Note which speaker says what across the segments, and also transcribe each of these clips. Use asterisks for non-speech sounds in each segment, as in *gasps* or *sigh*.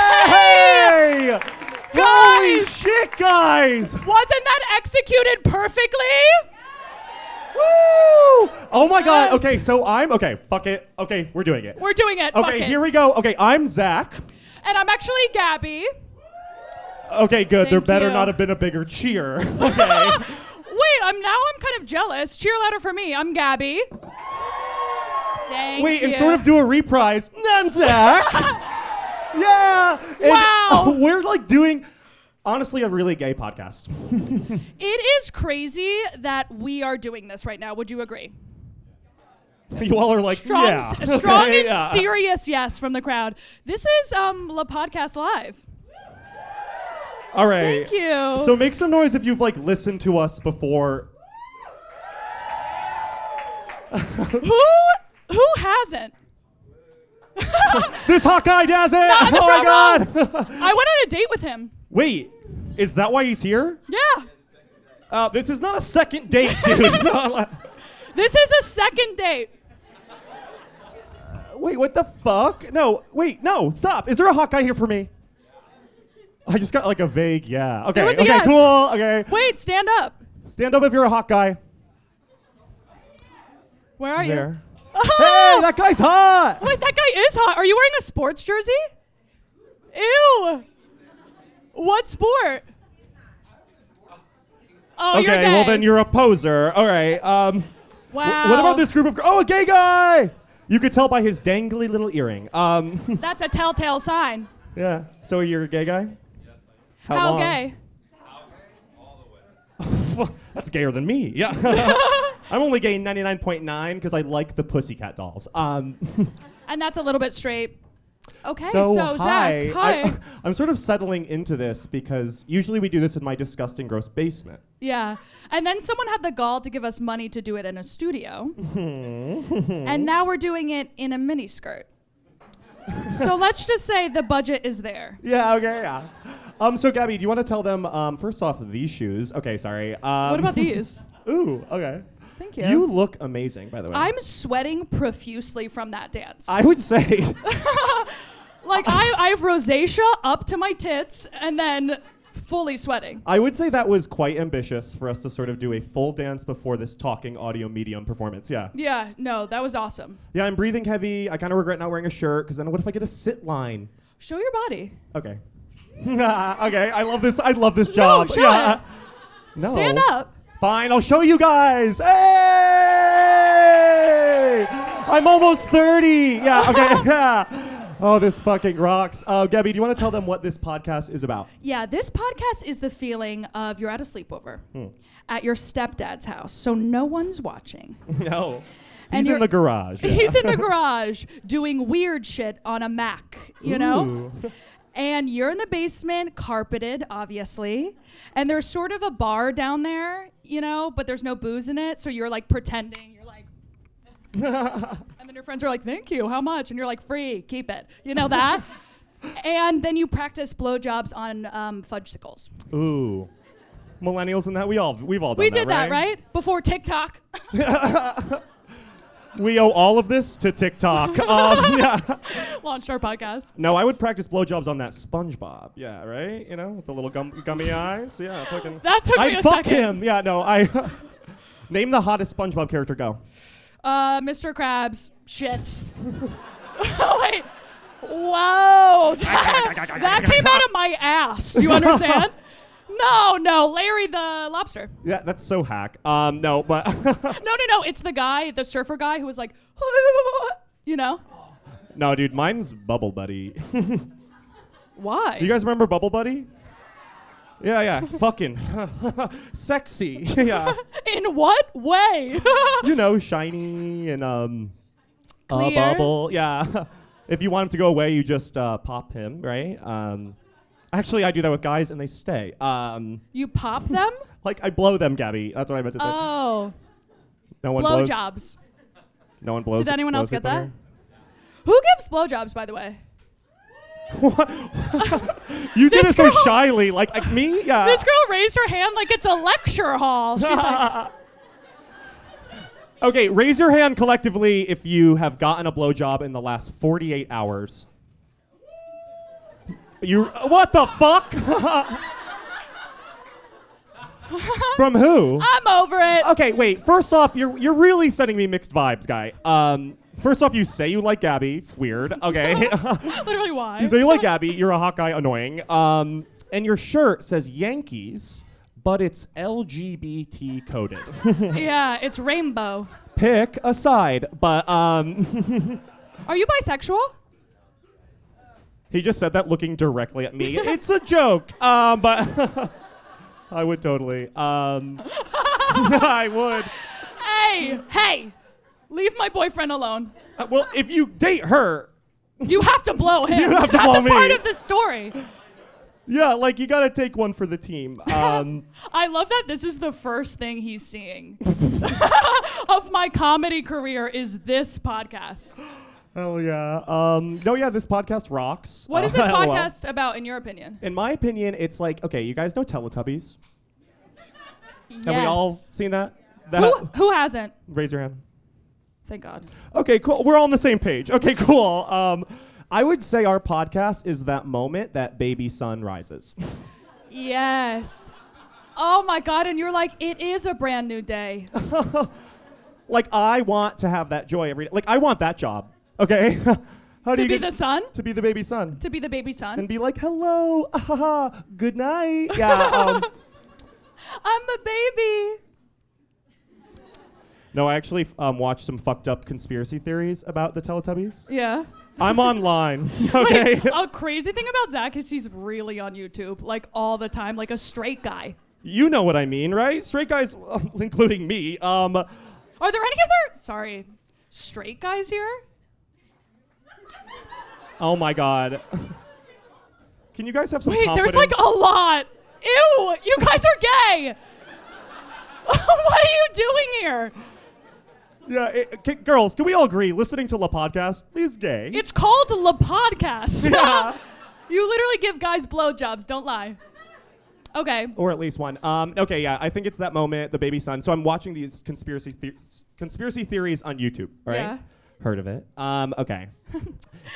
Speaker 1: Hey! Holy shit, guys!
Speaker 2: Wasn't that executed perfectly?
Speaker 1: Woo! Oh my god.
Speaker 2: Yes.
Speaker 1: Okay, so I'm okay. Fuck it. Okay, we're doing it.
Speaker 2: We're doing it.
Speaker 1: okay,
Speaker 2: Fuck it.
Speaker 1: here we go. Okay, I'm Zach.
Speaker 2: and I'm actually Gabby.
Speaker 1: Okay, good. there
Speaker 2: Thank
Speaker 1: better
Speaker 2: you.
Speaker 1: not have been a bigger cheer.
Speaker 2: *laughs*
Speaker 1: Okay.
Speaker 2: Wait, I'm now I'm kind of jealous. Cheer louder for me. I'm Gabby. Thank
Speaker 1: Wait, and
Speaker 2: you.
Speaker 1: sort of do a reprise. I'm
Speaker 2: *laughs*
Speaker 1: Zach. yeah. And
Speaker 2: Wow.
Speaker 1: *laughs* We're like doing, honestly, a really gay podcast. *laughs*
Speaker 2: It is crazy that we are doing this right now. Would you agree?
Speaker 1: you all are like
Speaker 2: Strong,
Speaker 1: yeah. *laughs*
Speaker 2: s- strong
Speaker 1: Okay,
Speaker 2: and
Speaker 1: yeah.
Speaker 2: serious yes from the crowd. This is um La Podcast Live.
Speaker 1: All right.
Speaker 2: Thank you.
Speaker 1: So make some noise if you've like listened to us before.
Speaker 2: who who hasn't?
Speaker 1: This Hawkeye does it.
Speaker 2: in the
Speaker 1: oh my god. *laughs*
Speaker 2: front I went on a date with him.
Speaker 1: Wait, is that why he's here?
Speaker 2: Yeah.
Speaker 1: Uh, this is not a second date, dude. *laughs*
Speaker 2: This is a second date.
Speaker 1: wait, what the fuck? No, wait, no, stop. Is there a Hawkeye here for me? I just got like a vague yeah. Okay,
Speaker 2: was a
Speaker 1: okay,
Speaker 2: yes.
Speaker 1: cool. Okay,
Speaker 2: Wait, stand up.
Speaker 1: stand up if you're a Hawkeye.
Speaker 2: Where are you?
Speaker 1: There.
Speaker 2: Oh!
Speaker 1: Hey, that guy's hot.
Speaker 2: Wait, that guy is hot. Are you wearing a sports jersey? Ew. What sport? Oh, you're
Speaker 1: okay,
Speaker 2: gay.
Speaker 1: well then you're a poser. All right. Um,
Speaker 2: Wow.
Speaker 1: what about this group of? gir- Oh, a gay guy. You could tell by his dangly little earring. Um, *laughs*
Speaker 2: That's a telltale sign.
Speaker 1: yeah. So you're a gay guy? How,
Speaker 2: How
Speaker 1: long?
Speaker 2: gay?
Speaker 1: Fuck, *laughs* That's gayer than me.
Speaker 2: *laughs*
Speaker 1: Yeah. I'm only gay 99.9 because I like the Pussycat dolls. Um,
Speaker 2: And that's a little bit straight. Okay,
Speaker 1: so,
Speaker 2: so, Zach, hi.
Speaker 1: I, *laughs* I'm sort of settling into this because usually we do this in my disgusting, gross basement.
Speaker 2: *laughs* yeah. And then someone had the gall to give us money to do it in
Speaker 1: *laughs*
Speaker 2: a studio. and now we're doing it in a mini skirt. so let's just say the budget is there.
Speaker 1: Yeah, okay, yeah. Um, so, Gabby, do you want to tell them, um, first off, these shoes? Okay, sorry. Um,
Speaker 2: What about these?
Speaker 1: *laughs* Ooh, okay.
Speaker 2: Thank
Speaker 1: *laughs* You look amazing, by the way.
Speaker 2: I'm sweating profusely from that dance.
Speaker 1: I would say *laughs*
Speaker 2: like I, I have rosacea up to my tits and then fully sweating.
Speaker 1: I would say that was quite ambitious for us to sort of do a full dance before this talking audio medium performance. Yeah.
Speaker 2: Yeah, no, that was awesome.
Speaker 1: Yeah, I'm breathing heavy. I kind of regret not wearing a shirt because then what if I get a sit line?
Speaker 2: Show your body.
Speaker 1: Okay. *laughs* okay, I love this. I love this
Speaker 2: No,
Speaker 1: job.
Speaker 2: shut
Speaker 1: yeah.
Speaker 2: up.
Speaker 1: No.
Speaker 2: Stand up.
Speaker 1: Fine, I'll show you guys. Hey! I'm almost 30. Yeah, okay. *laughs* yeah. Oh, this fucking rocks. Uh, Gabby, do you want to tell them what this podcast is about?
Speaker 2: Yeah, this podcast is the feeling of you're at a sleepover
Speaker 1: Hmm.
Speaker 2: at your stepdad's house, so no one's
Speaker 1: *laughs*
Speaker 2: watching.
Speaker 1: No.
Speaker 2: And
Speaker 1: He's in
Speaker 2: you're-
Speaker 1: the garage. yeah.
Speaker 2: *laughs* He's in the garage doing weird shit on a Mac, you know? And you're in the basement, carpeted, obviously. And there's sort of a bar down there, you know, but there's no booze in it. So you're like pretending.
Speaker 1: *laughs*
Speaker 2: You're like, and then your friends are like, thank you, how much? And you're like, free, keep it. You
Speaker 1: *laughs*
Speaker 2: know that? and then you practice blowjobs on um, fudgesicles.
Speaker 1: Ooh. Millennials and that we all we've all done
Speaker 2: We did
Speaker 1: that,
Speaker 2: that, right? Before TikTok. *laughs*
Speaker 1: We owe all of this to TikTok. *laughs* um, yeah.
Speaker 2: Launched our podcast.
Speaker 1: No, I would practice blowjobs on that SpongeBob. Yeah, right. You know, with the little gum- gummy eyes.
Speaker 2: *laughs*
Speaker 1: Yeah, fucking.
Speaker 2: That took me
Speaker 1: I'd
Speaker 2: a
Speaker 1: fuck
Speaker 2: second.
Speaker 1: him. Yeah, no, I. *laughs* Name the hottest SpongeBob character. Go.
Speaker 2: Uh, Mr. Krabs, shit. *laughs* Wait.
Speaker 1: *laughs*
Speaker 2: Whoa. That, that came out of my ass. Do you
Speaker 1: *laughs*
Speaker 2: understand? No, no, Larry the lobster.
Speaker 1: Yeah, that's so hack. Um, no, but *laughs*
Speaker 2: *laughs* No, no, no. It's the guy, the surfer guy who was like, you know?
Speaker 1: No, dude, mine's Bubble Buddy. *laughs*
Speaker 2: Why?
Speaker 1: You guys remember Bubble Buddy? Yeah, yeah. Fucking *laughs* sexy. *laughs* yeah.
Speaker 2: In what way? *laughs*
Speaker 1: You know, shiny and um uh,
Speaker 2: Clear.
Speaker 1: bubble. Yeah. *laughs* if you want him to go away, you just uh, pop him, right? Um Actually, I do that with guys and they stay. Um
Speaker 2: you pop them?
Speaker 1: like I blow them, Gabby. That's what I meant to say.
Speaker 2: Oh,
Speaker 1: no one blows.
Speaker 2: blowjobs.
Speaker 1: No one blows.
Speaker 2: Did anyone
Speaker 1: blows
Speaker 2: else get
Speaker 1: people
Speaker 2: that?
Speaker 1: here.
Speaker 2: Who gives blowjobs, by the way?
Speaker 1: You did it
Speaker 2: This
Speaker 1: so
Speaker 2: girl-
Speaker 1: shyly, like, like
Speaker 2: *laughs*
Speaker 1: me. Yeah.
Speaker 2: This girl raised her hand like it's a lecture hall. She's
Speaker 1: *laughs*
Speaker 2: like,
Speaker 1: Okay, raise your hand collectively if you have gotten a blowjob in the last 48 hours. You what the fuck? *laughs* From
Speaker 2: *laughs*
Speaker 1: who?
Speaker 2: I'm over it.
Speaker 1: Okay, wait. First off, you're you're really sending me mixed vibes, guy. Um, first off, you say you like Gabby. Weird. Okay.
Speaker 2: *laughs*
Speaker 1: *laughs*
Speaker 2: Literally, why?
Speaker 1: you say you like Gabby. You're a hot guy. Annoying. Um, and your shirt says Yankees, but it's LGBT coded. *laughs*
Speaker 2: yeah, it's rainbow.
Speaker 1: Pick a side, but um. *laughs*
Speaker 2: Are you bisexual?
Speaker 1: He just said that looking directly at
Speaker 2: *laughs*
Speaker 1: me. it's a joke, um, but *laughs* I would totally. Um, *laughs* I would.
Speaker 2: Hey, hey, leave my boyfriend alone.
Speaker 1: Uh, well, if you date her,
Speaker 2: You have to blow him.
Speaker 1: *laughs* You have to
Speaker 2: That's
Speaker 1: blow
Speaker 2: a part
Speaker 1: me.
Speaker 2: of the story.
Speaker 1: yeah, like you gotta take one for the
Speaker 2: *laughs*
Speaker 1: team. Um,
Speaker 2: I love that this is the first thing
Speaker 1: *laughs*
Speaker 2: he's seeing *laughs* of my comedy career is this podcast.
Speaker 1: hell yeah. Um, no, yeah, this podcast rocks.
Speaker 2: What
Speaker 1: Uh, *laughs*
Speaker 2: is this
Speaker 1: LOL.
Speaker 2: podcast about, in your opinion?
Speaker 1: In my opinion, it's like okay, you guys know Teletubbies.
Speaker 2: Yes.
Speaker 1: Have we all seen that? That
Speaker 2: who, who hasn't?
Speaker 1: *laughs* raise your hand.
Speaker 2: Thank God.
Speaker 1: Okay, cool. We're all on the same page. Okay, *laughs* cool. Um, I would say our podcast is that moment that baby sun rises. *laughs*
Speaker 2: Yes. Oh my God. And you're like, it is a brand new day.
Speaker 1: like I want to have that joy every day. Like I want that job. Okay. *laughs* How do
Speaker 2: to
Speaker 1: you
Speaker 2: be
Speaker 1: get-
Speaker 2: the son?
Speaker 1: to be the baby son
Speaker 2: To be the baby
Speaker 1: and
Speaker 2: son?
Speaker 1: be like hello, *laughs* ah, ha, ha, good night.
Speaker 2: *laughs*
Speaker 1: Yeah. Um,
Speaker 2: I'm a baby.
Speaker 1: no, I actually um, watched some fucked up conspiracy theories about the Teletubbies.
Speaker 2: Yeah.
Speaker 1: I'm online. *laughs* Okay.
Speaker 2: *laughs* A crazy thing about Zach is he's really on YouTube, like all the time, like a straight guy.
Speaker 1: you know what I mean, right? Straight guys, *laughs* including me. Um,
Speaker 2: Are there any other, sorry, straight guys here?
Speaker 1: oh my god. *laughs* Can you guys have some
Speaker 2: Wait,
Speaker 1: confidence?
Speaker 2: there's like a lot. Ew, you guys are gay. *laughs* what are you doing here?
Speaker 1: yeah, it, can, girls, can we all agree? Listening to La Podcast is gay.
Speaker 2: It's called La Podcast.
Speaker 1: yeah.
Speaker 2: *laughs* you literally give guys blowjobs, don't lie. Okay.
Speaker 1: *laughs* or at least one. Um, okay, yeah, I think it's that moment, the baby son. So I'm watching these conspiracy the- conspiracy theories on YouTube. Right?
Speaker 2: Yeah.
Speaker 1: Heard of it? Um,
Speaker 2: *laughs*
Speaker 1: okay.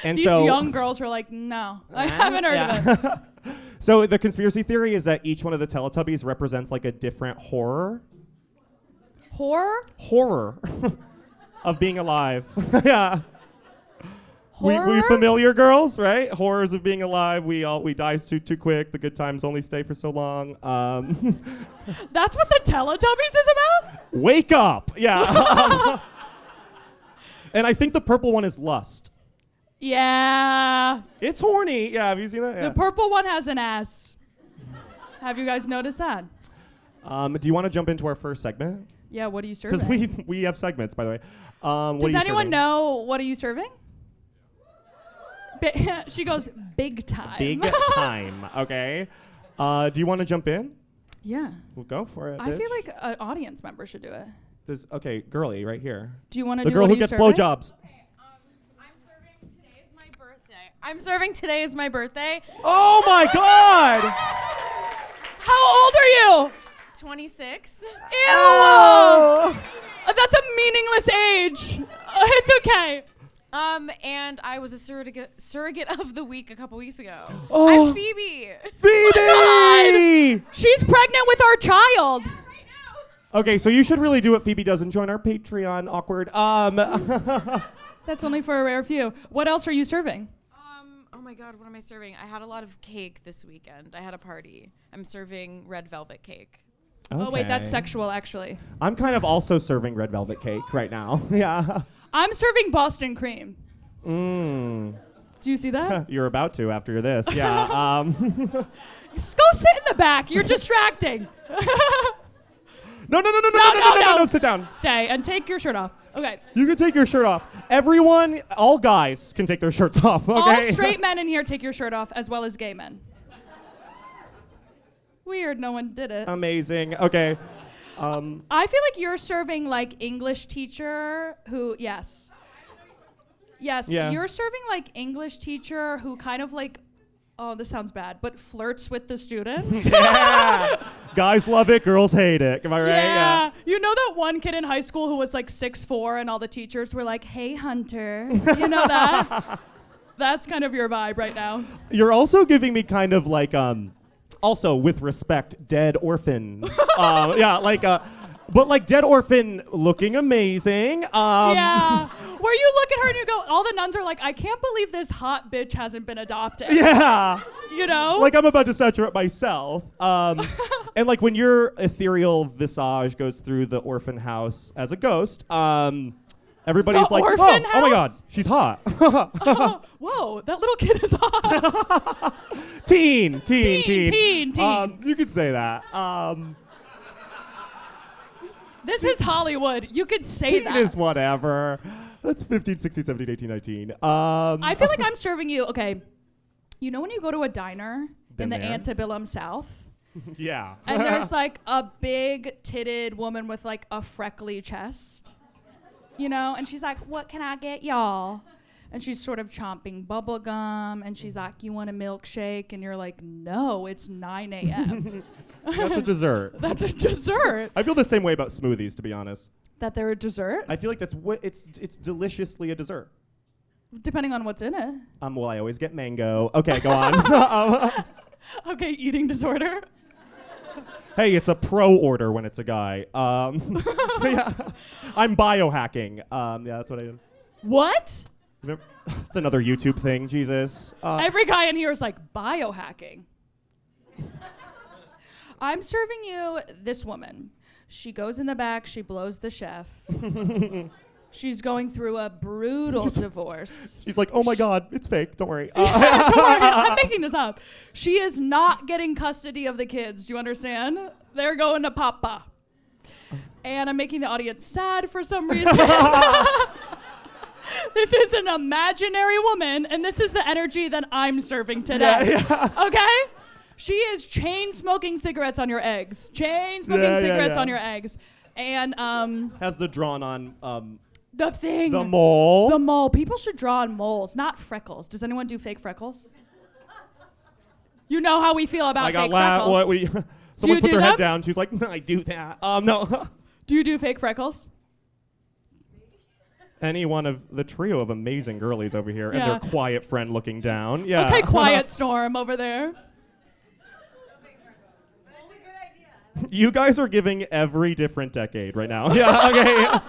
Speaker 1: And
Speaker 2: These
Speaker 1: so,
Speaker 2: young girls are like, no, I haven't heard of it.
Speaker 1: yeah. so the conspiracy theory is that each one of the Teletubbies represents like a different horror *laughs*
Speaker 2: Horror?
Speaker 1: horror of being alive. *laughs* yeah. We,
Speaker 2: Horror?
Speaker 1: we familiar girls, right? Horrors of being alive. We all we die too too quick. The good times only stay for so long. Um, *laughs*
Speaker 2: That's what the Teletubbies is about?
Speaker 1: Wake up! Yeah. *laughs* and I think the purple one is lust.
Speaker 2: Yeah.
Speaker 1: It's horny. Yeah, have you seen that?
Speaker 2: The
Speaker 1: Yeah.
Speaker 2: purple one has an ass. Have you guys noticed that?
Speaker 1: um, do you want to jump into our first segment?
Speaker 2: Yeah, what are you
Speaker 1: Because
Speaker 2: serving?
Speaker 1: we we have segments, by the way. Um, what
Speaker 2: Does
Speaker 1: are you
Speaker 2: anyone
Speaker 1: serving?
Speaker 2: know what are you serving? Bi- *laughs* she goes big time. *laughs*
Speaker 1: Big time. Okay. Uh, do you want to jump in?
Speaker 2: yeah.
Speaker 1: We'll go for it.
Speaker 2: I feel
Speaker 1: bitch.
Speaker 2: like an audience member should do it.
Speaker 1: Does, okay, girly, right here.
Speaker 2: Do you want to
Speaker 1: The
Speaker 2: do
Speaker 1: girl
Speaker 2: what
Speaker 1: who
Speaker 2: are you
Speaker 1: gets
Speaker 2: serving?
Speaker 1: blowjobs.
Speaker 3: I'm serving today is my birthday. I'm serving today is my birthday.
Speaker 1: Oh my god!
Speaker 2: How old are you?
Speaker 3: 26.
Speaker 2: Ew!
Speaker 1: Ah.
Speaker 2: That's a meaningless age. Uh, It's okay.
Speaker 3: Um, and I was a surrogate surrogate of the week a couple weeks ago.
Speaker 1: Oh.
Speaker 3: I'm Phoebe.
Speaker 1: Phoebe!
Speaker 2: She's pregnant with our child.
Speaker 1: Okay, so you should really do what Phoebe does and join our Patreon. Awkward. Um,
Speaker 2: That's only for a rare few. What else are you serving?
Speaker 3: Um, oh my god, what am I serving? I had a lot of cake this weekend. I had a party. I'm serving red velvet cake.
Speaker 2: Oh wait, that's
Speaker 1: Okay.
Speaker 2: sexual actually.
Speaker 1: I'm kind of also serving red velvet cake right now. *laughs* yeah.
Speaker 2: I'm serving Boston cream.
Speaker 1: Mm.
Speaker 2: Do you
Speaker 1: *laughs*
Speaker 2: see that?
Speaker 1: You're about to after this.
Speaker 2: *laughs*
Speaker 1: Yeah. Um,
Speaker 2: Just Go sit in the back. You're distracting. *laughs*
Speaker 1: no, no, no, no, no, no, no, no,
Speaker 2: No, no,
Speaker 1: no, no,
Speaker 2: no.
Speaker 1: no. Sit down.
Speaker 2: Stay and take your shirt off. Okay.
Speaker 1: You can take your shirt off. Everyone, all guys, can take their shirts off. Okay.
Speaker 2: All straight men in here take your shirt off, as well as gay men. Weird, no one did
Speaker 1: Um.
Speaker 2: it.
Speaker 1: Amazing. Okay.
Speaker 2: I feel like you're serving like English teacher who, yes. Yes,
Speaker 1: Yeah.
Speaker 2: you're serving like English teacher who kind of like, oh, this sounds bad, but flirts with the students.
Speaker 1: Yeah. *laughs* Guys love it. Girls hate it. Am I right?
Speaker 2: yeah. You know that one kid in high school who was like six four, and all the teachers were like, hey, Hunter. You know
Speaker 1: *laughs*
Speaker 2: that? That's kind of your vibe right now.
Speaker 1: You're also giving me kind of like um also with respect dead orphan.
Speaker 2: *laughs*
Speaker 1: um, yeah, like uh but like dead orphan looking amazing. Um
Speaker 2: yeah. Where you look at her and you go, all the nuns are like, I can't believe this hot bitch hasn't been adopted.
Speaker 1: *laughs* yeah.
Speaker 2: You know?
Speaker 1: Like I'm about to saturate myself.
Speaker 2: *laughs*
Speaker 1: Um and like when your ethereal visage goes through the orphan house as a ghost, um everybody's
Speaker 2: The
Speaker 1: like, "Oh,
Speaker 2: orphan
Speaker 1: oh my god,
Speaker 2: house?
Speaker 1: she's hot."
Speaker 2: whoa, that little kid is hot.
Speaker 1: teen, teen,
Speaker 2: Teen,
Speaker 1: teen.
Speaker 2: teen, teen.
Speaker 1: Um you could say that. Um
Speaker 2: this is Hollywood. You could say
Speaker 1: teen
Speaker 2: that.
Speaker 1: is whatever. That's 15, 16, 17, 18, 19. Um
Speaker 2: I
Speaker 1: *laughs*
Speaker 2: feel like I'm serving you. Okay. You know when you go to a diner
Speaker 1: Been
Speaker 2: in the
Speaker 1: there.
Speaker 2: antebellum South? *laughs*
Speaker 1: Yeah.
Speaker 2: And there's like a big titted woman with like a freckly chest, you know? And she's like, What can I get y'all? And she's sort of chomping bubble gum and she's like, You want a milkshake? And you're like, No, it's 9 *laughs* a.m.
Speaker 1: That's a dessert.
Speaker 2: That's a dessert.
Speaker 1: I feel the same way about smoothies, to be honest.
Speaker 2: That they're a dessert?
Speaker 1: I feel like that's what it's it's deliciously a dessert.
Speaker 2: Depending on what's in it.
Speaker 1: Um, well, I always get mango. Okay, go
Speaker 2: *laughs*
Speaker 1: on. *laughs* um,
Speaker 2: Okay, eating disorder.
Speaker 1: hey, it's a pro order when it's a guy. Um, *laughs* yeah. I'm biohacking. Um, yeah, that's what I did.
Speaker 2: What?
Speaker 1: Remember- *laughs* It's another YouTube thing, Jesus. Uh,
Speaker 2: Every guy in here is like biohacking. *laughs* I'm serving you this woman. She goes in the back, she blows the *laughs* chef. She's going through a *laughs* brutal divorce.
Speaker 1: she's like, oh my God, it's fake. Don't
Speaker 2: *laughs*
Speaker 1: worry. Uh, *laughs*
Speaker 2: Don't worry, I'm making this up. She is not getting custody of the kids. Do you understand? They're going to Papa. And I'm making the audience sad for some reason. *laughs* this is an imaginary woman, and this is the energy that I'm serving today
Speaker 1: yeah.
Speaker 2: okay? She is chain smoking cigarettes on your eggs. Chain smoking
Speaker 1: Yeah, yeah,
Speaker 2: cigarettes
Speaker 1: yeah.
Speaker 2: on your eggs. And um,
Speaker 1: Has the drawn on um,
Speaker 2: the thing.
Speaker 1: the mole.
Speaker 2: The mole. People should draw on moles, not freckles. Does anyone do fake freckles? You know how we feel about
Speaker 1: I got
Speaker 2: fake
Speaker 1: laugh.
Speaker 2: freckles.
Speaker 1: What? *laughs* what do you- Someone
Speaker 2: you
Speaker 1: put
Speaker 2: do
Speaker 1: their
Speaker 2: them?
Speaker 1: head down. She's like, I do that. Um, no. *laughs*
Speaker 2: do you do fake freckles?
Speaker 1: any one of the trio of amazing girlies over here
Speaker 2: Yeah.
Speaker 1: and their quiet friend looking down. Yeah. *laughs*
Speaker 2: Okay, quiet storm over there.
Speaker 1: you guys are giving every different decade right now. *laughs* Yeah. Okay.
Speaker 2: *laughs*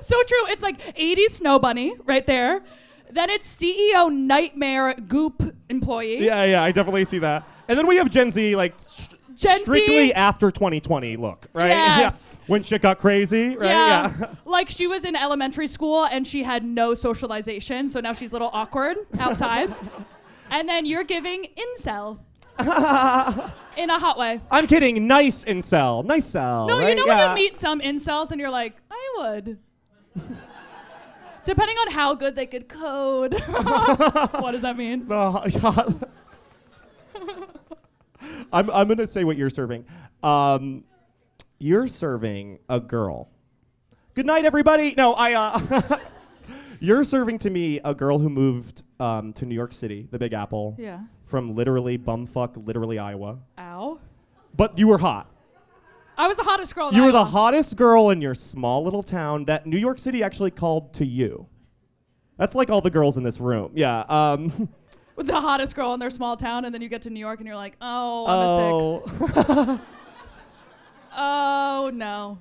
Speaker 2: So true. It's like 80s Snow Bunny right there. Then it's CEO Nightmare Goop employee.
Speaker 1: yeah. Yeah. I definitely see that. And then we have Gen Z, like s-
Speaker 2: Gen Z-
Speaker 1: strictly after 2020. Look, right? Yeah.
Speaker 2: Yes.
Speaker 1: When shit got crazy, right?
Speaker 2: Yeah. *laughs* Like she was in elementary school and she had no socialization, so now she's a little awkward
Speaker 1: *laughs*
Speaker 2: outside. and then you're giving incel in a hot way.
Speaker 1: *laughs* I'm kidding. Nice incel. Nice cell.
Speaker 2: No, you
Speaker 1: right?
Speaker 2: know
Speaker 1: yeah.
Speaker 2: when you meet some incels and you're like, I would. Depending on how good they
Speaker 1: *laughs*
Speaker 2: could code. *laughs* what does that mean?
Speaker 1: Uh, yeah. I'm, I'm going to say what you're serving. Um, you're serving a girl. Good night, everybody. No, I. Uh, *laughs* you're serving to me a girl who moved um, to New York City, the Big Apple,
Speaker 2: Yeah.
Speaker 1: from literally bumfuck, literally Iowa.
Speaker 2: Ow.
Speaker 1: But you were hot.
Speaker 2: I was the hottest girl. in
Speaker 1: You were the
Speaker 2: Iowa.
Speaker 1: hottest girl in your small little town that New York City actually called to you. That's like all the girls in this room. Yeah. Um, *laughs*
Speaker 2: the hottest girl in their small town, and then you get to New York and you're like, oh, I'm a
Speaker 1: oh.
Speaker 2: six. *laughs* Oh no.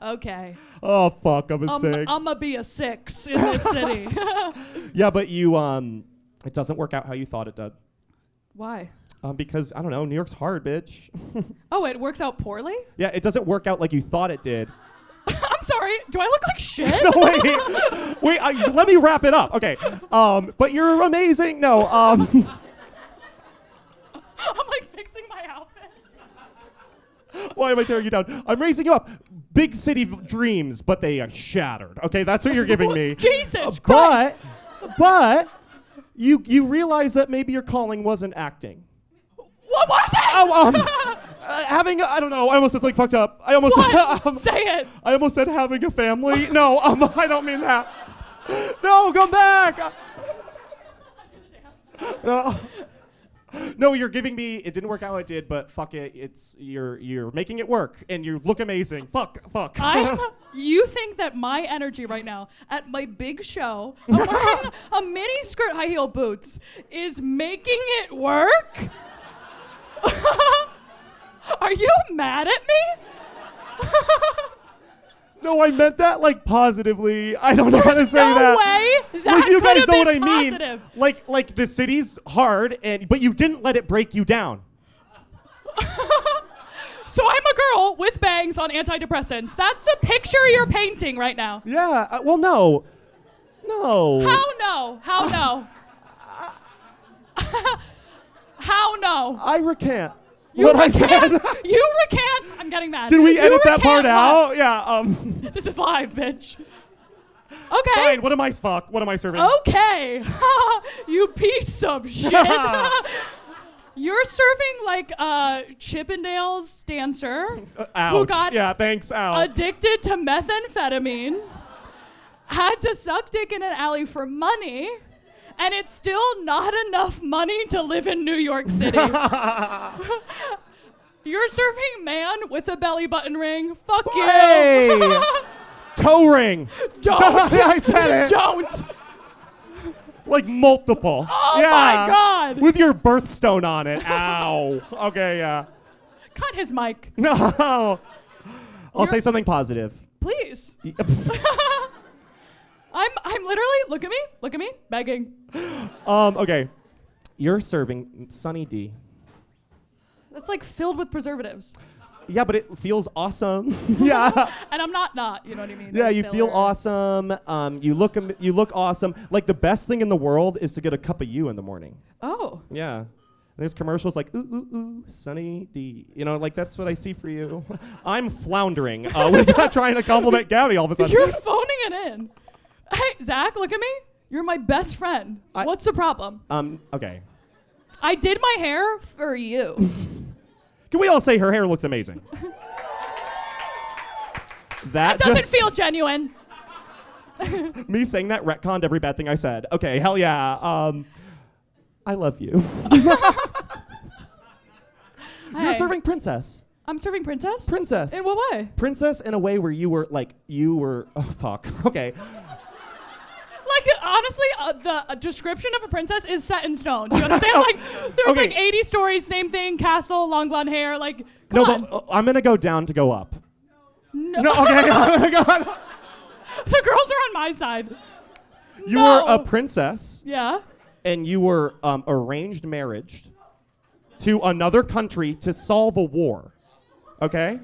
Speaker 2: Okay.
Speaker 1: Oh fuck, I'm a
Speaker 2: Um,
Speaker 1: six.
Speaker 2: I'm gonna be a six in this city. *laughs*
Speaker 1: yeah, but you um, it doesn't work out how you thought it did.
Speaker 2: Why?
Speaker 1: Um, because I don't know, New York's hard, bitch. *laughs*
Speaker 2: Oh, it works out poorly. *laughs*
Speaker 1: yeah, it doesn't work out like you thought it did. *laughs*
Speaker 2: I'm sorry. Do I look like shit?
Speaker 1: No, wait, *laughs* wait. I, let me wrap it up. Okay. Um, but you're amazing. No. Um,
Speaker 2: *laughs*
Speaker 1: *laughs*
Speaker 2: I'm like fixing my outfit.
Speaker 1: why am I tearing you down? I'm raising you up. Big city v- dreams, but they are shattered. Okay, that's what you're
Speaker 2: *laughs*
Speaker 1: giving me. Uh,
Speaker 2: Jesus Christ.
Speaker 1: but, but you you realize that maybe your calling wasn't acting.
Speaker 2: What was it?
Speaker 1: Oh, um, *laughs* uh, having I don't know. I almost it's like fucked up. I almost
Speaker 2: *laughs*
Speaker 1: *laughs*
Speaker 2: What?
Speaker 1: um,
Speaker 2: Say it.
Speaker 1: I almost said having a family. No, *laughs* um, I don't mean that. No, come back. No. No, you're giving me. It didn't work out. It did, but fuck it. It's you're you're making it work, and you look amazing. Fuck, fuck. *laughs*
Speaker 2: I'm. You think that my energy right now at my big show, I'm wearing a mini skirt, high heel boots, is making it work? *laughs* Are you mad at me? *laughs*
Speaker 1: no, I meant that like positively. I don't know how to
Speaker 2: There's
Speaker 1: say
Speaker 2: no
Speaker 1: that.
Speaker 2: way that
Speaker 1: like you
Speaker 2: could
Speaker 1: guys
Speaker 2: have
Speaker 1: know what I
Speaker 2: been
Speaker 1: mean.
Speaker 2: positive.
Speaker 1: Like like the city's hard, and but you didn't let it break you down.
Speaker 2: So I'm a girl with bangs on antidepressants. That's the picture you're painting right now.
Speaker 1: Yeah. Uh, well, no, no.
Speaker 2: How no? How no?
Speaker 1: *laughs*
Speaker 2: How no?
Speaker 1: I recant. what I *laughs* said.
Speaker 2: You recant. I'm getting mad.
Speaker 1: Did we
Speaker 2: You
Speaker 1: edit that
Speaker 2: recant
Speaker 1: part
Speaker 2: what?
Speaker 1: out? Yeah. Um.
Speaker 2: This is live, bitch. Okay.
Speaker 1: Fine. What am I? Fuck. What am I serving?
Speaker 2: Oh, Okay. *laughs* you
Speaker 1: *laughs*
Speaker 2: piece of shit. You're serving like a Chippendales dancer
Speaker 1: Uh, ouch.
Speaker 2: got
Speaker 1: yeah. Thanks. Ow.
Speaker 2: addicted to methamphetamine, had to suck dick in an alley for money, and it's still not enough money to live in New
Speaker 1: *laughs*
Speaker 2: York City. You're serving man with a belly button ring. Fuck
Speaker 1: Hey!
Speaker 2: you.
Speaker 1: Toe ring.
Speaker 2: *laughs* don't.
Speaker 1: *laughs* I said it.
Speaker 2: Don't.
Speaker 1: Like multiple. Oh
Speaker 2: my God.
Speaker 1: With your birthstone on it. Ow. *laughs* okay. Yeah.
Speaker 2: Cut his mic,
Speaker 1: No. I'll say something positive. *laughs*
Speaker 2: please. *laughs* I'm I'm literally look at me, look at me, begging.
Speaker 1: um. Okay. You're serving Sunny D.
Speaker 2: That's like filled with preservatives.
Speaker 1: Yeah, but it feels awesome. *laughs*
Speaker 2: *laughs*
Speaker 1: yeah.
Speaker 2: And I'm not not, you know what I mean?
Speaker 1: Yeah,
Speaker 2: Like
Speaker 1: you feel
Speaker 2: filler.
Speaker 1: awesome. Um, you look am- you look awesome. Like the best thing in the world is to get a cup of you in the morning.
Speaker 2: Oh.
Speaker 1: Yeah. There's commercials like ooh ooh ooh Sunny D. You know, like that's what I see for you. *laughs* I'm floundering uh, *laughs* with not trying to compliment Gabby all of a sudden.
Speaker 2: *laughs* You're phoning it in. Hey, Zach, look at me. You're my best friend.
Speaker 1: I-
Speaker 2: What's the problem?
Speaker 1: um, okay.
Speaker 2: I did my hair
Speaker 1: *laughs*
Speaker 2: for you.
Speaker 1: Can we all say her hair looks
Speaker 2: *laughs*
Speaker 1: amazing? That,
Speaker 2: Doesn't
Speaker 1: just
Speaker 2: feel genuine.
Speaker 1: me saying that retconned every bad thing I said. Okay, hell yeah. Um, I love
Speaker 2: *laughs*
Speaker 1: you. You're
Speaker 2: Hey,
Speaker 1: serving princess.
Speaker 2: I'm serving princess.
Speaker 1: Princess.
Speaker 2: In what way?
Speaker 1: princess in a way where you were like you were oh fuck *laughs* okay
Speaker 2: Like honestly, uh, the uh, description of a princess is set in stone. Do you understand?
Speaker 1: *laughs*
Speaker 2: like there's
Speaker 1: Okay.
Speaker 2: like 80 stories, same thing, castle, long blonde hair. Like
Speaker 1: no
Speaker 2: come on.
Speaker 1: but uh, i'm gonna go down to go up no, okay *laughs* oh my god
Speaker 2: *laughs* the girls are on my side.
Speaker 1: you
Speaker 2: No.
Speaker 1: were a princess
Speaker 2: Yeah.
Speaker 1: and you were um, arranged marriage to another country to solve a war okay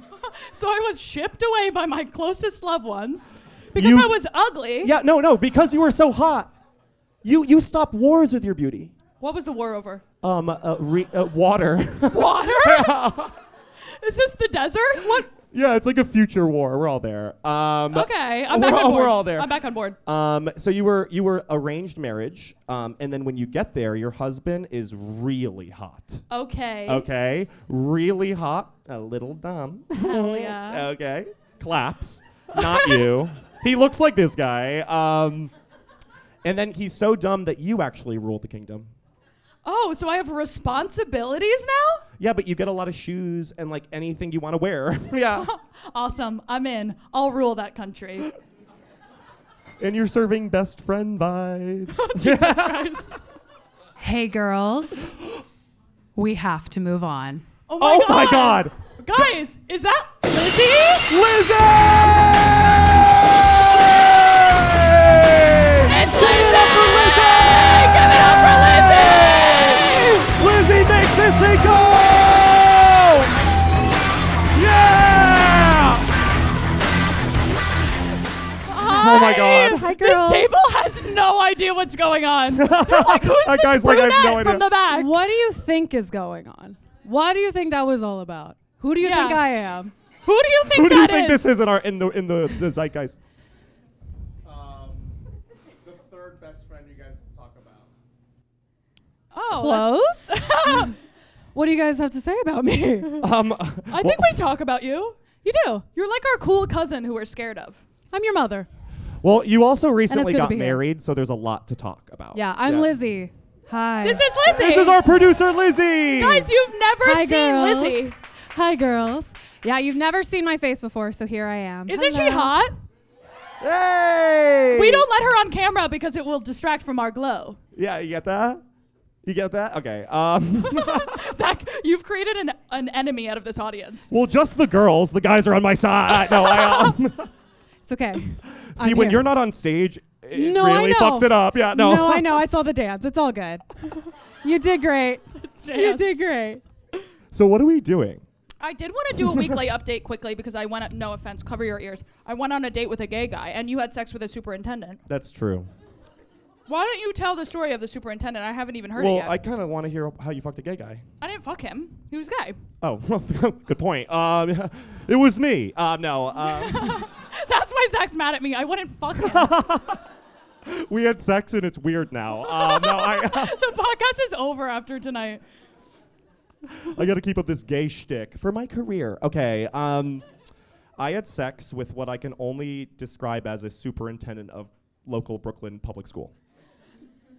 Speaker 2: So I was shipped away by my closest loved ones because
Speaker 1: You-
Speaker 2: I was ugly.
Speaker 1: yeah no no because you were so hot you you stop wars with your beauty
Speaker 2: What was the war over?
Speaker 1: um uh, re- uh, water *laughs*
Speaker 2: Water? Is this the desert? What?
Speaker 1: yeah it's like a future war we're all there um
Speaker 2: Okay, I'm
Speaker 1: we're,
Speaker 2: back on
Speaker 1: all-
Speaker 2: board.
Speaker 1: we're all there
Speaker 2: I'm back on board.
Speaker 1: Um, so you were you were arranged marriage, um, and then when you get there, your husband is really hot.
Speaker 2: Okay.
Speaker 1: Okay, really hot, a little dumb. *laughs*
Speaker 2: Hell yeah.
Speaker 1: okay, claps. Not *laughs* you. He looks like this guy. Um, and then he's so dumb that you actually rule the kingdom.
Speaker 2: Oh, so I have responsibilities now?
Speaker 1: Yeah, but you get a lot of shoes and like anything you want to wear. *laughs* yeah,
Speaker 2: Awesome. I'm in. I'll rule that country. *laughs*
Speaker 1: and you're serving best friend vibes.
Speaker 2: Jesus Christ.
Speaker 4: Hey, girls. We have to move on.
Speaker 2: Oh my,
Speaker 1: *laughs* oh
Speaker 2: god.
Speaker 1: my god,
Speaker 2: *laughs* Guys, is that Lizzie?
Speaker 1: Lizzie!
Speaker 2: it's Lizzie! Give it up for Lizzie!
Speaker 1: Lizzie makes this thing go! Yeah! Oh my god.
Speaker 5: Hi,
Speaker 2: This
Speaker 5: girls.
Speaker 2: table has no idea what's
Speaker 1: *laughs*
Speaker 2: going on. They're like, who's
Speaker 1: That
Speaker 2: this
Speaker 1: guy's like, I have no
Speaker 2: brunette from
Speaker 1: idea.
Speaker 2: the back?
Speaker 5: What do you think is going on? What do you think that was all about? Who do you
Speaker 2: Yeah.
Speaker 5: think I am?
Speaker 2: Who do you think
Speaker 1: Who do you
Speaker 2: that
Speaker 1: think
Speaker 2: is?
Speaker 1: this is in our in the in the, the zeitgeist?
Speaker 6: Um, the third best friend you guys talk about.
Speaker 2: Oh,
Speaker 5: Close?
Speaker 2: *laughs*
Speaker 5: what do you guys have to say about me? You
Speaker 1: Um,
Speaker 2: I think we talk about you.
Speaker 5: do.
Speaker 2: You're like our cool cousin who we're scared of.
Speaker 5: I'm your mother.
Speaker 1: well, you also recently
Speaker 5: good to
Speaker 1: got
Speaker 5: be here.
Speaker 1: married, so there's a lot to talk about.
Speaker 5: Yeah, I'm Lizzie. Hi.
Speaker 2: This is Lizzie.
Speaker 1: This is our producer Lizzie.
Speaker 2: guys. You've never
Speaker 5: Hi,
Speaker 2: seen
Speaker 5: girls.
Speaker 2: Lizzie.
Speaker 5: Hi, girls. Yeah, you've never seen my face before, so here I am.
Speaker 2: Isn't she
Speaker 5: Hello.
Speaker 2: hot?
Speaker 1: Hey.
Speaker 2: We don't let her on camera because it will distract from our glow. *laughs*
Speaker 1: Yeah, you get that? You get that? Okay. Um, *laughs*
Speaker 2: Zach, you've created an, an enemy out of this audience.
Speaker 1: well, just the girls. The guys are on my side. No, I
Speaker 5: *laughs*
Speaker 1: um, *laughs*
Speaker 5: It's okay.
Speaker 1: see
Speaker 5: I'm
Speaker 1: when
Speaker 5: here.
Speaker 1: you're not on stage. It
Speaker 5: No, I
Speaker 1: really
Speaker 5: know.
Speaker 1: fucks it up. Yeah, Uh, no.
Speaker 5: No, I know. I saw the dance. It's all good. You did great. You
Speaker 2: Dance.
Speaker 5: did great.
Speaker 1: *laughs* So what are we doing?
Speaker 2: I did want to do a weekly *laughs* update quickly because I went, no offense, cover your ears. I went on a date with a gay guy and you had sex with a superintendent.
Speaker 1: That's true.
Speaker 2: Why don't you tell the story of the superintendent? I haven't even heard it
Speaker 1: Well,
Speaker 2: yet.
Speaker 1: I kind of want to hear how you fucked a gay guy.
Speaker 2: I didn't fuck him. He was gay. *laughs*
Speaker 1: Oh, *laughs* good point. Um, *laughs* it was me. Uh, no, um, *laughs*
Speaker 2: That's why Zach's mad at me. I wouldn't fuck him. the
Speaker 1: we had sex and it's weird now. Um, no, I, *laughs*
Speaker 2: podcast is over after tonight.
Speaker 1: I got to keep up this gay shtick for my career. Okay. Um, I had sex with what I can only describe as a superintendent of local Brooklyn public school.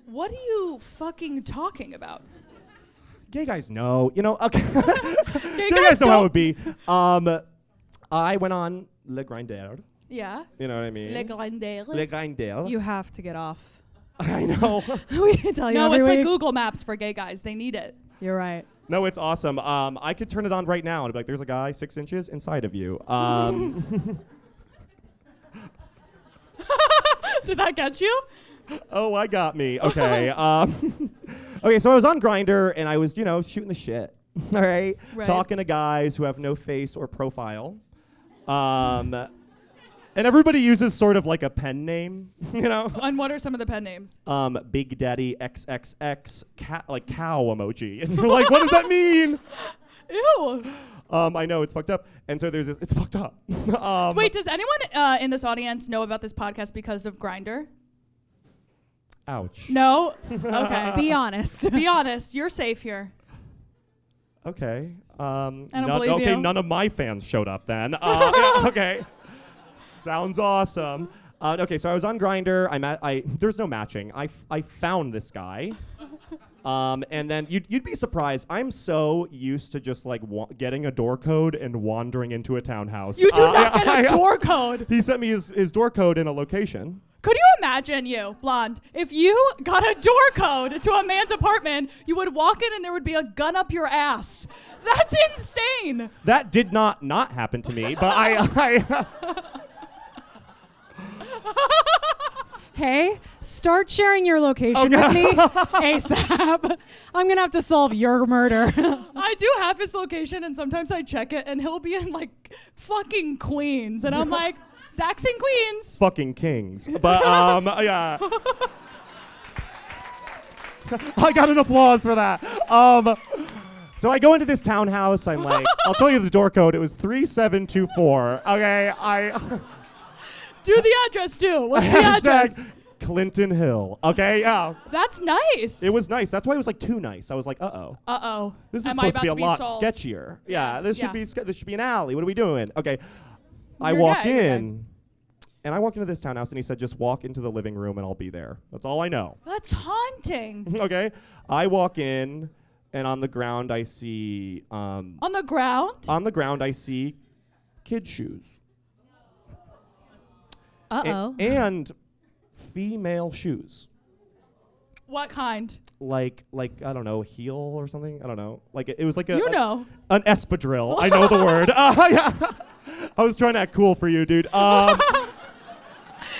Speaker 2: What are you fucking talking about?
Speaker 1: Gay guys know, you know. Okay, *laughs* gay
Speaker 2: Gay
Speaker 1: guys, know how it
Speaker 2: don't-
Speaker 1: would be. Um, I went on Le Grindr.
Speaker 2: Yeah.
Speaker 1: You know what I mean?
Speaker 2: Le Grindel.
Speaker 1: Le Grindr.
Speaker 5: You have to get off.
Speaker 1: *laughs*
Speaker 5: *laughs*
Speaker 1: I know. *laughs*
Speaker 5: we tell you
Speaker 2: no,
Speaker 5: every
Speaker 2: it's like
Speaker 5: week.
Speaker 2: Google Maps for gay guys. They need it.
Speaker 5: You're right.
Speaker 1: No, it's awesome. Um, I could turn it on right now and be like, "There's a guy six inches inside of you." Um,
Speaker 2: *laughs* Did that get you?
Speaker 1: oh, I got
Speaker 2: *laughs*
Speaker 1: me. Okay. Um, *laughs* okay. So I was on Grinder and I was, you know, shooting the shit. *laughs* All right?
Speaker 2: Right.
Speaker 1: Talking to guys who have no face or profile. Um, and everybody uses sort of like a pen name, *laughs* you know.
Speaker 2: And what are some of the pen names?
Speaker 1: Um, Big Daddy XXX cat like cow emoji, *laughs* and you're like, what does that
Speaker 2: *laughs*
Speaker 1: mean?
Speaker 2: Ew.
Speaker 1: Um, I know it's fucked up. And so there's this. It's fucked up. *laughs* um,
Speaker 2: Wait, does anyone uh, in this audience know about this podcast because of Grinder?
Speaker 1: Ouch.
Speaker 2: No. *laughs* Okay.
Speaker 5: Be honest.
Speaker 2: Be honest. You're safe here.
Speaker 1: Okay. Um,
Speaker 2: I don't
Speaker 1: none-
Speaker 2: believe
Speaker 1: okay,
Speaker 2: you.
Speaker 1: none of my fans showed up then.
Speaker 2: *laughs*
Speaker 1: Uh, yeah, okay. Sounds awesome. Uh, okay, so I was on Grinder. I, ma- I there's no matching. I, f- I found this
Speaker 2: *laughs*
Speaker 1: guy. Um, and then you'd, you'd be surprised. I'm so used to just like wa- getting a door code and wandering into a townhouse.
Speaker 2: You do
Speaker 1: Uh, *laughs*
Speaker 2: not
Speaker 1: I-
Speaker 2: get a
Speaker 1: I-
Speaker 2: door code.
Speaker 1: He sent me his, his door code and a location.
Speaker 2: Could you imagine you, blonde, if you got a door code to a man's apartment, you would walk in and there would be a gun up your ass. That's insane.
Speaker 1: That did not not happen to me, but I, *laughs* I
Speaker 5: *laughs* Hey, start sharing your location with
Speaker 2: *laughs*
Speaker 5: me ASAP. I'm going to have to solve your murder.
Speaker 2: I do have his location and sometimes I check it and he'll be in like fucking Queens. And *laughs* I'm like, Zach's in Queens.
Speaker 1: fucking kings. But um, yeah. I got an applause for that. Um, so I go into this townhouse. I'm like, I'll tell you the door code. It was three seven two four. Okay, I
Speaker 2: Do the address too. What's the address?
Speaker 1: hashtag Clinton Hill. Okay, yeah,
Speaker 2: That's nice.
Speaker 1: it was nice. That's why it was like too nice. I was like, uh oh,
Speaker 2: Uh oh.
Speaker 1: this is supposed to be a lot sketchier. Yeah, this
Speaker 2: Yeah.
Speaker 1: should be ske- this should be an alley. What are we doing? Okay, I
Speaker 2: You're
Speaker 1: walk
Speaker 2: gay, okay.
Speaker 1: in. And I walk into this townhouse, and he said, "Just walk into the living room, and I'll be there." That's all I know.
Speaker 2: That's haunting.
Speaker 1: *laughs* okay. I walk in, and on the ground I see um,
Speaker 2: On the ground?
Speaker 1: on the ground I see kid shoes
Speaker 5: Uh
Speaker 1: A- and female shoes,
Speaker 2: What kind?
Speaker 1: like like I don't know heel or something. I don't know. Like it, it was like a
Speaker 2: You
Speaker 1: a-
Speaker 2: know.
Speaker 1: an espadrille. I
Speaker 2: *laughs*
Speaker 1: know the word. *laughs* Uh, yeah. I was trying to act cool for you,
Speaker 2: *laughs*
Speaker 1: dude. Um,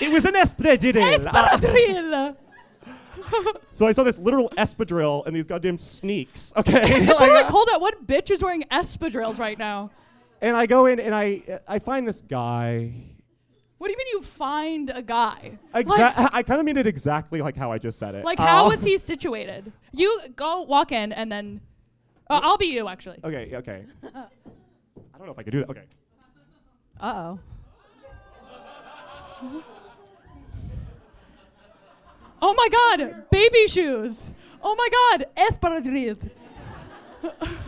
Speaker 1: it was an espadrille.
Speaker 2: *laughs* Espadrille.
Speaker 1: uh, so I saw this literal espadrille and these goddamn sneaks. Okay.
Speaker 2: *laughs* It's
Speaker 1: Like,
Speaker 2: like,
Speaker 1: uh,
Speaker 2: cold out. What bitch is wearing espadrilles right now?
Speaker 1: and I go in and I I find this guy.
Speaker 2: What do you mean you find a guy?
Speaker 1: Exact. *laughs* I kind of mean it exactly like how I just said it.
Speaker 2: Like, how
Speaker 1: Uh,
Speaker 2: was he situated? You go walk in and then. Uh, I'll be you, actually.
Speaker 1: *laughs* Okay. yeah,
Speaker 2: *laughs*
Speaker 1: Okay. I don't know if I could do that. Okay.
Speaker 5: Uh oh.
Speaker 2: Oh my god, baby shoes. Oh my god, espadrille.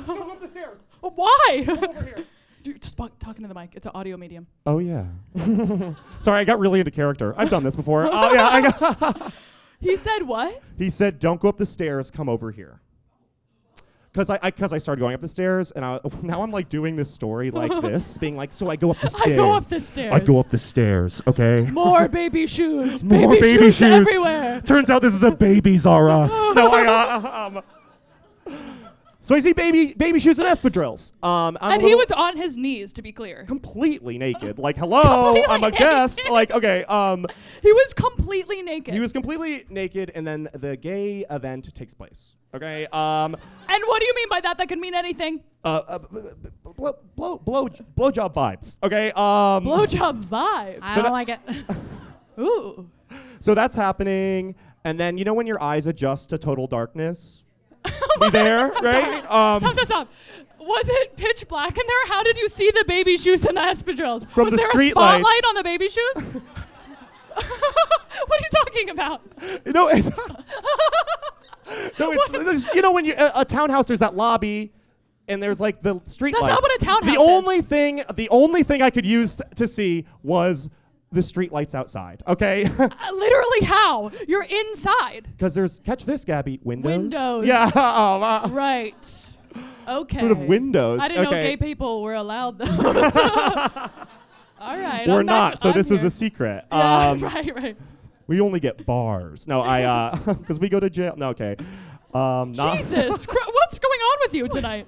Speaker 1: Go up the stairs.
Speaker 2: Why? *laughs* Dude, just talk, talking to the mic. It's an audio medium.
Speaker 1: Oh yeah. *laughs* Sorry, I got really into character. I've done this before. Oh yeah. I got- *laughs*
Speaker 2: He said what?
Speaker 1: he said, "Don't go up the stairs. Come over here." Because I, I, cause I started going up the stairs, and I, *laughs* now I'm like doing this story
Speaker 2: *laughs*
Speaker 1: like this, being like, "So I go up the stairs.
Speaker 2: I go up the stairs.
Speaker 1: I go up the stairs. Okay.
Speaker 2: More
Speaker 1: *laughs*
Speaker 2: baby shoes.
Speaker 1: More
Speaker 2: baby,
Speaker 1: baby
Speaker 2: shoes,
Speaker 1: shoes.
Speaker 2: everywhere.
Speaker 1: Turns out this is a babies R
Speaker 2: *laughs*
Speaker 1: us. No, I, uh, um, so I see baby baby shoes and espadrilles. Um, I'm a
Speaker 2: And he
Speaker 1: little
Speaker 2: was on his knees, to be clear.
Speaker 1: completely naked. Like, hello,
Speaker 2: *laughs* Completely
Speaker 1: I'm a guest.
Speaker 2: naked.
Speaker 1: Like, okay. Um,
Speaker 2: He was completely naked.
Speaker 1: he was completely naked, and then the gay event takes place. Okay. Um,
Speaker 2: and what do you mean by that? That could mean anything.
Speaker 1: uh, uh, b- b- b- blow blow blow blowjob vibes. Okay. Um,
Speaker 2: Blowjob vibe.
Speaker 5: I
Speaker 1: So
Speaker 5: don't
Speaker 1: that-
Speaker 5: like it.
Speaker 2: Ooh.
Speaker 1: so that's happening, and then you know when your eyes adjust to total
Speaker 2: *laughs*
Speaker 1: darkness. You there, right? Um,
Speaker 2: Stop, stop, stop. Was it pitch black in there? How did you see the baby shoes and the espadrilles?
Speaker 1: From
Speaker 2: was
Speaker 1: the
Speaker 2: there
Speaker 1: street
Speaker 2: a spotlight
Speaker 1: lights.
Speaker 2: on the baby shoes?
Speaker 1: *laughs*
Speaker 2: *laughs* what are you talking about?
Speaker 1: *laughs* No, it's
Speaker 2: *laughs*
Speaker 1: no, it's, there's- you know when you a, a townhouse there's that lobby, and there's like the street
Speaker 2: That's
Speaker 1: lights.
Speaker 2: not what a townhouse
Speaker 1: The
Speaker 2: is.
Speaker 1: only thing, the only thing I could use t- to see was the street lights outside. Okay, *laughs*
Speaker 2: Uh, literally, how? You're inside.
Speaker 1: because there's catch this, Gabby. Windows.
Speaker 2: Windows.
Speaker 1: Yeah. *laughs* um, uh,
Speaker 2: Right. Okay.
Speaker 1: Sort of windows.
Speaker 2: I didn't know
Speaker 1: okay.
Speaker 2: gay people were
Speaker 1: *laughs*
Speaker 2: allowed those. *laughs* All right.
Speaker 1: We're
Speaker 2: I'm
Speaker 1: not.
Speaker 2: back-
Speaker 1: so
Speaker 2: I'm
Speaker 1: this was
Speaker 2: here.
Speaker 1: a secret.
Speaker 2: Yeah, *laughs*
Speaker 1: Um,
Speaker 2: right, right.
Speaker 1: We only get bars. No, I uh, *laughs* because we go to jail. No, okay. Um, not.
Speaker 2: Jesus, Christ, what's going on with
Speaker 1: *laughs*
Speaker 2: you tonight?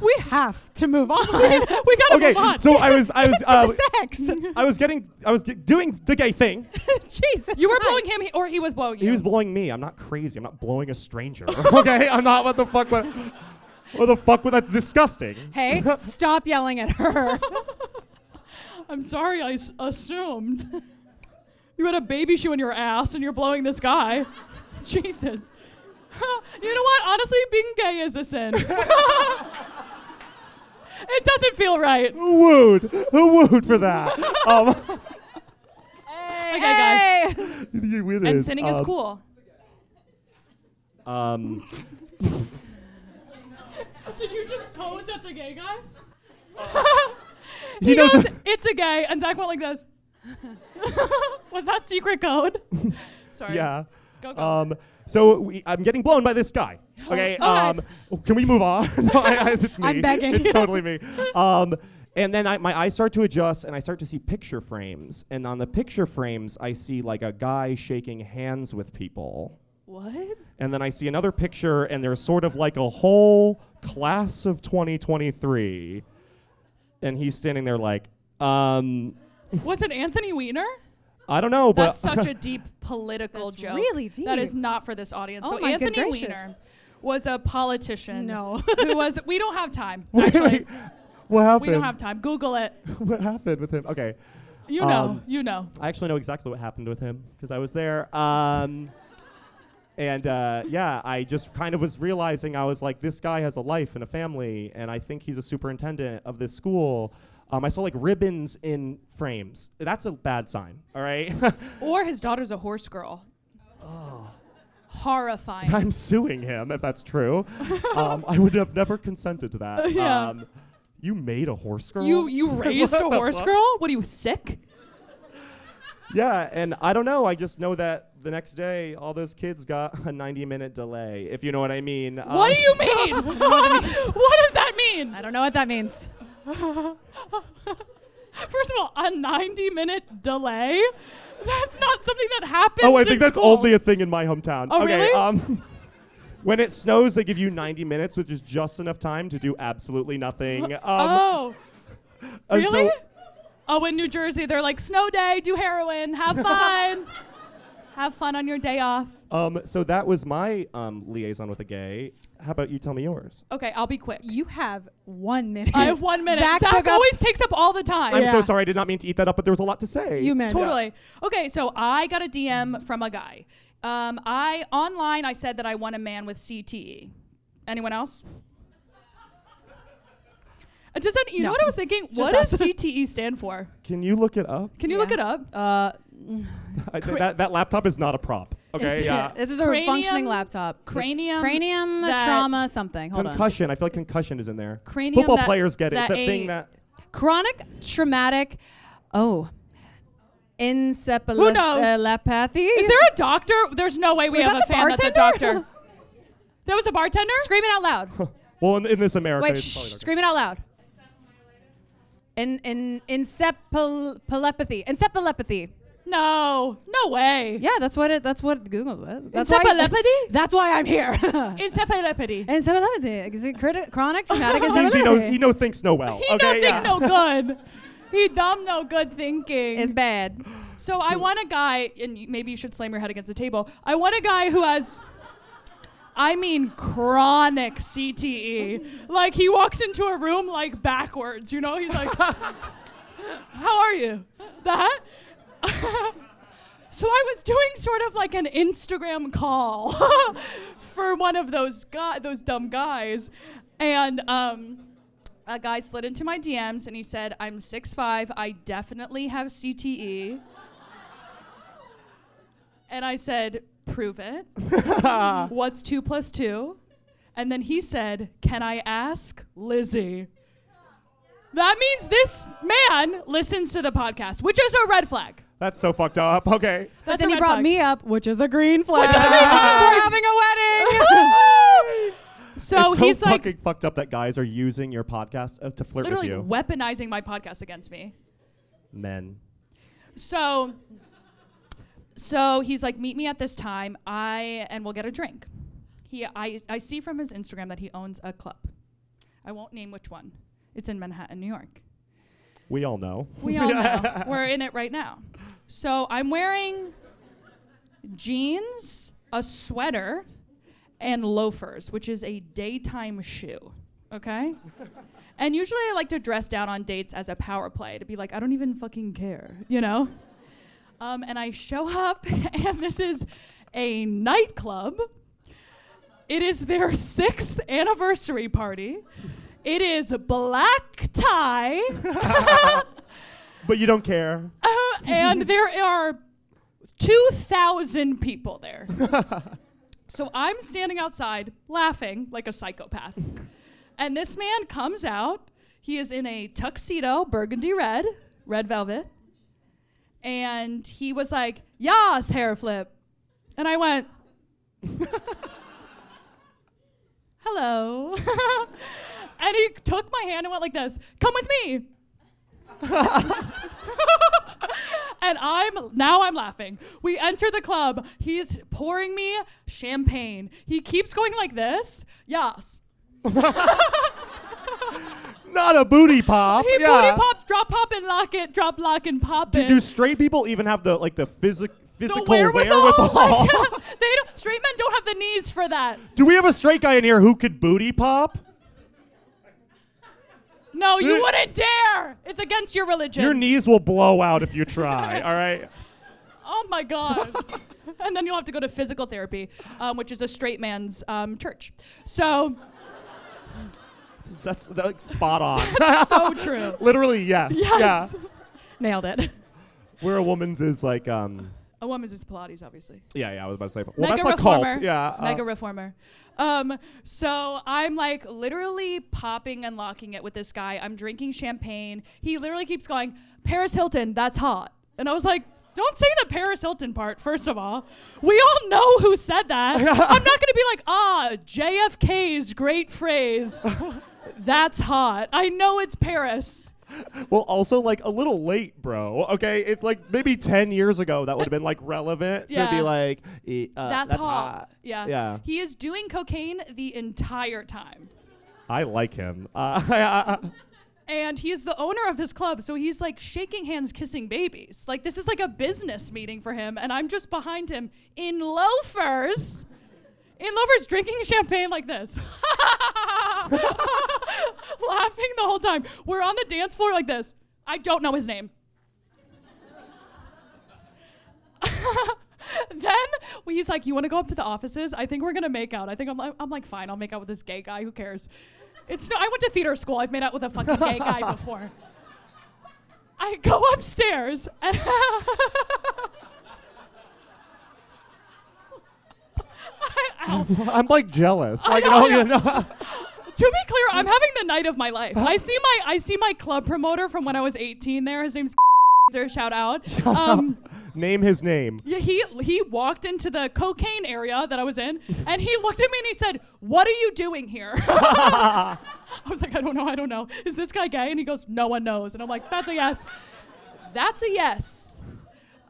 Speaker 5: We have to move
Speaker 2: *laughs*
Speaker 5: *laughs* on.
Speaker 2: We gotta
Speaker 1: Okay.
Speaker 2: move on.
Speaker 1: So I was,
Speaker 2: *laughs*
Speaker 1: I was, uh,
Speaker 5: Sex. Jesus.
Speaker 1: I was getting, I was g- doing the gay thing.
Speaker 2: you were
Speaker 5: Christ.
Speaker 2: blowing him, he- or he was blowing you.
Speaker 1: He was blowing me. I'm not crazy. I'm not blowing a stranger. *laughs* okay, I'm not. What the fuck? What, what the fuck? What, that's disgusting.
Speaker 5: Hey,
Speaker 2: *laughs*
Speaker 5: stop yelling at her.
Speaker 2: I'm sorry, I s- assumed. *laughs* you had a baby shoe in your ass and you're blowing this guy. *laughs* Jesus. *laughs* Huh, you know what? Honestly, being gay is a
Speaker 1: *laughs*
Speaker 2: sin. *laughs* it doesn't feel right.
Speaker 1: Who wooed? Who wooed for that? um,
Speaker 2: okay, guys.
Speaker 5: *laughs*
Speaker 1: you weird
Speaker 2: And
Speaker 1: is,
Speaker 2: sinning is
Speaker 1: um,
Speaker 2: cool.
Speaker 1: Um,
Speaker 2: Did you just pose at the gay guy?
Speaker 1: he, knows.
Speaker 2: goes, it's a gay, and Zach went like this. Was that secret code? Sorry.
Speaker 1: yeah.
Speaker 2: Go, go.
Speaker 1: Um, so we, I'm getting blown by this
Speaker 2: *gasps*
Speaker 1: guy. Okay.
Speaker 2: Oh,
Speaker 1: Um, can we move on? *laughs* no, I, I, it's me.
Speaker 5: I'm begging.
Speaker 1: It's
Speaker 2: *laughs*
Speaker 1: totally me. Um, and then I, my eyes start to adjust, and I start to see picture frames. And on the picture frames, I see like a guy shaking hands with people.
Speaker 2: what?
Speaker 1: And then I see another picture, and there's sort of like a whole class of 2023. And he's standing there like, um,
Speaker 2: Was it Anthony Weiner?
Speaker 1: I don't know, but
Speaker 2: That's
Speaker 1: *laughs*
Speaker 2: such a deep political
Speaker 5: That's
Speaker 2: joke.
Speaker 5: really deep.
Speaker 2: That is not for this audience.
Speaker 5: Oh
Speaker 2: so
Speaker 5: my good
Speaker 2: Anthony
Speaker 5: gracious.
Speaker 2: Weiner was a politician. *laughs*
Speaker 5: No.
Speaker 2: who was? We don't have time.
Speaker 1: Wait, *laughs*
Speaker 2: Actually,
Speaker 1: wait. what happened?
Speaker 2: we don't have time. Google it.
Speaker 1: what happened with him? Okay.
Speaker 2: You know.
Speaker 1: Um,
Speaker 2: you know.
Speaker 1: I actually know exactly what happened with him because I was there. Um, and uh, yeah, I just kind of was realizing I was like, this guy has a life and a family, and I think he's a superintendent of this school. Um, I saw like ribbons in frames. That's a bad sign. All right, *laughs*
Speaker 2: Or his daughter's a horse girl. Oh. Horrifying.
Speaker 1: I'm suing him if that's
Speaker 2: *laughs*
Speaker 1: true. Um, I would have never consented to that.
Speaker 2: Yeah.
Speaker 1: Um, you made a horse girl.
Speaker 2: You you raised a
Speaker 1: *laughs* What the
Speaker 2: horse
Speaker 1: fuck?
Speaker 2: girl? What are you sick?
Speaker 1: Yeah, and I don't know. I just know that the next day, all those kids got a 90 minute delay, if you know what I mean.
Speaker 2: what
Speaker 1: Um,
Speaker 2: do you
Speaker 5: *laughs*
Speaker 2: mean? what does that mean?
Speaker 5: I don't know what that means.
Speaker 2: First of all, a 90 minute delay? That's not something that happens.
Speaker 1: Oh, I
Speaker 2: in
Speaker 1: think that's
Speaker 2: schools.
Speaker 1: only a thing in my hometown.
Speaker 2: Oh,
Speaker 1: okay,
Speaker 2: really?
Speaker 1: um *laughs* when it snows, they give you 90 minutes, which is just enough time to do absolutely nothing. Um,
Speaker 2: oh,
Speaker 1: and so-
Speaker 2: really? oh, in
Speaker 1: *laughs*
Speaker 2: New Jersey, they're like, snow day, do heroin, have fun. have fun on your day off.
Speaker 1: Um, so that was my um, liaison with a gay. How about you tell me yours?
Speaker 2: Okay, I'll be quick.
Speaker 5: You have one minute.
Speaker 2: I have one minute. Zach,
Speaker 5: took up-
Speaker 2: always takes up all the time.
Speaker 1: I'm so
Speaker 5: Yeah.
Speaker 1: sorry. I did not mean to eat that up, but there was a lot to say.
Speaker 5: You meant it.
Speaker 2: Totally. Okay, so I got a DM from a guy. Um, I online I said that I want a man with CTE. Anyone else? Uh, Does that, you know
Speaker 5: No.
Speaker 2: what I was thinking?
Speaker 5: just
Speaker 2: What does
Speaker 5: us.
Speaker 2: CTE stand for?
Speaker 1: Can you look it up?
Speaker 2: Can you look it up?
Speaker 5: Uh,
Speaker 1: I, th- that, that laptop is not a prop. Okay.
Speaker 2: *laughs*
Speaker 5: it's-
Speaker 1: Yeah.
Speaker 5: This is a
Speaker 2: Cranium-
Speaker 5: functioning laptop.
Speaker 2: cranium
Speaker 5: Cranium
Speaker 2: that-
Speaker 5: trauma something. Hold on.
Speaker 1: concussion. I feel like concussion is in there.
Speaker 2: Cranium
Speaker 1: Football
Speaker 2: that-
Speaker 1: players get it. It's
Speaker 2: that
Speaker 1: that thing
Speaker 2: a-
Speaker 1: that.
Speaker 5: Chronic traumatic. Oh.
Speaker 2: Who knows?
Speaker 5: Encephalopathy.
Speaker 2: Is there a doctor? There's no way we
Speaker 5: Was
Speaker 2: have
Speaker 5: that
Speaker 2: a
Speaker 5: the
Speaker 2: fan that's a
Speaker 5: bartender?
Speaker 2: doctor. that was a bartender?
Speaker 5: *laughs* Scream it out loud.
Speaker 1: Well, in, in this America,
Speaker 5: Wait,
Speaker 1: it's
Speaker 5: shh,
Speaker 1: probably not
Speaker 5: scream it out loud. In in encephalopathy. Encephalopathy.
Speaker 2: No. No way.
Speaker 5: Yeah, that's what it. That's what Google's it. That's
Speaker 2: Encephalopathy?
Speaker 5: Why, *laughs* that's why I'm
Speaker 2: *laughs*
Speaker 5: here.
Speaker 2: Encephalopathy.
Speaker 5: *laughs* encephalopathy. Is it criti-
Speaker 2: *laughs*
Speaker 5: chronic traumatic
Speaker 1: good. means he knows he
Speaker 5: encephalopathy?
Speaker 1: knows thinks no well.
Speaker 2: He
Speaker 1: okay,
Speaker 2: don't
Speaker 1: yeah.
Speaker 2: think no
Speaker 5: *laughs*
Speaker 2: good. He dumb no good thinking.
Speaker 5: It's bad.
Speaker 2: So I want a guy, and you- maybe you should slam your head against the table. I want a guy who has, I mean, chronic CTE. Like he walks into a room like backwards. You know, he's like, *laughs* "How are you?" That. *laughs* so I was doing sort of like an Instagram call *laughs* for one of those guy, those dumb guys, and um a guy slid into my DMs and he said, I'm 6'5, I definitely have E." CTE. and I said, Prove it. What's two plus two? And then he said, Can I ask Lizzie? That means this man listens to the podcast, which is a red flag.
Speaker 1: That's so fucked up. Okay.
Speaker 2: That's
Speaker 5: then
Speaker 2: a
Speaker 5: he
Speaker 2: red
Speaker 5: brought
Speaker 2: flag.
Speaker 5: *laughs* me up, which is a green flag. *laughs* We're having a wedding.
Speaker 2: *laughs* So
Speaker 1: it's
Speaker 2: he's
Speaker 1: so
Speaker 2: like
Speaker 1: fucking fucked up that guys are using your podcast uh, to flirt
Speaker 2: literally
Speaker 1: with you.
Speaker 2: weaponizing my podcast against me.
Speaker 1: Men.
Speaker 2: So so he's like, meet me at this time, I and we'll get a drink. He I I see from his Instagram that he owns a club. I won't name which one. It's in Manhattan, New York.
Speaker 1: We all know.
Speaker 2: We all know. We're in it right now. So I'm wearing jeans, a sweater, and loafers, which is a daytime shoe. Okay? And usually I like to dress down on dates as a power play to be like, I don't even fucking care, you know? Um, and I show up, *laughs* and this is a nightclub. It is their sixth anniversary party. It is black tie.
Speaker 1: But you don't
Speaker 2: *laughs*
Speaker 1: care.
Speaker 2: and there are 2,000 people there. so I'm standing outside laughing like a psychopath. And this man comes out. He is in a tuxedo, burgundy red, red velvet. And he was like, Yas, hair flip. And I went, Hello. *laughs* and he took my hand and went like this Come with me. and I'm now I'm laughing. We enter the club. He's pouring me champagne. He keeps going like this. Yes.
Speaker 1: Not a booty pop.
Speaker 2: He
Speaker 1: yeah.
Speaker 2: booty pops, drop pop and lock it, drop lock and pop it.
Speaker 1: Do straight people even have the like the physic
Speaker 2: the
Speaker 1: physical
Speaker 2: wherewithal. Oh
Speaker 1: wherewithal?
Speaker 2: *laughs* Like, they don't, straight men don't have the knees for that.
Speaker 1: *laughs* Do we have a straight guy in here who could booty pop?
Speaker 2: No, you
Speaker 1: Dude.
Speaker 2: wouldn't dare. It's against your religion.
Speaker 1: Your knees will blow out if you try. all right. *laughs*
Speaker 2: Oh my God. and then you'll have to go to physical therapy, um, which is a straight man's um, church. So,
Speaker 1: That's, that's like, spot on.
Speaker 2: so true.
Speaker 1: Literally, yes.
Speaker 2: *laughs* Yes.
Speaker 1: Yeah.
Speaker 5: Nailed it.
Speaker 1: Where a woman's is like um
Speaker 2: A woman's is Pilates, obviously.
Speaker 1: yeah, yeah, I was about to say. Well,
Speaker 2: Mega
Speaker 1: that's a
Speaker 2: reformer.
Speaker 1: cult. Yeah. uh,
Speaker 2: Mega reformer. Um, so I'm like literally popping and locking it with this guy. I'm drinking champagne. He literally keeps going, Paris Hilton, that's hot. And I was like, don't say the Paris Hilton part, first of all. We all know who said
Speaker 1: *laughs*
Speaker 2: that. I'm not going to be like, ah, JFK's great
Speaker 1: *laughs*
Speaker 2: phrase. That's hot. I know it's Paris.
Speaker 1: well, also like a little late, bro. Okay, it's like maybe ten years ago that would have been like relevant
Speaker 2: Yeah.
Speaker 1: to be like e- uh,
Speaker 2: That's, hot. Yeah.
Speaker 1: Yeah.
Speaker 2: He is doing cocaine the entire time.
Speaker 1: I like him. Uh, *laughs*
Speaker 2: And he's the owner of this club, so he's like shaking hands, kissing babies. Like this is like a business meeting for him, and I'm just behind him in loafers, in loafers drinking champagne like this, *laughs* laughing the whole time. We're on the dance floor like this. I don't know his name. *laughs* then he's like, "You want to go up to the offices? I think we're gonna make out. I think I'm like, I'm like, fine. I'll make out with this gay guy. Who cares? It's no. I went to theater school. I've made out with a fucking gay *laughs* guy before. I go upstairs *laughs* and Ow.
Speaker 1: I'm like jealous. Like,
Speaker 2: know,
Speaker 1: oh,
Speaker 2: I
Speaker 1: you
Speaker 2: know.
Speaker 1: know.
Speaker 2: to be clear, I'm having the night of my life. I see my I see my club promoter from when I was 18. There, his name's. *laughs* Shout out. Um,
Speaker 1: Name his
Speaker 2: *laughs*
Speaker 1: name.
Speaker 2: Yeah, he he walked into the cocaine area that I was in, and he looked at me and he said, "What are you doing here?" *laughs* I was like, "I don't know, I don't know. Is this guy gay?" And he goes, "No one knows." And I'm like, "That's a yes, that's a yes."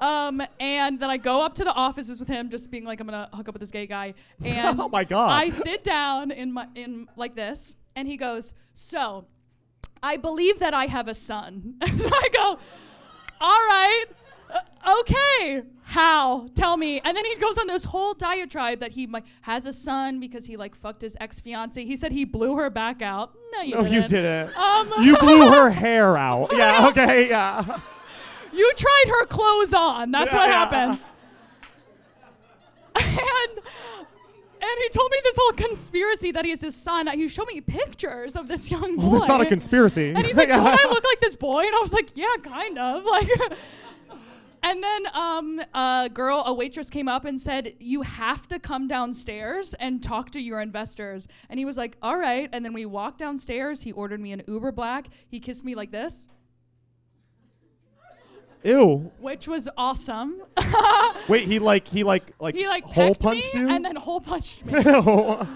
Speaker 2: Um, and then I go up to the offices with him, just being like, "I'm gonna hook up with this gay guy."
Speaker 1: *laughs*
Speaker 2: And
Speaker 1: Oh my God.
Speaker 2: I sit down in my in like this, and he goes, "So, I believe that I have a son." *laughs* and I go, all right, uh, okay, how? Tell me. And then he goes on this whole diatribe that he like has a son because he like fucked his ex fiance. He said he blew her back out. No, you
Speaker 1: No,
Speaker 2: didn't.
Speaker 1: you didn't.
Speaker 2: Um,
Speaker 1: You blew her hair
Speaker 2: *laughs*
Speaker 1: out. Yeah, okay, yeah.
Speaker 2: you tried her clothes on. That's
Speaker 1: Yeah,
Speaker 2: what
Speaker 1: yeah.
Speaker 2: happened. *laughs* and and he told me this whole conspiracy that he's his son. He showed me pictures of this young boy.
Speaker 1: Well, Oh, that's not a conspiracy.
Speaker 2: And he's like,
Speaker 1: *laughs*
Speaker 2: "Don't I look like this boy?" And I was like, "Yeah, kind of." *laughs* Like, and then um, a girl, a waitress, came up and said, "You have to come downstairs and talk to your investors." And he was like, "All right." And then we walked downstairs. He ordered me an Uber Black. He kissed me like this,
Speaker 1: Ew.
Speaker 2: which was awesome.
Speaker 1: Wait, he like he like like
Speaker 2: he like
Speaker 1: hole
Speaker 2: pecked
Speaker 1: punched
Speaker 2: me
Speaker 1: you.
Speaker 2: and then hole punched
Speaker 1: *laughs*
Speaker 2: me.
Speaker 1: Ew.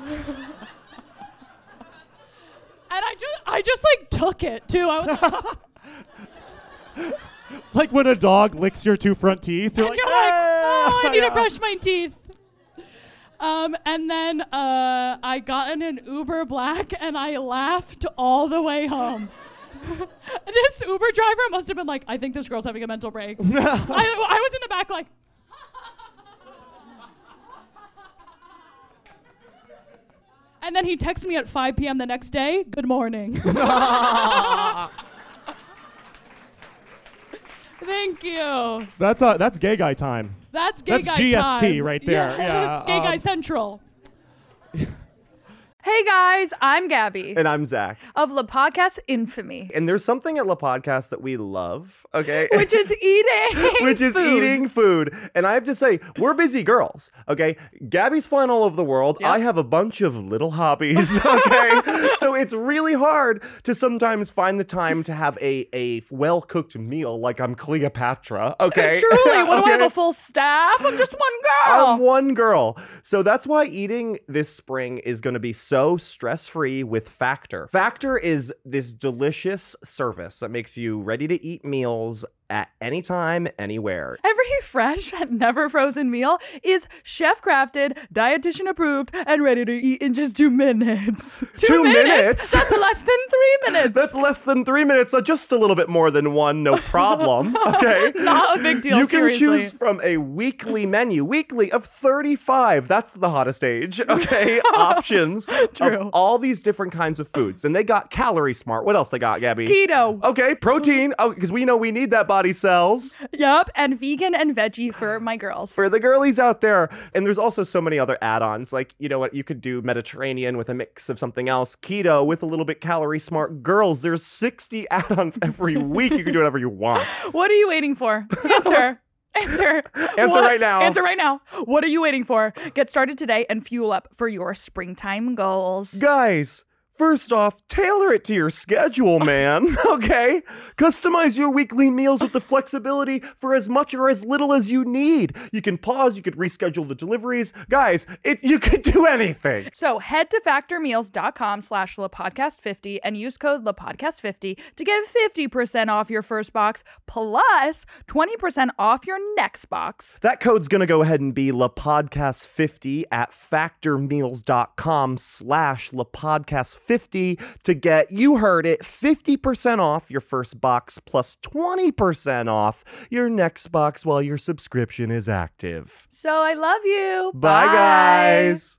Speaker 2: and I just, I just like took it too. I was like,
Speaker 1: like when a dog licks your two front teeth, you're
Speaker 2: And
Speaker 1: like,
Speaker 2: you're like, oh, I
Speaker 1: "Ah." *laughs*
Speaker 2: need to brush my teeth. Um, and then uh, I got in an Uber Black and I laughed all the way home. *laughs* this Uber driver must have been like, I think this girl's having a mental break. I, I was in the back like, *laughs* and then he texted me at 5 p.m. the next day, good morning. *laughs* Thank you.
Speaker 1: That's uh, that's gay guy time.
Speaker 2: That's gay
Speaker 1: That's
Speaker 2: guy
Speaker 1: GST
Speaker 2: time.
Speaker 1: right there.
Speaker 2: *laughs*
Speaker 1: Yeah,
Speaker 2: it's
Speaker 5: Uh,
Speaker 2: gay guy
Speaker 1: um,
Speaker 2: central. hey guys, I'm Gabby
Speaker 7: And I'm Zach.
Speaker 2: of La Podcast Infamy,
Speaker 7: And there's something at La Podcast that we love, okay?
Speaker 2: *laughs* which is
Speaker 7: *laughs*
Speaker 2: eating.
Speaker 7: Which is eating food. And I have to say, we're busy girls, okay? Gabby's flying all over the world. I have a bunch of little hobbies, *laughs* okay? so it's really hard to sometimes find the time to have a, a well cooked meal like I'm Cleopatra, okay? *laughs*
Speaker 2: Truly, what do I have a
Speaker 7: Okay?
Speaker 2: full staff? I'm just one girl.
Speaker 7: I'm one girl. So that's why eating this spring is going to be so stress free with Factor. Factor is this delicious service that makes you ready to eat meals at any time, anywhere.
Speaker 8: Every fresh *laughs* and never frozen meal is chef crafted, dietitian approved, and ready to eat in just two
Speaker 7: *laughs*
Speaker 8: minutes. Two,
Speaker 7: minutes? *laughs*
Speaker 8: That's less than three minutes.
Speaker 7: That's less than three minutes, so just a little bit more than
Speaker 8: *laughs*
Speaker 7: one, no problem. Okay.
Speaker 8: Not a big deal,
Speaker 7: You can
Speaker 8: seriously.
Speaker 7: choose from a weekly menu, weekly of 35. That's the hottest
Speaker 8: *laughs*
Speaker 7: age, okay? Options. of
Speaker 8: True.
Speaker 7: all these different kinds of foods. And they got calorie smart. What else they got, Gabby?
Speaker 8: keto.
Speaker 7: Okay, protein. Oh, because we know we need that body cells
Speaker 8: Yup, and vegan and veggie for my girls.
Speaker 7: for the girlies out there. And there's also so many other add-ons. Like, you know what, you could do Mediterranean with a mix of something else, keto with a little bit calorie smart. Girls, there's 60 *laughs* add-ons every week. You can do whatever you want.
Speaker 8: What are you waiting for?
Speaker 7: *laughs*
Speaker 8: Answer. Answer.
Speaker 7: Answer
Speaker 8: What-
Speaker 7: right now.
Speaker 8: Answer right now. What are you waiting for? Get started today and fuel up for your springtime goals.
Speaker 7: Guys, first off, tailor it to your schedule, man. *laughs* okay? Customize your weekly meals with the flexibility for as much or as little as you need. You can pause, you could reschedule the deliveries. Guys, it you could do anything.
Speaker 8: So head to factormeals.com slash lapodcast50 and use code lapodcast50 to get 50% off your first box plus 20% off your next box.
Speaker 7: That code's going to go ahead and be LaPodcast50 at factormeals.com slash LaPodcast50 50 to get, you heard it, 50% off your first box plus 20% off your next box while your subscription is active.
Speaker 8: So I love you.
Speaker 7: Bye, guys.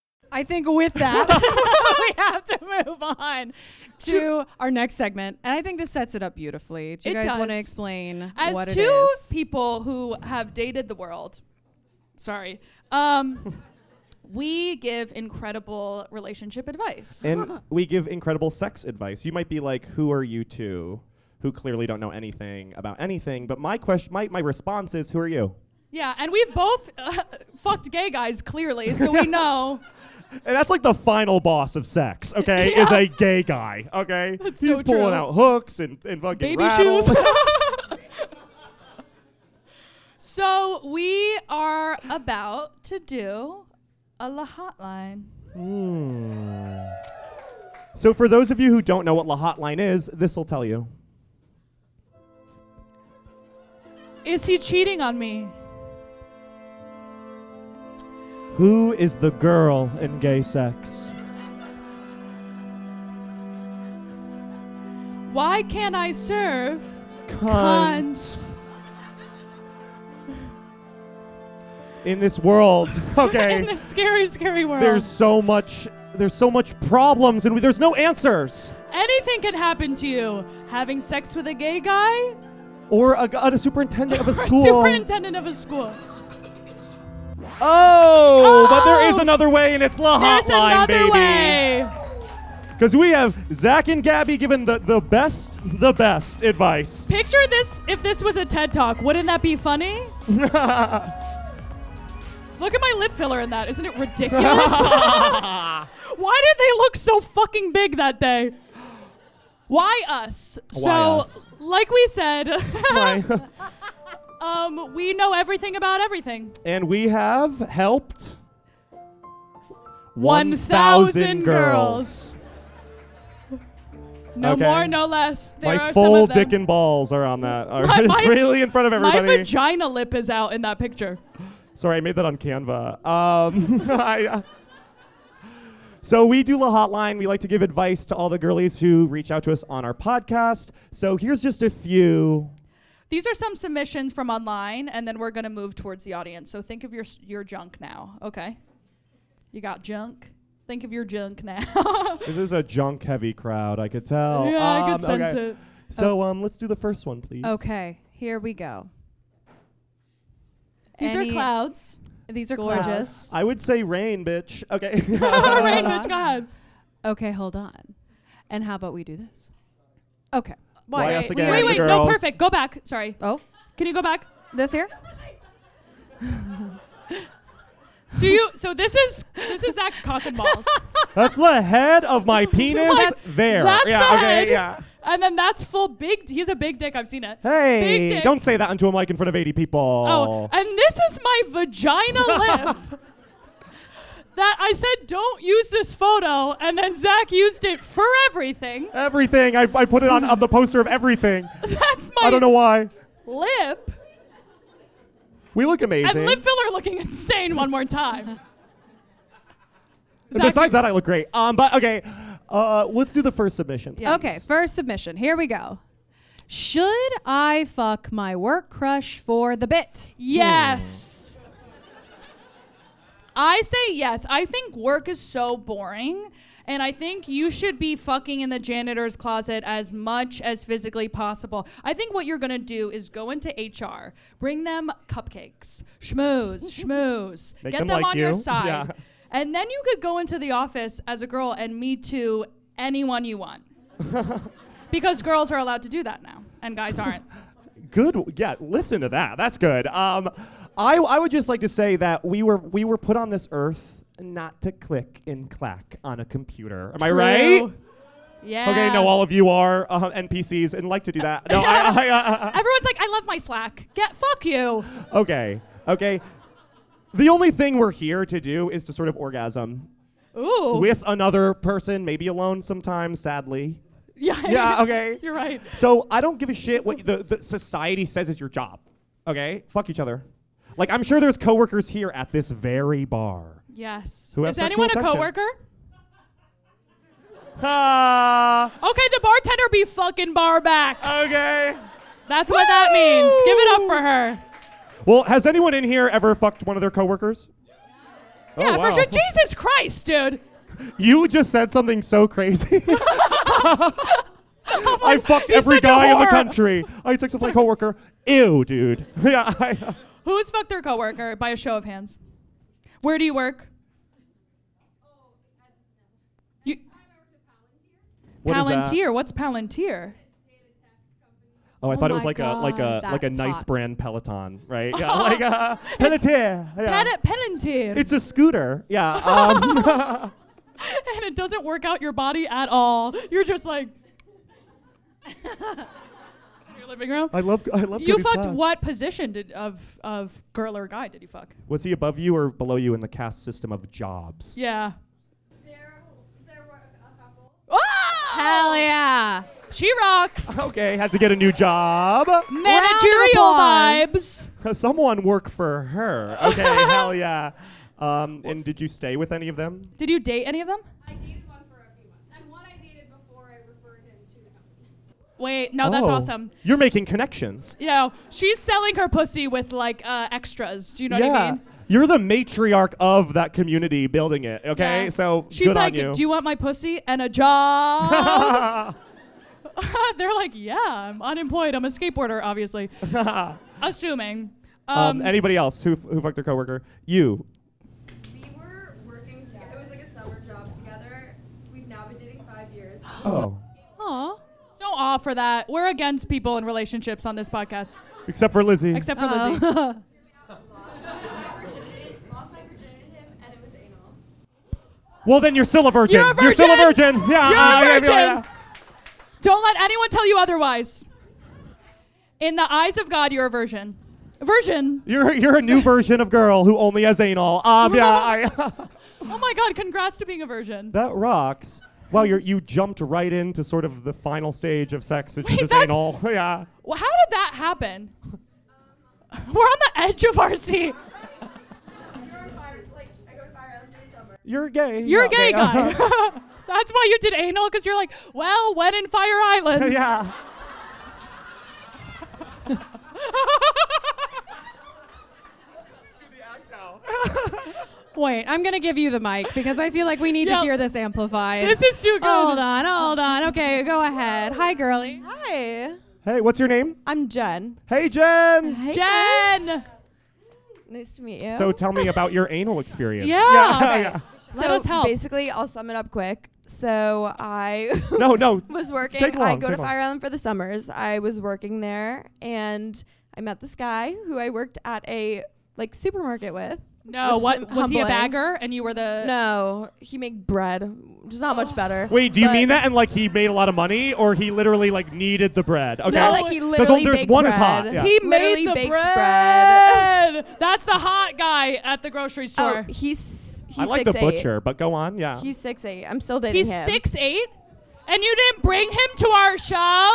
Speaker 5: I think
Speaker 2: *laughs*
Speaker 5: with that, *laughs* we have to move on to our next segment. And I think this sets it up beautifully. Do you
Speaker 2: It
Speaker 5: guys want to
Speaker 2: does.
Speaker 5: explain
Speaker 2: As
Speaker 5: what
Speaker 2: two
Speaker 5: it is?
Speaker 2: people who have dated the world, sorry,
Speaker 5: *laughs*
Speaker 2: um, we give incredible relationship advice.
Speaker 1: And we give incredible sex advice. You might be like, who are you two who clearly don't know anything about anything? But my question, my, my response is, who are you?
Speaker 2: yeah, and we've both uh, *laughs* fucked gay guys clearly, so
Speaker 5: *laughs*
Speaker 2: we know.
Speaker 1: And that's like the final boss of sex, okay?
Speaker 2: *laughs*
Speaker 1: Is a gay guy, okay? He's
Speaker 2: so
Speaker 1: pulling
Speaker 2: true.
Speaker 1: out hooks and, and fucking
Speaker 2: baby
Speaker 1: rattles.
Speaker 5: *laughs*
Speaker 2: shoes. *laughs* so we are about to do a la hotline.
Speaker 1: So for those of you who don't know what La Hotline is, this will tell you.
Speaker 2: Is he cheating on me?
Speaker 1: Who is the girl in gay sex?
Speaker 2: Why can't I serve?
Speaker 1: Cons. In this
Speaker 2: *laughs*
Speaker 1: world, okay.
Speaker 2: In the scary, scary world.
Speaker 1: there's so much there's so much problems and we, there's no answers
Speaker 2: Anything can happen to you. Having sex with a gay guy
Speaker 1: or a, a superintendent
Speaker 2: *laughs*
Speaker 1: of a
Speaker 2: or
Speaker 1: school
Speaker 2: superintendent of a school.
Speaker 1: oh, but there is another way and it's la
Speaker 2: There's
Speaker 1: hotline
Speaker 2: another
Speaker 1: baby
Speaker 2: way.
Speaker 1: because we have zach and gabby giving the, the best the best advice
Speaker 2: Picture this if this was a TED Talk. Wouldn't that be funny?
Speaker 1: *laughs*
Speaker 2: Look at my lip filler in that. Isn't it ridiculous?
Speaker 1: *laughs*
Speaker 2: Why did they look so fucking big that day? Why us? so,
Speaker 1: Why us?
Speaker 2: like we
Speaker 1: *laughs*
Speaker 2: said, *laughs* um, we know everything about everything.
Speaker 1: and we have helped
Speaker 2: 1,000 girls. No
Speaker 1: Okay.
Speaker 2: more, no less. There
Speaker 1: my
Speaker 2: are
Speaker 1: full
Speaker 2: some of them.
Speaker 1: dick and balls are on that are-
Speaker 2: *laughs* My-
Speaker 1: *laughs* it's
Speaker 2: my-
Speaker 1: really in front of everybody
Speaker 2: My vagina lip is out in that picture.
Speaker 1: Sorry, I made that on Canva. Um, *laughs* I, uh, so we do La Hotline. We like to give advice to all the girlies who reach out to us on our podcast. So here's just a few.
Speaker 2: These are some submissions from online, and then we're gonna move towards the audience. So think of your s- your junk now. Okay, you got junk. Think of your junk now. *laughs*
Speaker 1: This is a junk heavy crowd, I could tell.
Speaker 2: yeah, I
Speaker 1: Oh, Um,
Speaker 2: can sense
Speaker 1: okay.
Speaker 2: it. Oh.
Speaker 1: So um, let's do the first one, please.
Speaker 5: Okay, here we go.
Speaker 2: These
Speaker 5: Any-
Speaker 2: are clouds.
Speaker 5: These are
Speaker 1: *laughs*
Speaker 2: *laughs*
Speaker 5: clouds.
Speaker 2: Gorgeous.
Speaker 1: I would say rain, bitch.
Speaker 2: *laughs*
Speaker 1: Okay. *laughs*
Speaker 2: Rain, bitch, go ahead.
Speaker 5: Okay, hold on. And how about we do this? Okay.
Speaker 1: Why us
Speaker 2: Wait,
Speaker 1: again,
Speaker 2: Wait,
Speaker 1: the
Speaker 2: wait, no,
Speaker 1: girls.
Speaker 2: perfect. Go back. Sorry.
Speaker 5: Oh,
Speaker 2: Can you go back?
Speaker 5: this here?
Speaker 2: So you, so this is this is Zach's cock and
Speaker 1: *laughs*
Speaker 2: balls,
Speaker 1: That's the head of
Speaker 2: *laughs*
Speaker 1: my penis there.
Speaker 2: that's
Speaker 1: yeah,
Speaker 2: the
Speaker 1: okay,
Speaker 2: head.
Speaker 1: yeah.
Speaker 2: and then that's full big. He's a big dick. I've seen it. Big
Speaker 1: Hey,
Speaker 2: dick.
Speaker 1: don't say that onto a mic in front of 80 people.
Speaker 2: Oh, *laughs* and this is my
Speaker 1: *laughs*
Speaker 2: vagina lip. That I said, don't use this photo, and then Zach used it for everything. *laughs*
Speaker 1: everything. I, I put it on, on the poster of everything.
Speaker 2: That's my
Speaker 1: I don't know why.
Speaker 2: lip.
Speaker 1: We look amazing.
Speaker 2: And lip filler looking *laughs* insane one more time.
Speaker 1: And Besides that, I look great. Um, but okay, uh, let's do the first submission.
Speaker 5: Okay, first submission. Here we go. Should I fuck my work crush for the bit?
Speaker 2: Yes.
Speaker 1: Hmm.
Speaker 2: I say yes. I think work is so boring. And I think you should be fucking in the janitor's closet as much as physically possible. I think what you're going to do is go into HR, bring them cupcakes, schmooze,
Speaker 1: *laughs*
Speaker 2: schmooze,
Speaker 1: Make
Speaker 2: get
Speaker 1: them
Speaker 2: them,
Speaker 1: like
Speaker 2: on your
Speaker 1: you.
Speaker 2: side.
Speaker 1: Yeah.
Speaker 2: And then you could go into the office as a girl and me too anyone
Speaker 1: *laughs*
Speaker 2: you want. because girls are allowed to do that now, and guys aren't.
Speaker 1: Good. Yeah, listen to that. That's good. Um, I, I would just like to say that we were we were put on this earth not to click and clack on a computer. Am I
Speaker 2: True.
Speaker 1: right?
Speaker 2: Yeah.
Speaker 1: Okay, no, all of you are uh, NPCs and like to do that. No,
Speaker 2: *laughs*
Speaker 1: I, I, uh,
Speaker 2: Everyone's like, I love my Slack. Get fuck you.
Speaker 1: uh, okay, okay. The only thing we're here to do is to sort of orgasm
Speaker 2: Ooh.
Speaker 1: with another person, maybe alone sometimes, sadly.
Speaker 2: *laughs* yeah.
Speaker 1: Yeah, okay.
Speaker 2: *laughs* You're right.
Speaker 1: So I don't give a shit what the, the society says is your job. Okay? Fuck each other. Like I'm sure there's coworkers here at this very bar.
Speaker 2: Yes.
Speaker 1: Who have
Speaker 2: Is anyone
Speaker 1: sexual
Speaker 2: a
Speaker 1: tension.
Speaker 2: coworker?
Speaker 1: Ah,
Speaker 2: Okay, the bartender be fucking bar backs.
Speaker 1: okay.
Speaker 2: That's what that means. Give it up for her.
Speaker 1: Well, has anyone in here ever fucked one of their coworkers? Oh,
Speaker 2: yeah,
Speaker 1: wow. *laughs*
Speaker 2: for sure. Jesus Christ, dude.
Speaker 1: You just said something so
Speaker 2: *laughs*
Speaker 1: crazy. I fucked every
Speaker 2: such a
Speaker 1: guy in the
Speaker 2: whore.
Speaker 1: country. I had sex with my coworker. Ew, dude. *laughs* yeah. I,
Speaker 2: Who's fucked their coworker by a show of hands? Where do you work? You,
Speaker 1: What is that?
Speaker 2: Palantir. What's Palantir?
Speaker 1: Oh, I thought it
Speaker 2: my
Speaker 1: was like a like a
Speaker 2: God,
Speaker 1: like a
Speaker 2: that's
Speaker 1: nice
Speaker 2: hot.
Speaker 1: brand Peloton,
Speaker 2: *laughs*
Speaker 1: right? Yeah, like uh, Peloton. Yeah.
Speaker 2: Pal- Palantir.
Speaker 1: It's a scooter. Yeah. Um, *laughs*
Speaker 2: and it doesn't work out your body at all. You're just like *laughs* your living room.
Speaker 1: I love I love
Speaker 2: you
Speaker 1: Cody's
Speaker 2: fucked
Speaker 1: class.
Speaker 2: what position did of of girl or guy did you fuck?
Speaker 1: Was he above you or below you in the caste system of
Speaker 2: *laughs*
Speaker 1: jobs?
Speaker 2: Yeah.
Speaker 5: Hell yeah.
Speaker 2: She rocks.
Speaker 1: Okay, had to get a new job. *laughs*
Speaker 2: Managerial
Speaker 5: Round of
Speaker 2: vibes.
Speaker 1: Someone work for her. Okay, hell
Speaker 2: *laughs*
Speaker 1: yeah. Um, and did you stay with any of them?
Speaker 2: Did you date any of them?
Speaker 9: I dated one for a few months, and one I dated before I referred him to the company.
Speaker 2: Wait, no, that's
Speaker 1: Oh,
Speaker 2: awesome.
Speaker 1: You're making connections.
Speaker 2: You know, she's selling her pussy with like uh, extras. Do you know
Speaker 1: yeah.
Speaker 2: what I mean?
Speaker 1: You're the matriarch of that community building it, okay?
Speaker 2: Yeah.
Speaker 1: So
Speaker 2: she's
Speaker 1: good
Speaker 2: like,
Speaker 1: on you.
Speaker 2: "Do you want my pussy and a job?"
Speaker 1: *laughs*
Speaker 2: *laughs* They're like, "Yeah, I'm unemployed. I'm a skateboarder,
Speaker 1: *laughs*
Speaker 2: obviously." Assuming.
Speaker 1: Um,
Speaker 2: Um,
Speaker 1: anybody else who, f- who fucked their coworker? You.
Speaker 9: We were working together. It was like a summer job together. We've now been dating five years.
Speaker 1: *gasps* Oh.
Speaker 5: Aw.
Speaker 2: don't offer that. We're against people in relationships on this podcast,
Speaker 1: Except for Lizzie.
Speaker 2: except for Lizzie.
Speaker 9: Lost my virginity to him, and it was anal.
Speaker 1: well, then you're still a virgin.
Speaker 2: You're a
Speaker 1: still a
Speaker 2: virgin!
Speaker 1: virgin. Yeah.
Speaker 2: You're a
Speaker 1: uh, yeah,
Speaker 2: virgin!
Speaker 1: yeah, yeah.
Speaker 2: don't let anyone tell you otherwise. In the eyes of God, you're a virgin. Virgin.
Speaker 1: You're you're a new version of girl who only has anal.
Speaker 2: *laughs*
Speaker 1: Um, yeah. I, *laughs*
Speaker 2: Oh my God! Congrats to being a virgin.
Speaker 1: that rocks. Wow, you you jumped right into sort of the final stage of sex, which is just
Speaker 2: that's-
Speaker 1: anal. *laughs* yeah.
Speaker 2: Well, how did that happen? We're on the edge of our seat.
Speaker 9: You're on fire. It's like I go to fire island every summer.
Speaker 1: You're gay.
Speaker 2: You're a
Speaker 1: Yeah,
Speaker 2: gay
Speaker 1: okay, uh,
Speaker 2: guy. *laughs* That's why you did anal, because you're like, well, when in Fire
Speaker 1: *laughs*
Speaker 2: Island.
Speaker 1: yeah.
Speaker 5: Wait, I'm going to give you the mic because I feel like we need
Speaker 2: Yeah.
Speaker 5: to hear this amplified.
Speaker 2: This is too good.
Speaker 10: Oh,
Speaker 5: Hold on, hold on. Okay, go ahead. Hi, girly.
Speaker 10: Hi,
Speaker 1: Hey, what's your name?
Speaker 10: I'm Jen.
Speaker 1: Hey, Jen.
Speaker 10: Hey,
Speaker 2: Jen.
Speaker 10: guys. Nice to meet you.
Speaker 1: So tell me about your
Speaker 10: *laughs*
Speaker 1: anal experience.
Speaker 2: Yeah. Okay.
Speaker 10: so
Speaker 2: Let us help.
Speaker 10: basically, I'll sum it up quick. So I
Speaker 11: *laughs*
Speaker 1: No, no.
Speaker 10: was working.
Speaker 1: Take
Speaker 10: I
Speaker 1: long,
Speaker 10: go
Speaker 1: take
Speaker 10: to
Speaker 1: long.
Speaker 10: Fire Island for the summers. I was working there, and I met this guy who I worked at a like supermarket with.
Speaker 2: No,
Speaker 10: which is
Speaker 2: what was he a
Speaker 10: humbling.
Speaker 2: bagger and you were the
Speaker 10: No, he made bread, which is not
Speaker 2: Oh.
Speaker 10: much better.
Speaker 1: Wait, do you
Speaker 10: but-
Speaker 1: mean that and like he made a lot of money, or he literally like needed the bread? Okay.
Speaker 10: No, like he
Speaker 1: 'Cause
Speaker 10: literally
Speaker 1: there's
Speaker 10: baked
Speaker 1: one
Speaker 10: bread.
Speaker 1: is hot. Yeah.
Speaker 2: He
Speaker 10: Literally
Speaker 2: made the
Speaker 10: bakes
Speaker 2: bread. *laughs* That's the hot guy at the grocery
Speaker 10: Oh,
Speaker 2: store.
Speaker 10: he's he's
Speaker 1: I like
Speaker 10: six
Speaker 1: the
Speaker 10: eight.
Speaker 1: butcher, but go on. Yeah.
Speaker 10: He's six eight. I'm still dating
Speaker 2: He's
Speaker 10: him.
Speaker 2: six eight, and you didn't bring him to our show.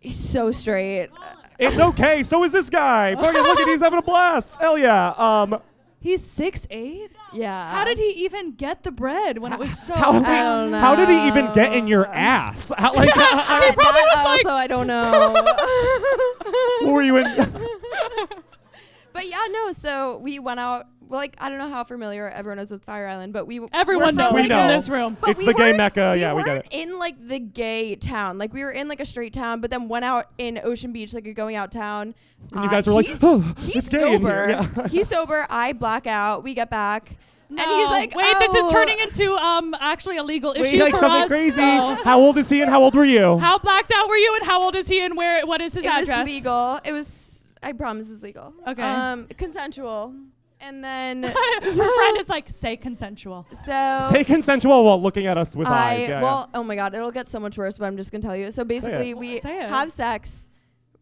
Speaker 10: He's so straight. *laughs*
Speaker 1: it's okay. So is this guy. Fucking look at he's having a blast. Hell yeah. Um,
Speaker 2: He's six eight.
Speaker 10: Yeah.
Speaker 2: How did he even get the bread when it was so?
Speaker 10: *laughs*
Speaker 1: how,
Speaker 10: I don't know.
Speaker 1: how did he even get in your ass? How, like, *laughs*
Speaker 10: That-
Speaker 2: probably
Speaker 10: that
Speaker 2: was like-
Speaker 10: also I don't
Speaker 2: *laughs*
Speaker 10: know.
Speaker 1: what
Speaker 10: *laughs*
Speaker 1: were you in?
Speaker 10: but yeah, no. So we went out. Well, like I don't know how familiar everyone is with Fire Island, but we were
Speaker 2: Everyone
Speaker 10: from,
Speaker 2: knows
Speaker 1: We
Speaker 10: like,
Speaker 2: in
Speaker 1: know.
Speaker 2: this room.
Speaker 10: But
Speaker 1: It's
Speaker 10: we
Speaker 1: the gay
Speaker 10: weren't-
Speaker 1: mecca.
Speaker 10: we
Speaker 1: Yeah, we get
Speaker 10: weren't In like the gay town, like we were in like a straight town, but then went out in Ocean Beach, like a going out town.
Speaker 1: And you
Speaker 10: Uh,
Speaker 1: guys were like,
Speaker 10: he's-
Speaker 1: *gasps* oh,
Speaker 10: he's
Speaker 1: it's gay in
Speaker 10: sober.
Speaker 1: here. Yeah.
Speaker 10: he's sober. I black out. We get back, and
Speaker 2: No,
Speaker 10: he's like,
Speaker 2: wait, this is
Speaker 10: "Oh."
Speaker 2: turning into um actually a legal issue
Speaker 1: He's like
Speaker 2: for
Speaker 1: something
Speaker 2: us.
Speaker 1: crazy.
Speaker 2: so-
Speaker 1: How old is he and how old were you?
Speaker 2: How blacked out were you, and how old is he, and where? What is his
Speaker 10: it
Speaker 2: address?
Speaker 10: was legal. It was. I promise it's legal.
Speaker 2: Okay.
Speaker 10: Um, consensual.
Speaker 5: and
Speaker 2: *laughs*
Speaker 5: then
Speaker 2: *laughs* Her friend is like, say consensual.
Speaker 5: So
Speaker 1: Say consensual while looking at us with
Speaker 5: I,
Speaker 1: eyes. Yeah,
Speaker 5: well, oh my god, it'll get so much worse, but I'm just gonna tell you. So basically,
Speaker 1: it.
Speaker 5: we
Speaker 2: Say it.
Speaker 5: have sex.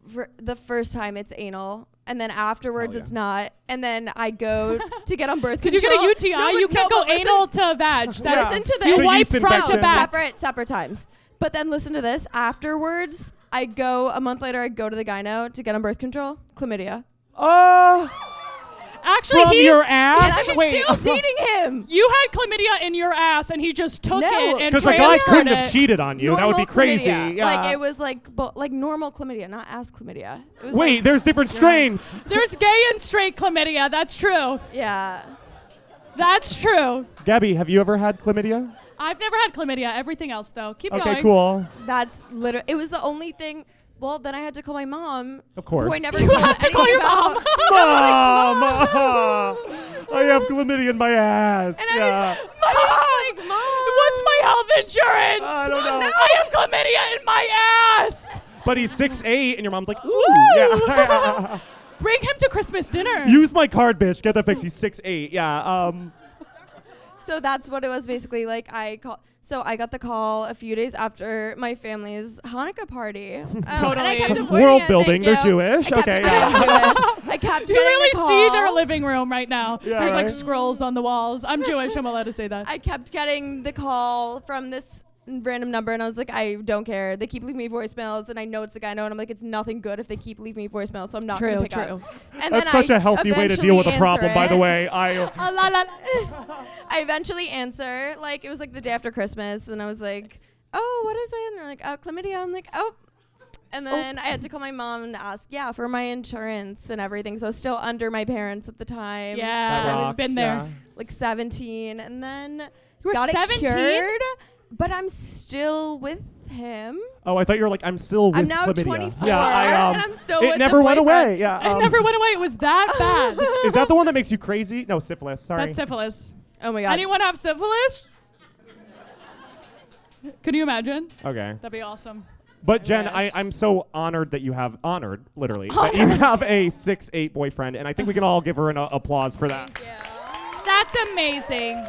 Speaker 5: For the first time, it's anal, and then afterwards, it's not. And then
Speaker 2: *laughs*
Speaker 5: I go to get on birth
Speaker 2: Did
Speaker 5: control.
Speaker 2: you get a UTI?
Speaker 5: No, but-
Speaker 2: you can't
Speaker 5: no,
Speaker 2: go
Speaker 5: but listen-
Speaker 2: anal to vag. That's,
Speaker 5: listen to this.
Speaker 2: You wipe front to back.
Speaker 5: Separate, separate times. But then listen to this. Afterwards, I go a month later. I go to the gyno to get on birth control, chlamydia.
Speaker 1: Oh.
Speaker 2: Actually,
Speaker 1: From
Speaker 2: he,
Speaker 5: *laughs*
Speaker 1: your ass?
Speaker 5: And
Speaker 1: *laughs*
Speaker 5: I'm still dating him.
Speaker 2: You had chlamydia in your ass, and he just took
Speaker 5: No.
Speaker 2: it and
Speaker 1: because a guy
Speaker 2: transferred
Speaker 1: couldn't have
Speaker 2: it.
Speaker 1: cheated on you. that would be
Speaker 5: Normal
Speaker 1: crazy.
Speaker 5: chlamydia.
Speaker 1: Yeah.
Speaker 5: Like it was like bo- like normal chlamydia, not ass chlamydia. It was
Speaker 1: Wait,
Speaker 5: like-
Speaker 1: there's different strains.
Speaker 2: There's gay and straight chlamydia. That's true.
Speaker 5: Yeah.
Speaker 2: That's true.
Speaker 1: Gabby, have you ever had chlamydia?
Speaker 2: I've never had chlamydia. Everything else, though. Keep
Speaker 1: okay,
Speaker 2: going. *laughs*
Speaker 5: *laughs*
Speaker 1: cool.
Speaker 5: That's literally. It was the only thing. Well, then I had to call my mom.
Speaker 1: Of course.
Speaker 5: Who I never
Speaker 1: *laughs* You
Speaker 5: told
Speaker 1: have
Speaker 2: to call
Speaker 5: anything
Speaker 2: your mom.
Speaker 5: about.
Speaker 1: *laughs* Mom, *laughs* I have chlamydia in my ass.
Speaker 5: *laughs*
Speaker 1: yeah.
Speaker 5: My mom.
Speaker 2: What's my health insurance?
Speaker 1: I don't know.
Speaker 2: I have chlamydia in my ass.
Speaker 1: But he's six eight, and your mom's like, ooh,
Speaker 2: Woo!
Speaker 5: *laughs*
Speaker 1: yeah. *laughs*
Speaker 2: Bring him to Christmas dinner.
Speaker 1: Use my card, bitch. Get that fixed. He's six eight. Yeah. Um.
Speaker 5: So that's what it was basically like. I call. So I got the call a few days after my family's Hanukkah
Speaker 1: *laughs*
Speaker 5: party. Um, And I
Speaker 2: Totally.
Speaker 5: kept avoiding
Speaker 1: World
Speaker 5: it,
Speaker 1: building.
Speaker 5: thank
Speaker 1: They're
Speaker 5: you.
Speaker 1: Jewish.
Speaker 5: I kept
Speaker 1: Okay,
Speaker 5: avoiding
Speaker 1: yeah.
Speaker 5: Jewish. *laughs* I
Speaker 1: *laughs*
Speaker 5: kept
Speaker 2: you
Speaker 5: getting
Speaker 2: really
Speaker 5: the call.
Speaker 2: see their living room right now.
Speaker 1: Yeah,
Speaker 2: There's like
Speaker 1: right.
Speaker 2: scrolls on the walls. I'm Jewish. I'm allowed to say that.
Speaker 5: I kept getting the call from this random number, and I was like, I don't care. They keep leaving me voicemails, and I know it's a guy. No, and I'm like, it's nothing good if they keep leaving me voicemails, so I'm not
Speaker 2: True,
Speaker 5: gonna pick
Speaker 2: true.
Speaker 5: up. And
Speaker 1: That's
Speaker 5: then
Speaker 1: such
Speaker 5: I
Speaker 1: a healthy way to deal with a
Speaker 5: eventually
Speaker 1: problem,
Speaker 5: answer
Speaker 1: by the
Speaker 5: it.
Speaker 1: way. I
Speaker 2: Ah, la, la.
Speaker 5: I eventually answer. Like it was like the day after Christmas, and I was like, "Oh, what is it?" And they're like, "Oh, chlamydia." I'm like, "Oh." And then I had to call my mom and ask, yeah, for my insurance and everything. So I was still under my parents at the time.
Speaker 2: Yeah,
Speaker 5: I
Speaker 1: That
Speaker 5: was
Speaker 1: rocks.
Speaker 2: been there.
Speaker 5: like 17, and then
Speaker 2: You were
Speaker 5: got
Speaker 2: 17?
Speaker 5: it cured. But I'm still with him.
Speaker 1: Oh, I thought you were like, I'm still with
Speaker 5: I'm now
Speaker 1: chlamydia.
Speaker 5: 24,
Speaker 1: Yeah, I, um,
Speaker 5: and I'm still
Speaker 1: It
Speaker 5: with the
Speaker 1: never went
Speaker 5: boyfriend.
Speaker 1: away. Yeah.
Speaker 2: I
Speaker 1: um,
Speaker 2: never went away. *laughs* It was
Speaker 1: *laughs*
Speaker 2: that
Speaker 5: *laughs*
Speaker 2: bad.
Speaker 1: Is that the one that makes you crazy? No, syphilis. Sorry.
Speaker 2: That's syphilis.
Speaker 5: Oh my god.
Speaker 2: Anyone have syphilis? Can you imagine?
Speaker 1: okay.
Speaker 2: That'd be awesome.
Speaker 1: But Jen, I, I'm so honored that you have honored, literally, that you have a six eight boyfriend, and I think we can all give her an uh, applause for that.
Speaker 2: That's amazing.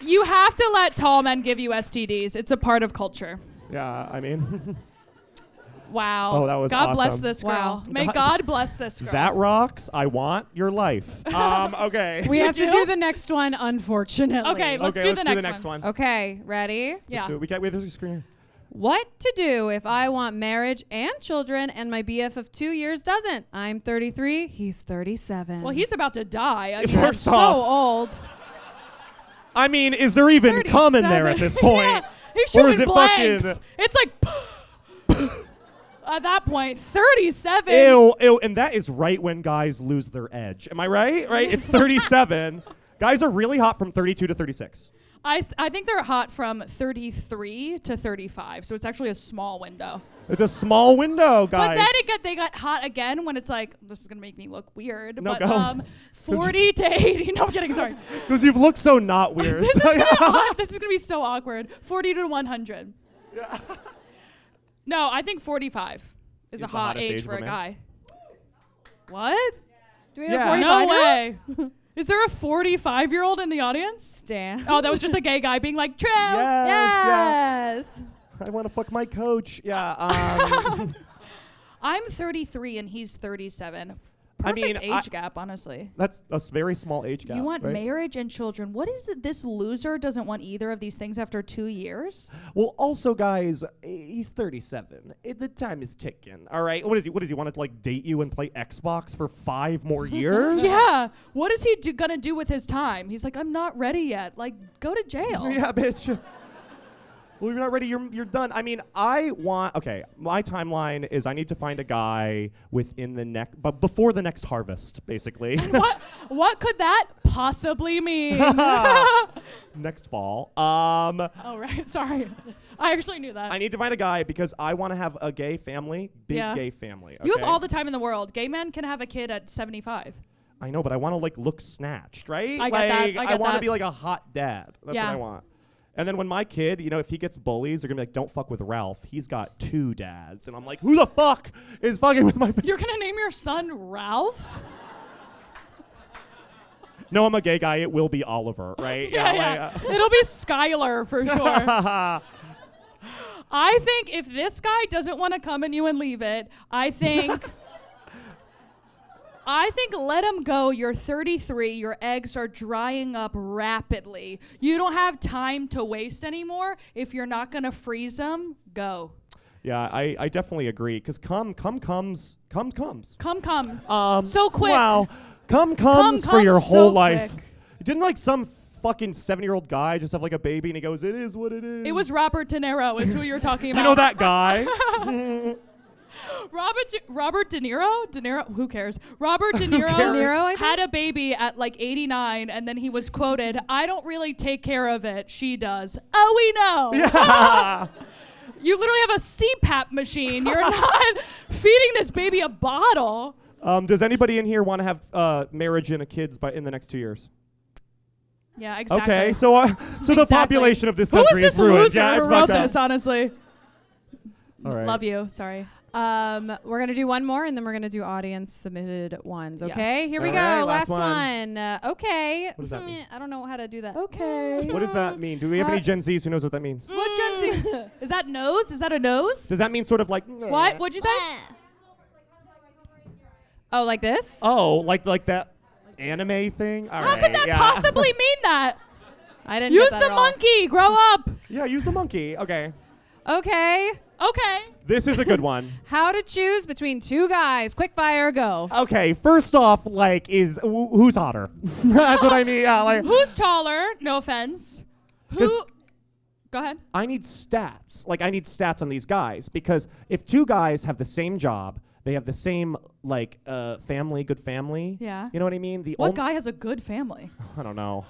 Speaker 2: You have to let tall men give you STDs. It's a part of culture.
Speaker 1: Yeah, I mean, *laughs*
Speaker 2: Wow.
Speaker 1: Oh, that was
Speaker 2: God bless
Speaker 1: awesome.
Speaker 2: this girl.
Speaker 12: Wow.
Speaker 2: May God bless this girl.
Speaker 1: that rocks. I want your life. Um, okay.
Speaker 12: We have to
Speaker 2: you?
Speaker 12: do the next one, unfortunately.
Speaker 2: Okay, let's
Speaker 1: okay,
Speaker 2: do
Speaker 1: let's
Speaker 2: the
Speaker 1: do
Speaker 2: next
Speaker 1: the next one.
Speaker 12: Okay, ready?
Speaker 2: Yeah.
Speaker 1: So we got wait. There's a screener.
Speaker 12: What to do if I want marriage and children and my BF of two years doesn't? I'm 33, he's 37.
Speaker 2: Well, he's about to die. I mean,
Speaker 1: First
Speaker 2: that's so
Speaker 1: off,
Speaker 2: old.
Speaker 1: I mean, is there even cum in there at this
Speaker 2: 37.
Speaker 1: point?
Speaker 2: *laughs* yeah. He's
Speaker 1: Or
Speaker 2: shooting
Speaker 1: is it
Speaker 2: blanks.
Speaker 1: fucking-
Speaker 2: It's like *laughs* at that point, 37.
Speaker 1: Ew, ew, and that is right when guys lose their edge. Am I right? Right?
Speaker 2: *laughs*
Speaker 1: It's 37. guys are really hot from 32 to 36.
Speaker 2: I, s- I think they're hot from 33 to 35, so it's actually a small window.
Speaker 1: It's a small window, guys.
Speaker 2: But then it got they got hot again when it's like this is gonna make me look weird.
Speaker 1: No,
Speaker 2: but
Speaker 1: go. *laughs*
Speaker 2: um, 40 to 80. *laughs* No, I'm kidding. Sorry.
Speaker 1: Because you've looked so not weird.
Speaker 2: *laughs* this
Speaker 1: *laughs*
Speaker 2: is gonna aw- this is gonna be so awkward. 40 to 100. no, I think 45 is,
Speaker 1: Is the
Speaker 2: a hot
Speaker 1: hottest
Speaker 2: age
Speaker 1: age
Speaker 2: for
Speaker 1: for
Speaker 2: a
Speaker 1: men.
Speaker 2: guy. What?
Speaker 12: do we have
Speaker 1: Yeah.
Speaker 12: a 45
Speaker 2: No
Speaker 12: year old?
Speaker 2: way. *laughs* Is there a 45 year old in the audience?
Speaker 12: Damn.
Speaker 2: Oh, that was just a gay guy being like, Trev.
Speaker 12: yes.
Speaker 1: I want to fuck my coach.
Speaker 2: *laughs*
Speaker 1: Yeah. Um,
Speaker 2: I'm 33 and he's 37.
Speaker 1: I mean,
Speaker 2: Perfect age
Speaker 1: I-
Speaker 2: gap, honestly.
Speaker 1: that's a s- very small age gap.
Speaker 2: you want
Speaker 1: right?
Speaker 2: marriage and children. What is it this loser doesn't want either of these things after two years?
Speaker 1: Well, also, guys, i- he's 37. I- The time is ticking. All right. What is he? What does he want to like date you and play Xbox for five
Speaker 2: *laughs*
Speaker 1: more years?
Speaker 2: Yeah. *laughs* What is he do, gonna do with his time? He's like, I'm not ready yet. Like, go to jail.
Speaker 1: Yeah, bitch. *laughs* Well, you're not ready. You're you're done. I mean, I want. Okay, my timeline is I need to find a guy within the next, but before the next harvest, basically.
Speaker 2: *laughs*
Speaker 1: *laughs*
Speaker 2: What? What could that possibly mean? *laughs*
Speaker 1: next fall. Um,
Speaker 2: oh right. Sorry. I actually knew that.
Speaker 1: I need to find a guy because I want to have a gay family, big
Speaker 2: Yeah.
Speaker 1: gay family.
Speaker 2: You have
Speaker 1: okay?
Speaker 2: all the time in the world. Gay men can have a kid at 75.
Speaker 1: I know, but I want to like look snatched, right?
Speaker 2: I
Speaker 1: like,
Speaker 2: get that, I get
Speaker 1: want
Speaker 2: that.
Speaker 1: to be like a hot dad. That's
Speaker 2: Yeah.
Speaker 1: what I want. And then when my kid, you know, if he gets bullies, they're gonna be like, "Don't fuck with Ralph. He's got two dads." And I'm like, "Who the fuck is fucking with my?"
Speaker 2: You're gonna name your son Ralph?
Speaker 1: no, I'm a gay guy. It will be
Speaker 2: *laughs*
Speaker 1: Oliver, right?
Speaker 2: Yeah, yeah.
Speaker 1: uh.
Speaker 2: *laughs* It'll be Skylar
Speaker 1: *laughs*
Speaker 2: for sure. I think if this guy doesn't want to come and you and leave it, I
Speaker 1: *laughs*
Speaker 2: think. I think let him go. You're 33. Your eggs are drying up rapidly. You don't have time to waste anymore. If you're not going to freeze them, go.
Speaker 1: yeah, I, I definitely agree. Because come, come comes, come comes.
Speaker 2: Come comes. so quick.
Speaker 1: Um, Wow. Come comes for
Speaker 2: Um, comes
Speaker 1: your
Speaker 2: so
Speaker 1: whole life.
Speaker 2: quick.
Speaker 1: Didn't like some fucking seven year old guy just have like a baby and he goes, it is what it is.
Speaker 2: It was Robert De Niro, is who you're talking about.
Speaker 1: You know that
Speaker 2: *laughs*
Speaker 1: guy? *laughs*
Speaker 2: Robert De- Robert De Niro De Niro who cares Robert De
Speaker 1: *laughs* Who
Speaker 2: Niro,
Speaker 1: cares? De Niro, I
Speaker 2: had a baby at like 89 and then he was quoted I don't really take care of it she does oh we know
Speaker 1: Yeah.
Speaker 2: *laughs* you literally have a CPAP
Speaker 1: *laughs*
Speaker 2: machine you're not feeding this baby a bottle
Speaker 1: um, does anybody in here want to have uh, marriage and a kids by in the next two years?
Speaker 2: yeah exactly
Speaker 1: Okay, so uh, so the population of this country
Speaker 2: who is this
Speaker 1: ruined.
Speaker 2: loser
Speaker 1: yeah, it's
Speaker 2: who wrote
Speaker 1: fucked up.
Speaker 2: this honestly
Speaker 1: All right.
Speaker 2: love you sorry
Speaker 5: Um, we're gonna do one more, and then we're gonna do audience submitted ones. Okay,
Speaker 1: Yes.
Speaker 5: here we
Speaker 1: All
Speaker 5: go.
Speaker 1: right, last
Speaker 5: last,
Speaker 1: one.
Speaker 5: one. Uh, okay.
Speaker 1: What does that
Speaker 5: Hmm,
Speaker 1: mean?
Speaker 5: I don't know how to do that. Okay.
Speaker 1: What does that mean? Do we have
Speaker 5: Uh,
Speaker 1: any Gen Zs who knows what that means?
Speaker 2: what Gen Z
Speaker 1: *laughs*
Speaker 2: is that nose is that a nose
Speaker 1: Does that mean sort of like
Speaker 2: what what'd you say
Speaker 5: Oh, like this?
Speaker 1: Oh, like like that anime thing? All right.
Speaker 2: How could that
Speaker 1: yeah. *laughs*
Speaker 2: possibly mean that?
Speaker 5: I
Speaker 1: didn't get
Speaker 2: Use
Speaker 1: that
Speaker 2: the
Speaker 1: at all.
Speaker 2: monkey. Grow up.
Speaker 1: yeah, use the monkey. Okay.
Speaker 5: Okay.
Speaker 2: Okay.
Speaker 1: This is a good
Speaker 2: *laughs*
Speaker 1: one.
Speaker 5: How to choose between two guys? Quick fire, go.
Speaker 1: Okay, first off, like, is wh- who's hotter? *laughs* That's what I mean. Yeah,
Speaker 2: *laughs*
Speaker 1: like,
Speaker 2: Who's taller? No offense. Who?
Speaker 1: 'Cause- Oh.
Speaker 2: Go ahead.
Speaker 1: I need stats. Like, I need stats on these guys because if two guys have the same job, they have the same like uh, family, good family.
Speaker 2: Yeah.
Speaker 1: You know what I mean? The
Speaker 2: What
Speaker 1: on-
Speaker 2: guy has a good family?
Speaker 1: I don't know.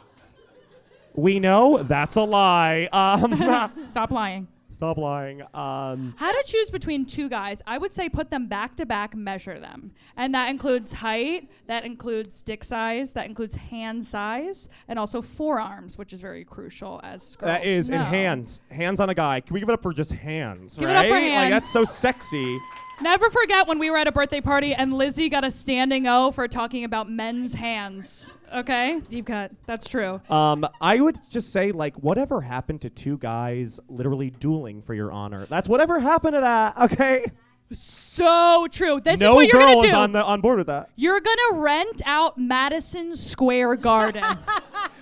Speaker 1: We know that's a lie.
Speaker 2: *laughs*
Speaker 1: Um, *laughs*
Speaker 2: Stop lying.
Speaker 1: stop lying. Um,
Speaker 2: How to choose between two guys? I would say put them back to back, measure them. And that includes height, that includes dick size, that includes hand size, and also forearms, which is very crucial as girls.
Speaker 1: That is, in
Speaker 2: know.
Speaker 1: hands. Hands on a guy. Can we give it up for just hands,
Speaker 2: Give it
Speaker 1: right?
Speaker 2: up for
Speaker 1: Like,
Speaker 2: hands.
Speaker 1: that's so sexy.
Speaker 2: Never forget when we were at a birthday party and Lizzie got a standing O for talking about men's hands. Okay? Deep cut. That's true.
Speaker 1: Um, I would just say, like, whatever happened to two guys literally dueling for your honor? That's whatever happened to that, *laughs* okay?
Speaker 2: So true. This
Speaker 1: no
Speaker 2: is what you're
Speaker 1: girl
Speaker 2: going to
Speaker 1: is
Speaker 2: do.
Speaker 1: on, the, on board with that.
Speaker 2: you're going to rent out Madison Square *laughs* Garden.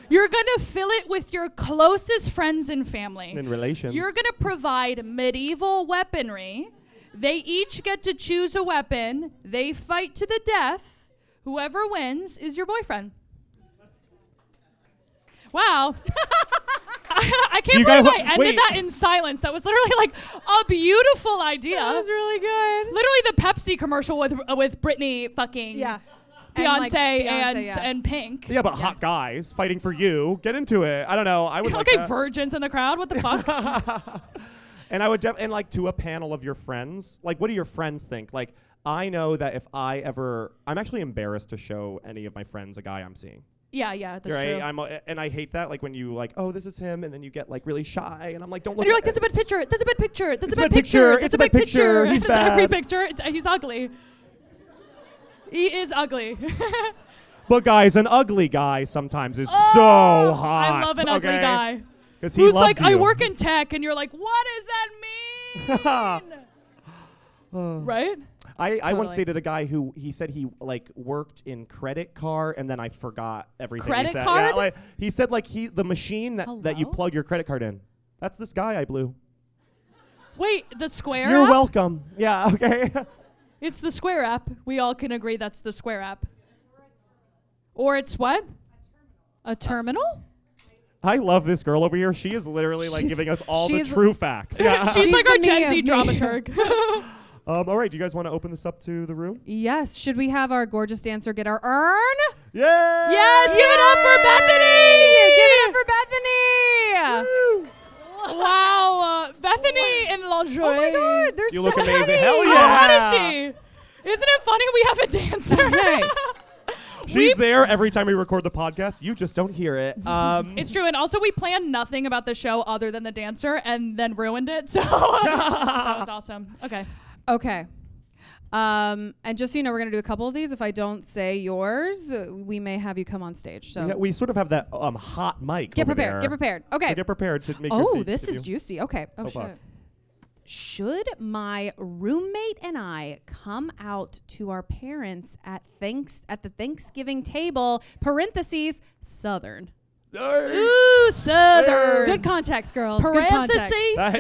Speaker 2: you're going to fill it with your closest friends and family.
Speaker 1: In relations.
Speaker 2: You're going to provide medieval weaponry. They each get to choose a weapon. They fight to the death. Whoever wins is your boyfriend. Wow. *laughs* I, I
Speaker 1: Do you
Speaker 2: can't believe
Speaker 1: guys-
Speaker 2: I ended
Speaker 1: wait.
Speaker 2: that in silence. That was literally like a beautiful idea. That was
Speaker 5: really good.
Speaker 2: Literally the Pepsi commercial with uh, with Britney fucking yeah.
Speaker 5: And,
Speaker 2: Beyonce,
Speaker 5: like, Beyonce,
Speaker 2: and
Speaker 5: yeah.
Speaker 2: and Pink.
Speaker 1: Yeah, but hot guys fighting for you. Get into it. I don't know. I
Speaker 2: *laughs*
Speaker 1: would like
Speaker 2: okay,
Speaker 1: that.
Speaker 2: virgins in the crowd. What
Speaker 1: *laughs*
Speaker 2: the fuck?
Speaker 1: And I would def- and like to a panel of your friends. Like, what do your friends think? Like, I know that if I ever, I'm actually embarrassed to show any of my friends a guy I'm seeing.
Speaker 2: yeah, yeah, that's
Speaker 1: right?
Speaker 2: true.
Speaker 1: I'm a, and I hate that. Like when you like, oh, this is him, and then you get like really shy, and I'm like, don't look.
Speaker 2: and you're
Speaker 1: at
Speaker 2: like, that's a bad picture. That's a bad picture. That's
Speaker 1: It's
Speaker 2: a bad picture. That's a bad picture.
Speaker 1: He's
Speaker 2: *laughs* It's every
Speaker 1: bad.
Speaker 2: picture. It's, he's ugly. He is ugly. *laughs*
Speaker 1: But guys, an ugly guy sometimes is so hot.
Speaker 2: Oh, I love an ugly guy.
Speaker 1: Because he
Speaker 2: Who's
Speaker 1: loves
Speaker 2: like, I
Speaker 1: you.
Speaker 2: work in tech, and you're like, what does that mean? right?
Speaker 1: I, I once
Speaker 2: Totally.
Speaker 1: dated a guy who he said he like worked in credit card and then I forgot everything. he
Speaker 2: Credit
Speaker 1: said.
Speaker 2: card?
Speaker 1: Yeah, like, he said like he the machine that, that you plug your credit card in. That's this guy I blew.
Speaker 2: Wait, the square.
Speaker 1: You're
Speaker 2: app?
Speaker 1: welcome. Yeah. Okay. *laughs*
Speaker 2: It's the Square app. We all can agree that's the Square app. Or it's what?
Speaker 5: A terminal?
Speaker 1: I love this girl over here. She is literally like
Speaker 5: She's-
Speaker 1: giving us all the
Speaker 5: she's-
Speaker 1: true
Speaker 2: *laughs*
Speaker 1: facts. Yeah.
Speaker 2: She's, like
Speaker 5: the
Speaker 2: our
Speaker 5: me
Speaker 2: Gen
Speaker 5: of
Speaker 2: Z
Speaker 5: me.
Speaker 2: dramaturg. *laughs*
Speaker 1: um, all right. Do you guys want to open this up to the room?
Speaker 5: Yes. Should we have our gorgeous dancer get our urn?
Speaker 1: Yeah.
Speaker 5: Yes. Give it up for Bethany. Give it up for Bethany.
Speaker 2: wow, uh, Bethany in lingerie.
Speaker 5: Oh my God, they're
Speaker 1: You
Speaker 5: so
Speaker 1: look amazing.
Speaker 5: pretty.
Speaker 1: Hell
Speaker 2: How hot is
Speaker 1: yeah.
Speaker 2: she? Isn't it funny we have a dancer? *laughs*
Speaker 1: She's there every time we record the podcast. You just don't hear
Speaker 5: *laughs*
Speaker 1: it. Um,
Speaker 2: It's true, and also we planned nothing about the show other than the *laughs* dancer, and then ruined it. So that was awesome. Okay,
Speaker 5: Okay. Um, and just so you know, we're gonna do a couple of these. If I don't say yours, uh, we may have you come on stage. So
Speaker 1: Yeah, we sort of have that um, hot mic.
Speaker 5: Get
Speaker 1: over
Speaker 5: prepared,
Speaker 1: there.
Speaker 5: get prepared. Okay.
Speaker 1: So get prepared to make. your
Speaker 5: oh,
Speaker 1: stage
Speaker 5: this is
Speaker 1: debut.
Speaker 5: juicy. Okay.
Speaker 1: Oh, fuck.
Speaker 5: Should my roommate and I come out to our parents at thanks at the Thanksgiving table? Parentheses Southern.
Speaker 2: Ooh, Southern.
Speaker 5: Good context, girls. Good
Speaker 2: Parentheses
Speaker 5: context.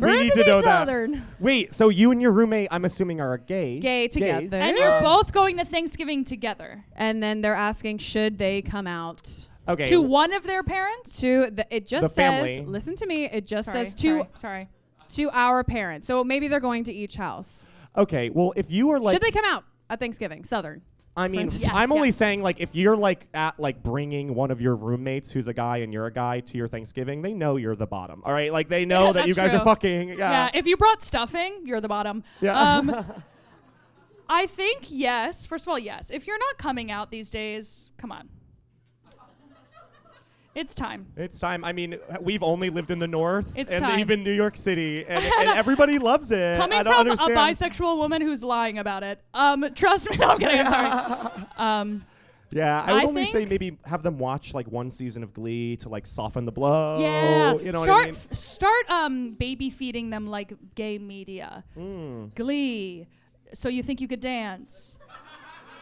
Speaker 1: *laughs* we need to
Speaker 5: Parentheses
Speaker 1: know
Speaker 5: Southern.
Speaker 1: that. Wait, so you and your roommate, I'm assuming, are gay.
Speaker 5: Gay together.
Speaker 2: And you're both going to Thanksgiving together
Speaker 5: And then they're asking, should they come out?
Speaker 1: Okay.
Speaker 2: to one of their parents.
Speaker 5: To the, it just
Speaker 1: The
Speaker 5: says.
Speaker 1: family.
Speaker 5: Listen to me. It just
Speaker 2: Sorry,
Speaker 5: says to
Speaker 2: sorry, sorry.
Speaker 5: to our parents. So maybe they're going to each house.
Speaker 1: Okay, well, if you are like,
Speaker 5: should they come out at Thanksgiving? Southern.
Speaker 1: I mean,
Speaker 5: Yes,
Speaker 1: I'm only
Speaker 5: yes.
Speaker 1: saying like if you're like at like bringing one of your roommates who's a guy and you're a guy to your Thanksgiving, they know you're the bottom. All right, like they know that you
Speaker 2: That's
Speaker 1: guys are
Speaker 2: true.
Speaker 1: fucking. Yeah.
Speaker 2: If you brought stuffing, you're the bottom.
Speaker 1: Yeah. *laughs*
Speaker 2: Um, I think yes. First of all, yes. If you're not coming out these days, come on. It's time.
Speaker 1: It's time. I mean, we've only lived in the north
Speaker 2: It's
Speaker 1: and
Speaker 2: time.
Speaker 1: even New York City, and, and everybody loves it. I
Speaker 2: Coming
Speaker 1: don't
Speaker 2: from
Speaker 1: understand.
Speaker 2: a bisexual woman who's lying about it. Um, trust me. No, I'm kidding.
Speaker 1: *laughs*
Speaker 2: I'm sorry. Um,
Speaker 1: Yeah, I would
Speaker 2: I
Speaker 1: only say maybe have them watch like one season of Glee to like soften the blow.
Speaker 2: yeah.
Speaker 1: Oh, you know
Speaker 2: start
Speaker 1: what I mean.
Speaker 2: f- start um baby feeding them like gay media.
Speaker 1: Mm.
Speaker 2: Glee. So you think you could dance?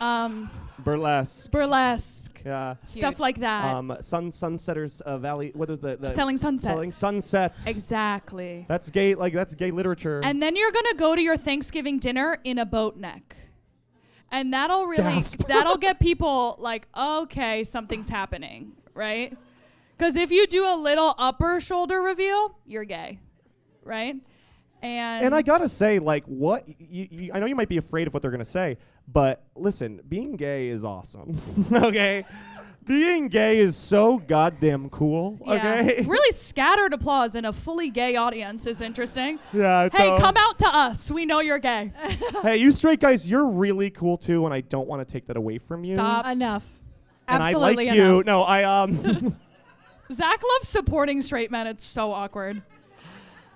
Speaker 2: Um,
Speaker 1: Burlesque.
Speaker 2: burlesque.
Speaker 1: Yeah.
Speaker 2: Stuff Huge. like that.
Speaker 1: Um, sun sunsetters uh, valley. What is the, the
Speaker 2: Uh, Selling sunset.
Speaker 1: Selling sunsets.
Speaker 2: Exactly.
Speaker 1: That's gay. Like that's gay literature.
Speaker 2: And then you're gonna go to your Thanksgiving dinner in a boat neck. And that'll really
Speaker 1: Gasp. *laughs*
Speaker 2: that'll get people like, okay, something's happening, right? Because if you do a little upper shoulder reveal, you're gay, right? And
Speaker 1: And I gotta say, like, what you, you, I know you might be afraid of what they're gonna say, but listen, being gay is awesome. *laughs* okay, being gay is so goddamn cool.
Speaker 2: yeah.
Speaker 1: Okay, *laughs*
Speaker 2: really scattered applause in a fully gay audience is interesting.
Speaker 1: yeah. it's,
Speaker 2: Hey,
Speaker 1: uh,
Speaker 2: come out to us. We know you're gay.
Speaker 1: Hey, you straight guys, you're really cool too, and I don't want to take that away from you.
Speaker 2: Stop.
Speaker 5: Enough.
Speaker 1: And I
Speaker 2: Absolutely
Speaker 1: like you.
Speaker 2: enough.
Speaker 1: No, I um. *laughs*
Speaker 2: Zach loves supporting straight men. It's so awkward.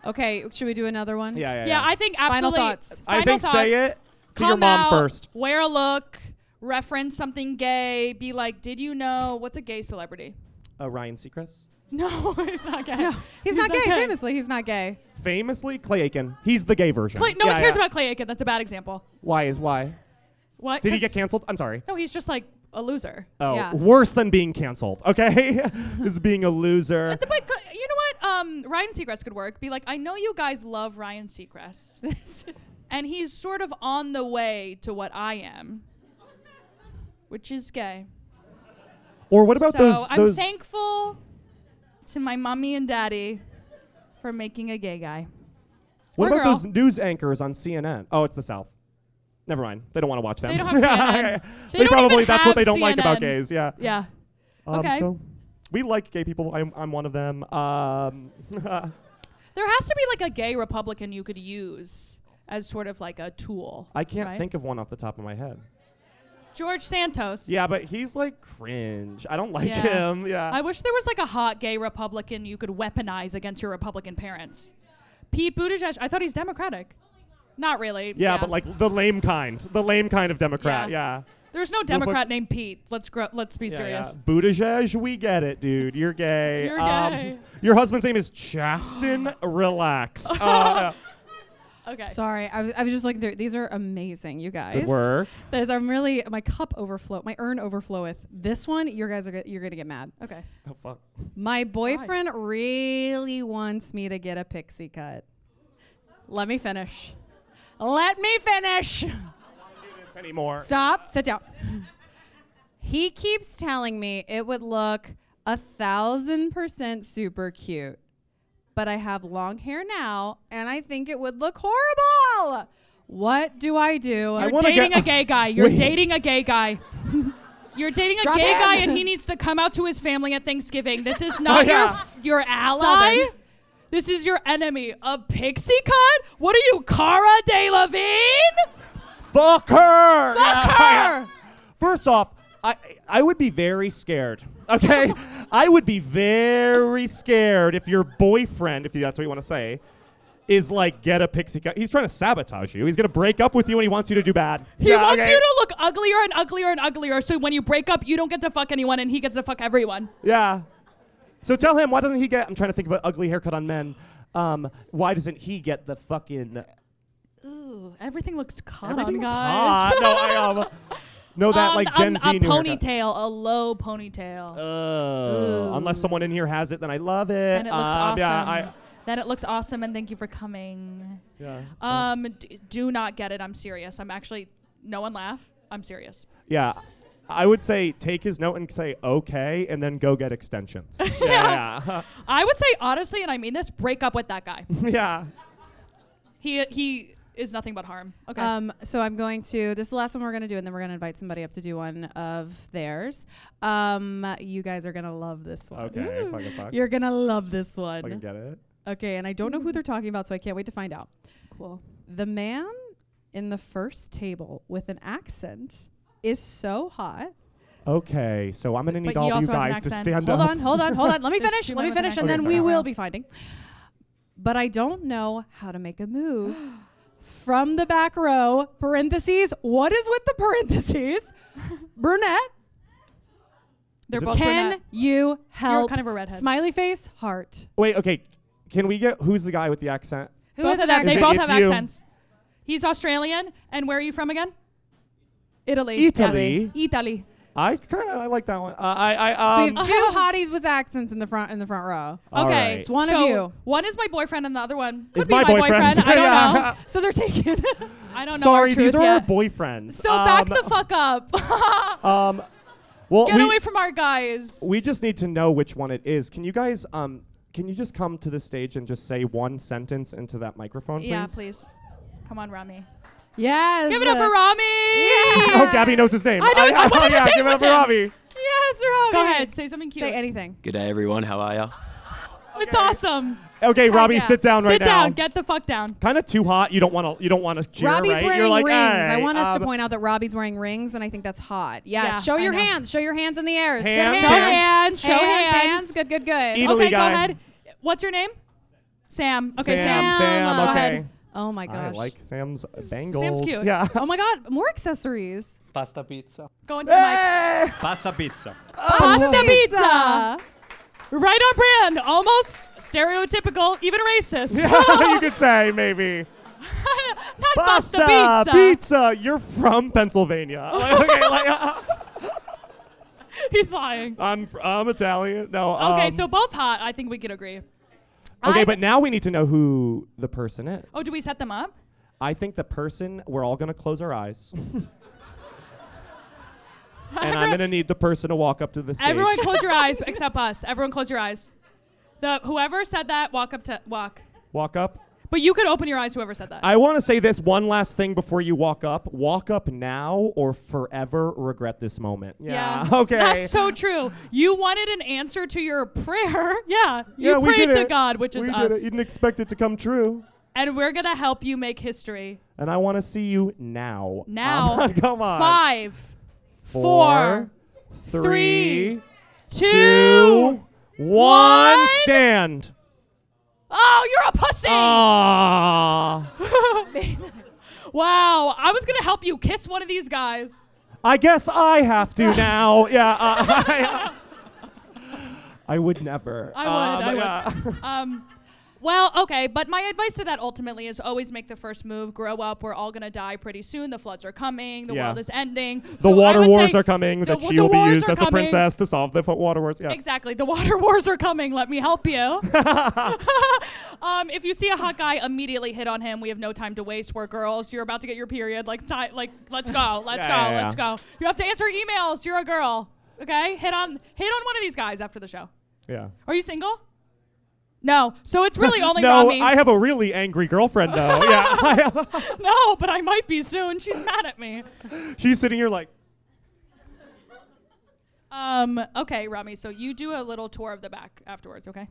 Speaker 5: Okay, should we do another one?
Speaker 1: Yeah, yeah,
Speaker 2: *laughs* Yeah,
Speaker 1: yeah.
Speaker 2: I think
Speaker 5: Final
Speaker 2: absolutely.
Speaker 5: thoughts.
Speaker 1: I think say it to your mom
Speaker 2: out,
Speaker 1: first.
Speaker 2: Wear a look, reference something gay, be like, "Did you know what's a gay celebrity?" *laughs*
Speaker 1: Uh, Ryan Seacrest.
Speaker 2: No, he's not
Speaker 5: *laughs*
Speaker 2: gay.
Speaker 5: he's, not, gay. Famously, he's not gay.
Speaker 1: Famously, Clay Aiken. He's the gay version.
Speaker 2: Clay, no
Speaker 1: yeah,
Speaker 2: one cares
Speaker 1: yeah.
Speaker 2: about Clay Aiken. That's a bad example.
Speaker 1: Why is why?
Speaker 2: What?
Speaker 1: Did he
Speaker 2: 'Cause-
Speaker 1: get canceled? I'm sorry.
Speaker 2: No, he's just like a loser.
Speaker 1: Oh,
Speaker 2: yeah.
Speaker 1: worse than being canceled. Okay, *laughs* is being a loser.
Speaker 2: But Cl- you know what? Um, Ryan Seacrest could work. Be like, I know you guys love Ryan
Speaker 1: *laughs*
Speaker 2: Seacrest, and he's sort of on the way to what I am, which is gay.
Speaker 1: Or what about
Speaker 2: so
Speaker 1: those?
Speaker 2: I'm
Speaker 1: those
Speaker 2: thankful to my mommy and daddy for making a gay guy.
Speaker 1: what
Speaker 2: or
Speaker 1: about
Speaker 2: girl.
Speaker 1: those news anchors on CNN? Oh, it's the South. Never mind. They don't want to watch them.
Speaker 2: They
Speaker 1: *laughs*
Speaker 2: don't have CNN.
Speaker 1: They
Speaker 2: don't
Speaker 1: probably
Speaker 2: even
Speaker 1: that's what
Speaker 2: have
Speaker 1: they don't like about
Speaker 2: CNN.
Speaker 1: gays. Yeah.
Speaker 2: Yeah.
Speaker 1: Um,
Speaker 2: okay.
Speaker 1: So we like gay people. I'm, I'm one of them. Um, *laughs*
Speaker 2: There has to be like a gay Republican you could use as sort of like a tool.
Speaker 1: I can't
Speaker 2: right?
Speaker 1: think of one off the top of my head.
Speaker 2: George Santos.
Speaker 1: Yeah, but he's like cringe. I don't like
Speaker 2: Yeah.
Speaker 1: him. Yeah.
Speaker 2: I wish there was like a hot gay Republican you could weaponize against your Republican parents. Pete Buttigieg. I thought he's Democratic. Not really.
Speaker 1: yeah, but like the lame kind, the lame kind of Democrat. Yeah.
Speaker 2: Yeah. There's no
Speaker 1: Look-
Speaker 2: Democrat named Pete. Let's grow. Let's be
Speaker 1: Yeah,
Speaker 2: serious.
Speaker 1: yeah. Buttigieg, we get it, dude. You're gay. Um,
Speaker 2: You're gay.
Speaker 1: Your husband's name is
Speaker 2: *gasps*
Speaker 1: Chastin.
Speaker 2: *laughs*
Speaker 1: Relax. Uh,
Speaker 2: Okay.
Speaker 5: Sorry, I was, I was just looking through. These are amazing, you guys.
Speaker 1: Good work.
Speaker 5: There's, I'm really my cup overflow, my urn overfloweth. This one, you guys are go- you're gonna get mad.
Speaker 2: Okay.
Speaker 1: oh, fuck.
Speaker 5: My boyfriend really wants me to get a pixie cut. Let me finish. Let me finish.
Speaker 1: This anymore.
Speaker 5: Stop. Sit down. He keeps telling me it would look a thousand percent super cute, but I have long hair now, and I think it would look horrible. What do I do?
Speaker 2: You're dating a gay guy. You're
Speaker 5: Wait.
Speaker 2: dating a gay guy. You're dating a
Speaker 5: Drop
Speaker 2: gay
Speaker 5: in.
Speaker 2: guy, and he needs to come out to his family at Thanksgiving. This
Speaker 1: *laughs*
Speaker 2: is
Speaker 1: Oh,
Speaker 2: not your
Speaker 5: yeah.
Speaker 2: f- your ally.
Speaker 5: Southern.
Speaker 2: This is your enemy. A pixie cut? What are you, Cara Delevingne?
Speaker 1: Fuck her.
Speaker 2: Fuck
Speaker 1: *laughs*
Speaker 2: her!
Speaker 1: First off, I I would be very scared.
Speaker 2: *laughs*
Speaker 1: Okay, I would be very scared if your boyfriend, if that's what you want to say, is like get a pixie cut. He's trying to sabotage you. He's gonna break up with you, and he wants you to do bad.
Speaker 2: He wants you to look uglier and uglier and uglier, so when you break up, you don't get to fuck anyone, and he gets to fuck everyone.
Speaker 1: Yeah. So tell him why doesn't he get? I'm trying to think of an ugly haircut on men. Um, why doesn't he get the fucking?
Speaker 2: Ooh, everything looks caught
Speaker 1: Everything
Speaker 2: on,
Speaker 1: looks
Speaker 2: guys.
Speaker 1: hot.
Speaker 2: *laughs*
Speaker 1: No, I um, no that
Speaker 2: Um,
Speaker 1: like Gen
Speaker 2: um,
Speaker 1: Z
Speaker 2: a
Speaker 1: new haircut.
Speaker 2: ponytail, a low ponytail.
Speaker 1: Uh, unless someone in here has it, then I love it.
Speaker 2: Then it looks
Speaker 1: Um,
Speaker 2: awesome.
Speaker 1: Yeah, I,
Speaker 2: then it looks awesome, and thank you for coming.
Speaker 1: Yeah.
Speaker 2: Um, d- do not get it. I'm serious. I'm actually. No one laugh. I'm serious.
Speaker 1: yeah. I would say take his note and say okay, and then go get extensions. yeah, yeah. *laughs*
Speaker 2: I would say honestly, and I mean this, break up with that guy.
Speaker 1: yeah.
Speaker 2: He he is nothing but harm. Okay.
Speaker 5: Um, so I'm going to. This is the last one we're going to do, and then we're going to invite somebody up to do one of theirs. Um, you guys are going to love this one.
Speaker 1: Okay, fucking fuck.
Speaker 5: You're going to love this one.
Speaker 1: Fucking get it.
Speaker 5: Okay, and I don't know who they're talking about, so I can't wait to find out.
Speaker 2: Cool.
Speaker 5: The man in the first table with an accent is so hot.
Speaker 1: Okay, so I'm gonna need
Speaker 5: But
Speaker 1: all
Speaker 5: he
Speaker 1: of you
Speaker 5: also has an
Speaker 1: guys to
Speaker 5: accent.
Speaker 1: stand
Speaker 5: hold
Speaker 1: up.
Speaker 5: on, hold on, hold
Speaker 2: *laughs*
Speaker 5: on. Let me
Speaker 2: There's
Speaker 5: finish.
Speaker 2: two
Speaker 5: Let me
Speaker 2: men with
Speaker 5: finish,
Speaker 2: an
Speaker 5: and then
Speaker 2: accent.
Speaker 5: we
Speaker 2: Okay, sorry.
Speaker 5: will be finding. But I don't know how to make a move from the back row. Parentheses. What is with the parentheses? *laughs* Brunette.
Speaker 2: They're
Speaker 1: it-
Speaker 2: both
Speaker 5: Can
Speaker 2: brunette.
Speaker 5: you help?
Speaker 2: kind of a redhead.
Speaker 5: Smiley face, heart.
Speaker 1: Wait, okay. Can we get who's the guy with the accent?
Speaker 5: Who
Speaker 2: both
Speaker 5: has
Speaker 2: of
Speaker 5: an
Speaker 2: them. They
Speaker 1: accent?
Speaker 2: both
Speaker 1: It's
Speaker 2: have
Speaker 1: you.
Speaker 2: accents. He's Australian, and where are you from again? Italy.
Speaker 1: Italy.
Speaker 2: Yes. Italy.
Speaker 1: I kind of I like that one. Uh, I I um.
Speaker 5: so you
Speaker 2: *laughs*
Speaker 5: have two hotties with accents in the front in the front row.
Speaker 1: All
Speaker 2: okay,
Speaker 1: right.
Speaker 5: It's one
Speaker 2: so
Speaker 5: of you.
Speaker 2: One is my boyfriend, and the other one could
Speaker 1: It's
Speaker 2: be
Speaker 1: my
Speaker 2: my
Speaker 1: boyfriend.
Speaker 2: boyfriend. I
Speaker 1: *laughs* Yeah.
Speaker 2: don't know.
Speaker 5: So they're *laughs* taking.
Speaker 2: I don't know.
Speaker 1: Sorry,
Speaker 2: our
Speaker 1: these
Speaker 2: truth
Speaker 1: are our
Speaker 2: yet.
Speaker 1: boyfriends.
Speaker 2: So back
Speaker 1: Um,
Speaker 2: the fuck up.
Speaker 1: Um, well,
Speaker 2: Get
Speaker 1: we,
Speaker 2: away from our guys.
Speaker 1: we just need to know which one it is. Can you guys um can you just come to the stage and just say one sentence into that microphone, please?
Speaker 2: Yeah, please. Come on, Rami.
Speaker 5: Yes.
Speaker 2: Give it up for Rami.
Speaker 1: Oh, Gabby knows his name.
Speaker 2: I know- I wanted
Speaker 1: *laughs*
Speaker 2: to
Speaker 1: yeah,
Speaker 2: date
Speaker 1: give it up
Speaker 2: with
Speaker 1: for
Speaker 2: him.
Speaker 1: Robbie.
Speaker 5: Yes, Robbie.
Speaker 2: Go ahead, say something cute.
Speaker 5: Say anything.
Speaker 13: Good day, everyone. How are ya?
Speaker 2: It's awesome.
Speaker 1: Okay, Robbie,
Speaker 2: Oh, yeah.
Speaker 1: sit down
Speaker 2: Sit
Speaker 1: right now.
Speaker 2: down. Get the fuck down.
Speaker 1: Kind of too hot. You don't want to. You don't want to cheer,
Speaker 5: Robbie's
Speaker 1: right?
Speaker 5: wearing
Speaker 1: You're like,
Speaker 5: rings. I
Speaker 1: "Hey,
Speaker 5: want us to
Speaker 1: um,
Speaker 5: point out that Robbie's wearing rings, and I think that's hot. Yes.
Speaker 2: Yeah,
Speaker 5: show
Speaker 2: I
Speaker 5: your
Speaker 2: know.
Speaker 5: hands. Show your hands in the air. Good
Speaker 1: Hands,
Speaker 2: Show hands. Show
Speaker 5: hands,
Speaker 2: hands.
Speaker 5: hands. Good, good, good.
Speaker 1: Italy
Speaker 2: okay,
Speaker 1: guy.
Speaker 2: go ahead. What's your name? Sam. Okay,
Speaker 1: Sam.
Speaker 2: Sam.
Speaker 1: Sam.
Speaker 2: Go ahead.
Speaker 1: okay.
Speaker 5: Oh my
Speaker 1: I
Speaker 5: gosh.
Speaker 1: like Sam's uh, bangles.
Speaker 2: cute.
Speaker 1: Yeah. *laughs*
Speaker 5: oh my god. More accessories.
Speaker 13: Pasta pizza.
Speaker 2: Go into the mic.
Speaker 13: *laughs* Pasta pizza.
Speaker 2: Pasta pizza. Right on brand. Almost stereotypical, even racist.
Speaker 1: you could say maybe.
Speaker 2: *laughs* Not pasta, pizza.
Speaker 1: pizza. You're from Pennsylvania. *laughs* Like, okay, like, *laughs* uh,
Speaker 2: He's lying.
Speaker 1: I'm fr- I'm Italian. No.
Speaker 2: Okay,
Speaker 1: um,
Speaker 2: so both hot. I think we could agree.
Speaker 1: Okay,
Speaker 2: I-
Speaker 1: but now we need to know who the person is.
Speaker 2: Oh, do we set them up?
Speaker 1: I think the person we're all gonna close our
Speaker 2: *laughs*
Speaker 1: eyes, and I'm gonna need the person to walk up to the stage.
Speaker 2: Everyone close
Speaker 1: *laughs*
Speaker 2: your eyes except us. Everyone close your eyes. The whoever said that, walk up to walk.
Speaker 1: walk up.
Speaker 2: But you could open your eyes, whoever said that.
Speaker 1: I want to say this one last thing before you walk up. Walk up now or forever regret this moment. Yeah. *laughs* Okay.
Speaker 2: That's so true. You wanted an answer to your prayer. *laughs* Yeah. You
Speaker 1: yeah, we
Speaker 2: prayed
Speaker 1: did
Speaker 2: to
Speaker 1: it.
Speaker 2: God, which is
Speaker 1: we
Speaker 2: us.
Speaker 1: Did it. You didn't expect it to come true.
Speaker 2: And we're gonna help you make history.
Speaker 1: And I want to see you now. *laughs*
Speaker 2: Now
Speaker 1: Um, come on.
Speaker 2: Five,
Speaker 1: Four,
Speaker 2: four,
Speaker 1: three,
Speaker 2: two,
Speaker 1: two, one.
Speaker 2: one.
Speaker 1: Stand.
Speaker 2: Oh, you're a pussy!
Speaker 1: Uh. Ah.
Speaker 2: wow, I was gonna help you kiss one of these guys.
Speaker 1: I guess I have
Speaker 2: *laughs*
Speaker 1: to now. Yeah. Uh, *laughs* I, I would never.
Speaker 2: I
Speaker 1: Um,
Speaker 2: would, I
Speaker 1: yeah.
Speaker 2: would. um, well, okay, but my advice to that ultimately is always make the first move. Grow up. We're all gonna die pretty soon. The floods are coming. The
Speaker 1: Yeah.
Speaker 2: world is ending.
Speaker 1: The
Speaker 2: So I
Speaker 1: water
Speaker 2: would
Speaker 1: wars
Speaker 2: say
Speaker 1: are coming.
Speaker 2: the
Speaker 1: that
Speaker 2: wa-
Speaker 1: she
Speaker 2: the
Speaker 1: will be
Speaker 2: wars
Speaker 1: used
Speaker 2: are
Speaker 1: as the
Speaker 2: coming.
Speaker 1: princess to solve the fo- water wars. Yeah.
Speaker 2: *laughs* Exactly. The water *laughs* wars are coming. Let me
Speaker 1: *laughs*
Speaker 2: help you. *laughs* um, if you see a hot guy, immediately hit on him. We have no time to waste. We're girls. You're about to get your period. Like, ti like, let's
Speaker 1: *laughs*
Speaker 2: go. Let's
Speaker 1: Yeah,
Speaker 2: go.
Speaker 1: yeah,
Speaker 2: let's
Speaker 1: yeah.
Speaker 2: go. You have to answer emails. You're a girl. Okay. Hit on, hit on one of these guys after the show.
Speaker 1: Yeah.
Speaker 2: Are you single? No. So it's really
Speaker 1: *laughs*
Speaker 2: only
Speaker 1: no,
Speaker 2: Rami.
Speaker 1: I have a really angry girlfriend though. yeah. *laughs* I am.
Speaker 2: *laughs* no, but I might be soon. She's mad at me.
Speaker 1: She's sitting here like,
Speaker 2: Um, okay, Rami. So you do a little tour of the back afterwards. Okay.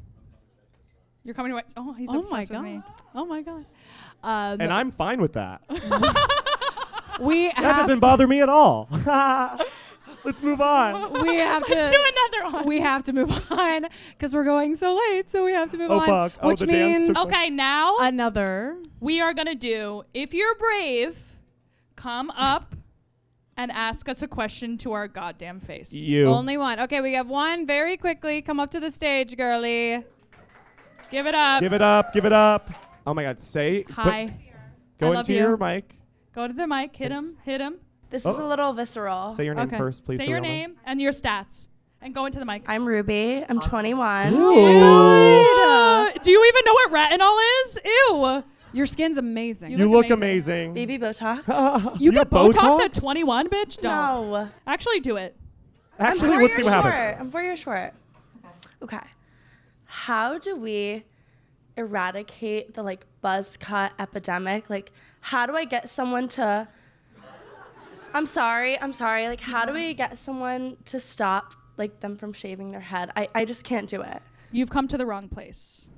Speaker 2: You're coming away. Oh, he's
Speaker 5: oh my
Speaker 2: obsessed
Speaker 5: god.
Speaker 2: with me.
Speaker 5: Oh my god. Um,
Speaker 1: and I'm
Speaker 2: *laughs*
Speaker 1: fine with that. *laughs*
Speaker 5: we
Speaker 1: That
Speaker 5: have
Speaker 1: doesn't bother me at all. *laughs* Let's move on.
Speaker 5: *laughs* we have to
Speaker 1: *laughs* Let's
Speaker 8: do
Speaker 5: *laughs*
Speaker 8: another one.
Speaker 5: We have to move on because we're going so late, so we have to move
Speaker 1: Oh,
Speaker 5: on.
Speaker 1: fuck. Oh,
Speaker 5: which
Speaker 1: the dance
Speaker 5: means
Speaker 1: took-
Speaker 2: Okay, now
Speaker 5: another.
Speaker 2: we are gonna do. If you're brave, come up and ask us a question to our goddamn face.
Speaker 1: You.
Speaker 5: Only one. Okay, we have one very quickly. Come up to the stage, girly.
Speaker 2: Give it up.
Speaker 1: Give it up. Give it up. Oh my God. Say put-
Speaker 2: Hi.
Speaker 1: Go
Speaker 2: I
Speaker 1: into
Speaker 2: love you.
Speaker 1: your mic.
Speaker 2: Go to the mic. Hit him. Hit him.
Speaker 11: This
Speaker 1: is Oh. a
Speaker 11: little visceral.
Speaker 1: Say your name first, please,
Speaker 2: Say your
Speaker 1: Ariana.
Speaker 2: name and your stats, and go into the mic.
Speaker 11: I'm Ruby. I'm 21.
Speaker 2: Oh Uh, do you even know what retinol is? Ew.
Speaker 5: Your skin's amazing.
Speaker 1: You look amazing.
Speaker 11: Baby Botox.
Speaker 2: You get Botox,
Speaker 1: Botox?
Speaker 2: at 21, bitch? Don't.
Speaker 11: No.
Speaker 2: Actually, do it.
Speaker 1: Actually,
Speaker 11: I'm four
Speaker 1: let's see
Speaker 11: years
Speaker 1: what happens.
Speaker 11: short. I'm four years short. Okay. How do we eradicate the like buzz cut epidemic? Like, how do I get someone to? I'm sorry. I'm sorry. Like, how do we get someone to stop like them from shaving their head? I, I just can't do it.
Speaker 2: You've come to the wrong place.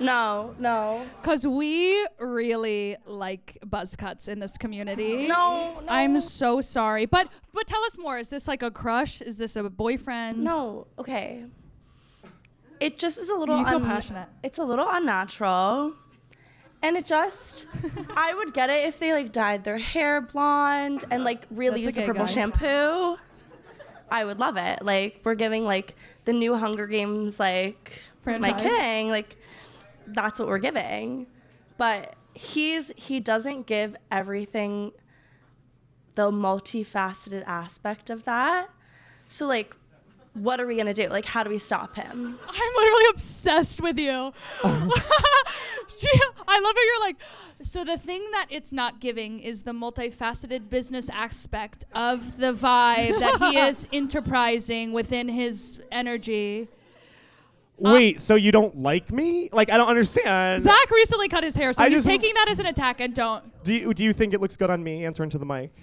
Speaker 11: No, no.
Speaker 2: Because we really like buzz cuts in this community.
Speaker 11: No, no.
Speaker 2: I'm so sorry. But but tell us more. Is this like a crush? Is this a boyfriend?
Speaker 11: No. Oh, Okay. It just is a little.
Speaker 2: You feel
Speaker 11: un-
Speaker 2: passionate.
Speaker 11: It's a little unnatural, and it just. I would get it if they like dyed their hair blonde and like really use
Speaker 2: That's a
Speaker 11: the
Speaker 2: gay
Speaker 11: purple
Speaker 2: guy.
Speaker 11: shampoo. I would love it. Like we're giving like the new Hunger Games like my
Speaker 2: Franchise.
Speaker 11: king. Like that's what we're giving, but he's he doesn't give everything the multifaceted aspect of that. So like what are we gonna do? Like how do we stop him?
Speaker 2: I'm literally obsessed with you. *laughs* Gee, I love how you're like, so the thing that it's not giving is the multifaceted business aspect of the vibe that he *laughs* is enterprising within his energy.
Speaker 1: Wait, so you don't like me? Like I don't understand.
Speaker 2: Uh, Zach recently cut his hair, so
Speaker 1: I
Speaker 2: he's
Speaker 1: just-
Speaker 2: taking that as an attack and don't.
Speaker 1: Do you, do you think it looks good on me? Answer into the mic.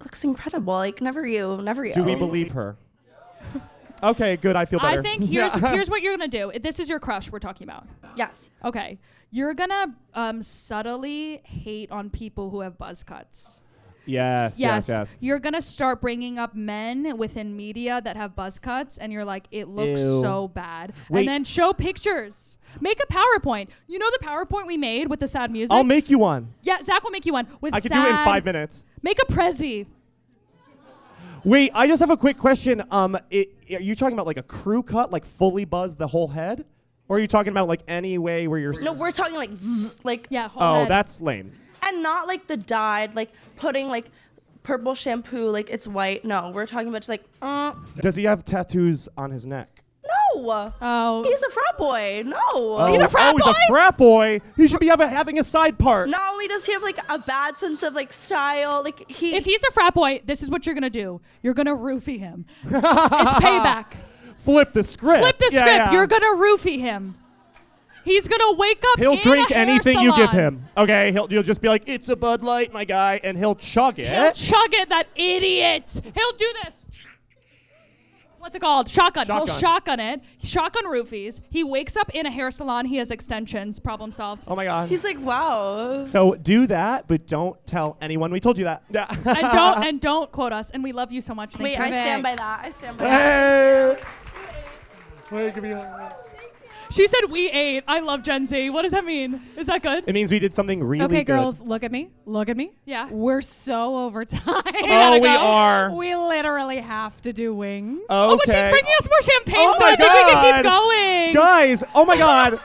Speaker 11: Looks incredible. Like never you, never you.
Speaker 1: Do we believe her? Okay, good. I feel better. *laughs*
Speaker 2: I think here's
Speaker 1: Yeah.
Speaker 2: here's what you're gonna do. This is your crush we're talking about.
Speaker 11: Yes.
Speaker 2: Okay. You're gonna um, subtly hate on people who have buzz cuts.
Speaker 1: Yes, yes, yes.
Speaker 2: You're gonna start bringing up men within media that have buzz cuts, and you're like, it looks
Speaker 8: Ew.
Speaker 2: so bad.
Speaker 1: Wait.
Speaker 2: And then show pictures. Make a PowerPoint. You know the PowerPoint we made with the sad music.
Speaker 1: I'll make you one.
Speaker 2: Yeah, Zach will make you one with.
Speaker 1: I could do it in
Speaker 2: sad-
Speaker 1: five minutes.
Speaker 2: Make a prezi.
Speaker 1: Wait, I just have a quick question. Um, i are you talking about like a crew cut, like fully buzz the whole head, or are you talking about like any way where you're?
Speaker 11: No, we're talking like zzz, like
Speaker 2: yeah.
Speaker 1: oh, that's lame.
Speaker 11: and not like the dyed like putting like purple shampoo like it's white. No, we're talking about just like uh,
Speaker 1: Does he have tattoos on his neck?
Speaker 11: no.
Speaker 2: Oh.
Speaker 11: He's a frat boy. No.
Speaker 1: Oh, oh, he's a frat boy. He should be have a- having a side part.
Speaker 11: Not only does he have like a bad sense of like style, like he
Speaker 2: If he's a frat boy, this is what you're gonna do. You're gonna roofie him.
Speaker 1: *laughs*
Speaker 2: it's payback.
Speaker 1: Flip the script.
Speaker 2: Flip the
Speaker 1: Yeah,
Speaker 2: script.
Speaker 1: yeah.
Speaker 2: You're gonna roofie him. He's gonna wake up.
Speaker 1: He'll
Speaker 2: in a
Speaker 1: drink
Speaker 2: hair
Speaker 1: anything you give
Speaker 2: salon.
Speaker 1: him. Okay, he'll you'll just be like, "It's a Bud Light, my guy," and he'll chug it.
Speaker 2: He'll chug it, that idiot. He'll do this. What's it called? Shotgun. He'll
Speaker 1: Shotgun.
Speaker 2: shotgun it. Shotgun roofies. He wakes up in a hair salon. He has extensions. Problem solved.
Speaker 1: Oh my god.
Speaker 11: He's like, wow.
Speaker 1: so do that, but don't tell anyone we told you that. Yeah.
Speaker 2: and don't and don't quote us. And we love you so much. Thank
Speaker 11: Wait,
Speaker 2: you.
Speaker 11: I stand by that. I stand by
Speaker 1: *laughs* Hey.
Speaker 2: She said we ate. I love Gen Z. What does that mean? Is that good?
Speaker 1: It means we did something really
Speaker 5: okay,
Speaker 1: good.
Speaker 5: girls, look at me. Look at me.
Speaker 2: Yeah.
Speaker 5: We're so over time.
Speaker 1: Oh, we are.
Speaker 5: We literally have to do wings.
Speaker 1: Oh, but she's Okay. bringing
Speaker 2: us more champagne,
Speaker 1: Oh
Speaker 2: so
Speaker 1: my
Speaker 2: I think we can keep
Speaker 1: God.
Speaker 2: going.
Speaker 1: Guys, oh my god.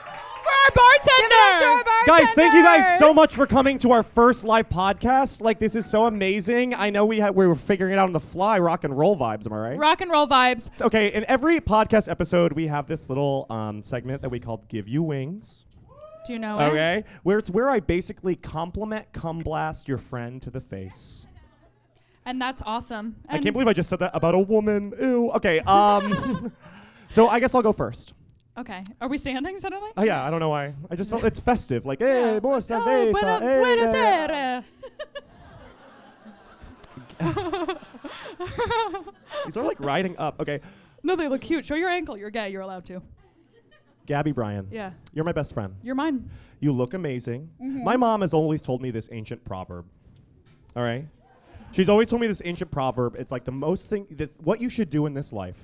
Speaker 2: For our bartender.
Speaker 1: guys, thank you guys so much for coming to our first live podcast. Like this is so amazing. I know we had we were figuring it out on the fly, rock and roll vibes, am I right?
Speaker 2: Rock and roll vibes.
Speaker 1: It's okay. In every podcast episode, we have this little um, segment that we called "Give You Wings."
Speaker 2: Do you know? it?
Speaker 1: Okay, where it's where I basically compliment, cum blast your friend to the face.
Speaker 2: And that's awesome.
Speaker 1: I can't believe I just said that about a woman. Ew. Okay. Um. *laughs* so I guess I'll go first.
Speaker 2: Okay. Are we standing suddenly?
Speaker 1: Oh yeah, I don't know why. I just felt it's festive. Like, hey, more
Speaker 2: Oh,
Speaker 1: cerveza.
Speaker 2: buena,
Speaker 1: hey, uh,
Speaker 2: buenos
Speaker 1: yeah."
Speaker 2: aires.
Speaker 1: These are like riding up. Okay,
Speaker 2: No, they look cute. Show your ankle. You're gay. You're allowed to.
Speaker 1: Gabby Bryan.
Speaker 2: Yeah.
Speaker 1: You're my best friend.
Speaker 2: You're mine.
Speaker 1: You look amazing.
Speaker 2: Mhm.
Speaker 1: My mom has always told me this ancient proverb. All right. She's always told me this ancient proverb. It's like the most thing that what you should do in this life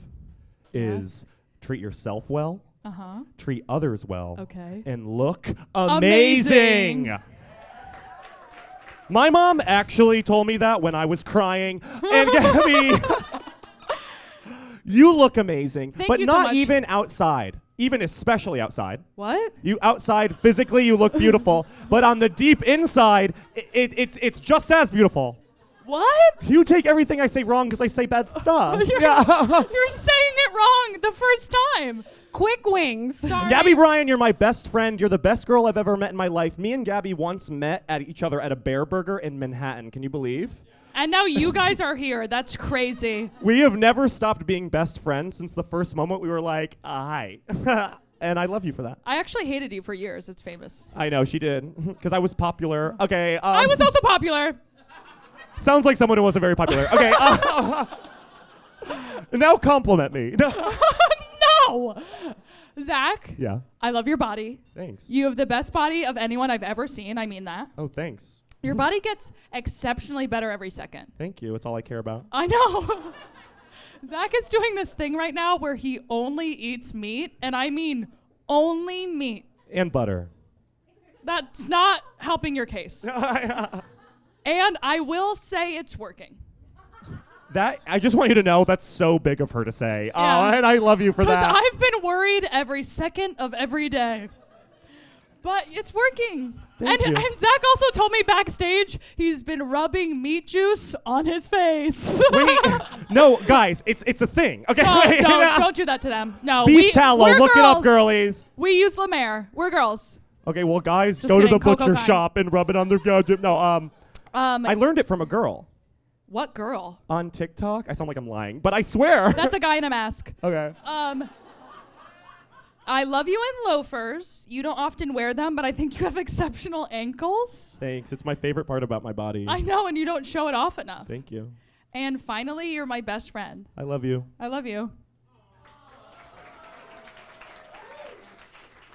Speaker 1: is treat yourself well,
Speaker 2: Uh-huh.
Speaker 1: treat others well,
Speaker 2: Okay.
Speaker 1: and look amazing.
Speaker 2: Amazing.
Speaker 1: My mom actually told me that when I was crying, and
Speaker 2: *laughs*
Speaker 1: Gabby, you look amazing,
Speaker 2: Thank
Speaker 1: but
Speaker 2: you so
Speaker 1: not
Speaker 2: much.
Speaker 1: even outside, even especially outside.
Speaker 2: What?
Speaker 1: You outside physically, you look
Speaker 2: *laughs*
Speaker 1: beautiful, but on the deep inside, i it, it's it's just as beautiful.
Speaker 2: What? *laughs*
Speaker 1: You take everything I say wrong because I say bad stuff.
Speaker 2: You're,
Speaker 1: yeah.
Speaker 2: you're saying it wrong the first time.
Speaker 14: Quick wings.
Speaker 2: Sorry.
Speaker 1: Gabby Ryan, you're my best friend. You're the best girl I've ever met in my life. Me and Gabby once met at each other at a Bear Burger in Manhattan. Can you believe?
Speaker 2: And now you guys are here. That's crazy.
Speaker 1: We have never stopped being best friends since the first moment we were like, uh, hi. *laughs* and I love you for that.
Speaker 2: I actually hated you for years. It's famous.
Speaker 1: I know she did *laughs* because I was popular. Okay. Um,
Speaker 2: I was also popular.
Speaker 1: Sounds like someone who wasn't very popular. Okay. uh, *laughs* now compliment me. *laughs*
Speaker 2: No. Zach,
Speaker 1: yeah.
Speaker 2: I love your body.
Speaker 1: Thanks.
Speaker 2: You have the best body of anyone I've ever seen. I mean that.
Speaker 1: Oh, thanks.
Speaker 2: Your body gets exceptionally better every second.
Speaker 1: Thank you. It's all I care about.
Speaker 2: I know. *laughs* Zach is doing this thing right now where he only eats meat, and I mean only meat.
Speaker 1: And butter.
Speaker 2: That's not helping
Speaker 1: *laughs*
Speaker 2: your case. and I will say it's working.
Speaker 1: That I just want you to know that's so big of her to say.
Speaker 2: Yeah.
Speaker 1: Oh, and I love you for
Speaker 2: Because
Speaker 1: that.
Speaker 2: I've been worried every second of every day. But it's working.
Speaker 1: Thank
Speaker 2: and,
Speaker 1: you.
Speaker 2: and Zach also told me backstage he's been rubbing meat juice on his face. *laughs*
Speaker 1: *laughs* Wait, no, guys, it's it's a thing. Okay,
Speaker 2: No,
Speaker 1: *laughs* wait.
Speaker 2: don't, don't do that to them. No.
Speaker 1: Beef
Speaker 2: we,
Speaker 1: tallow,
Speaker 2: we're
Speaker 1: look it up, girlies.
Speaker 2: We use La Mer. We're girls.
Speaker 1: Okay, well, guys,
Speaker 2: Just
Speaker 1: go to
Speaker 2: kidding,
Speaker 1: the
Speaker 2: Coco
Speaker 1: butcher
Speaker 2: Vine.
Speaker 1: shop and rub it on their goddamn. No, um,
Speaker 2: Um,
Speaker 1: I learned it from a girl
Speaker 2: what girl?
Speaker 1: on TikTok. I sound like I'm lying, but I swear.
Speaker 2: That's a guy in a mask.
Speaker 1: *laughs* okay.
Speaker 2: Um, I love you in loafers. You don't often wear them, but I think you have *laughs* exceptional ankles.
Speaker 1: Thanks. It's my favorite part about my body.
Speaker 2: I know, and you don't show it off enough.
Speaker 1: Thank you.
Speaker 2: And finally, you're my best friend.
Speaker 1: I love you.
Speaker 2: I love you.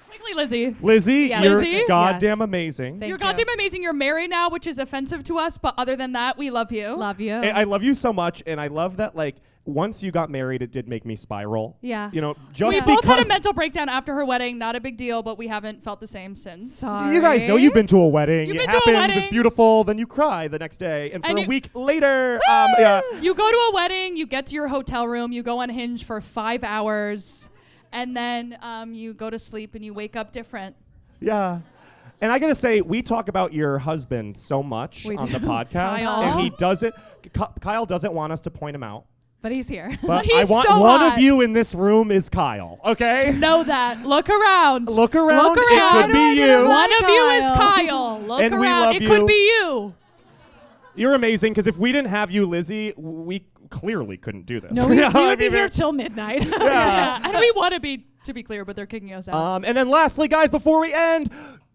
Speaker 2: Quickly, Lizzie.
Speaker 1: Lizzie,
Speaker 2: Yes.
Speaker 1: you're
Speaker 2: Lizzie?
Speaker 1: goddamn
Speaker 2: Yes.
Speaker 1: amazing.
Speaker 2: you're goddamn amazing. You're married now, which is offensive to us, but other than that, we love you.
Speaker 14: Love you.
Speaker 1: I I love you so much, and I love that like once you got married, it did make me spiral.
Speaker 2: Yeah.
Speaker 1: You know, just
Speaker 2: we
Speaker 1: because *laughs*
Speaker 2: both had a mental breakdown after her wedding. Not a big deal, but we haven't felt the same since.
Speaker 1: you guys know you've been to a wedding.
Speaker 2: You've
Speaker 1: it
Speaker 2: been to a
Speaker 1: happens.
Speaker 2: wedding.
Speaker 1: It's beautiful. Then you cry the next day, and for
Speaker 2: And
Speaker 1: a
Speaker 2: you-
Speaker 1: week later, um, yeah.
Speaker 2: You go to a wedding, you get to your hotel room, you go on Hinge for five hours, and then um, you go to sleep and you wake up different.
Speaker 1: Yeah. And I gotta say, we talk about your husband so much
Speaker 14: We
Speaker 1: on
Speaker 14: do. *laughs*
Speaker 1: the podcast,
Speaker 14: Kyle.
Speaker 1: and he doesn't. Ky- Kyle doesn't want us to point him out,
Speaker 14: But he's here.
Speaker 2: *laughs*
Speaker 1: but I want one of you in this room is Kyle. Okay.
Speaker 14: *laughs*
Speaker 2: know that. Look around.
Speaker 1: Look around.
Speaker 2: Look around.
Speaker 1: It could be you.
Speaker 2: One of you is
Speaker 14: *laughs*
Speaker 2: Kyle. Look
Speaker 1: And
Speaker 2: around.
Speaker 1: we love
Speaker 2: it
Speaker 1: you.
Speaker 2: could be you.
Speaker 1: You're amazing. Because if we didn't have you, Lizzie, w- we clearly couldn't do this. *laughs*
Speaker 14: No, we,
Speaker 1: *laughs* Yeah,
Speaker 14: we
Speaker 1: I
Speaker 14: would be
Speaker 1: mean,
Speaker 14: here
Speaker 1: it's-
Speaker 14: till
Speaker 1: *laughs*
Speaker 14: midnight.
Speaker 2: *laughs* Yeah. and we want to be, to be clear, but they're kicking us out.
Speaker 1: Um, and then lastly, guys, before we end,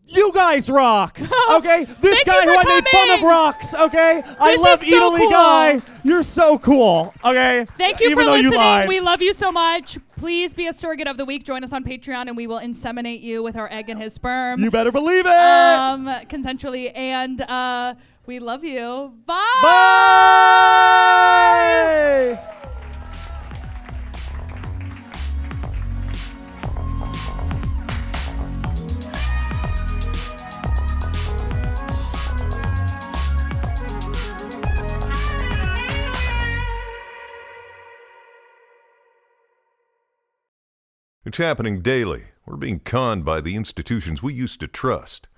Speaker 1: you guys
Speaker 2: *laughs*
Speaker 1: rock. Okay, this
Speaker 2: Oh, Thank you
Speaker 1: guy who
Speaker 2: for
Speaker 1: I made fun of
Speaker 2: coming.
Speaker 1: rocks. Okay, I
Speaker 2: This is
Speaker 1: love
Speaker 2: so
Speaker 1: Italy
Speaker 2: cool.
Speaker 1: guy. You're so cool. Okay,
Speaker 2: Thank you
Speaker 1: Even
Speaker 2: for
Speaker 1: though
Speaker 2: listening.
Speaker 1: You lied.
Speaker 2: we love you so much. Please be a surrogate of the week. Join us on Patreon, and we will inseminate you with our egg and his sperm.
Speaker 1: You better believe it.
Speaker 2: Um, consensually, and uh, we love you. Bye.
Speaker 1: Bye.
Speaker 7: It's happening daily. We're being conned by the institutions we used to trust.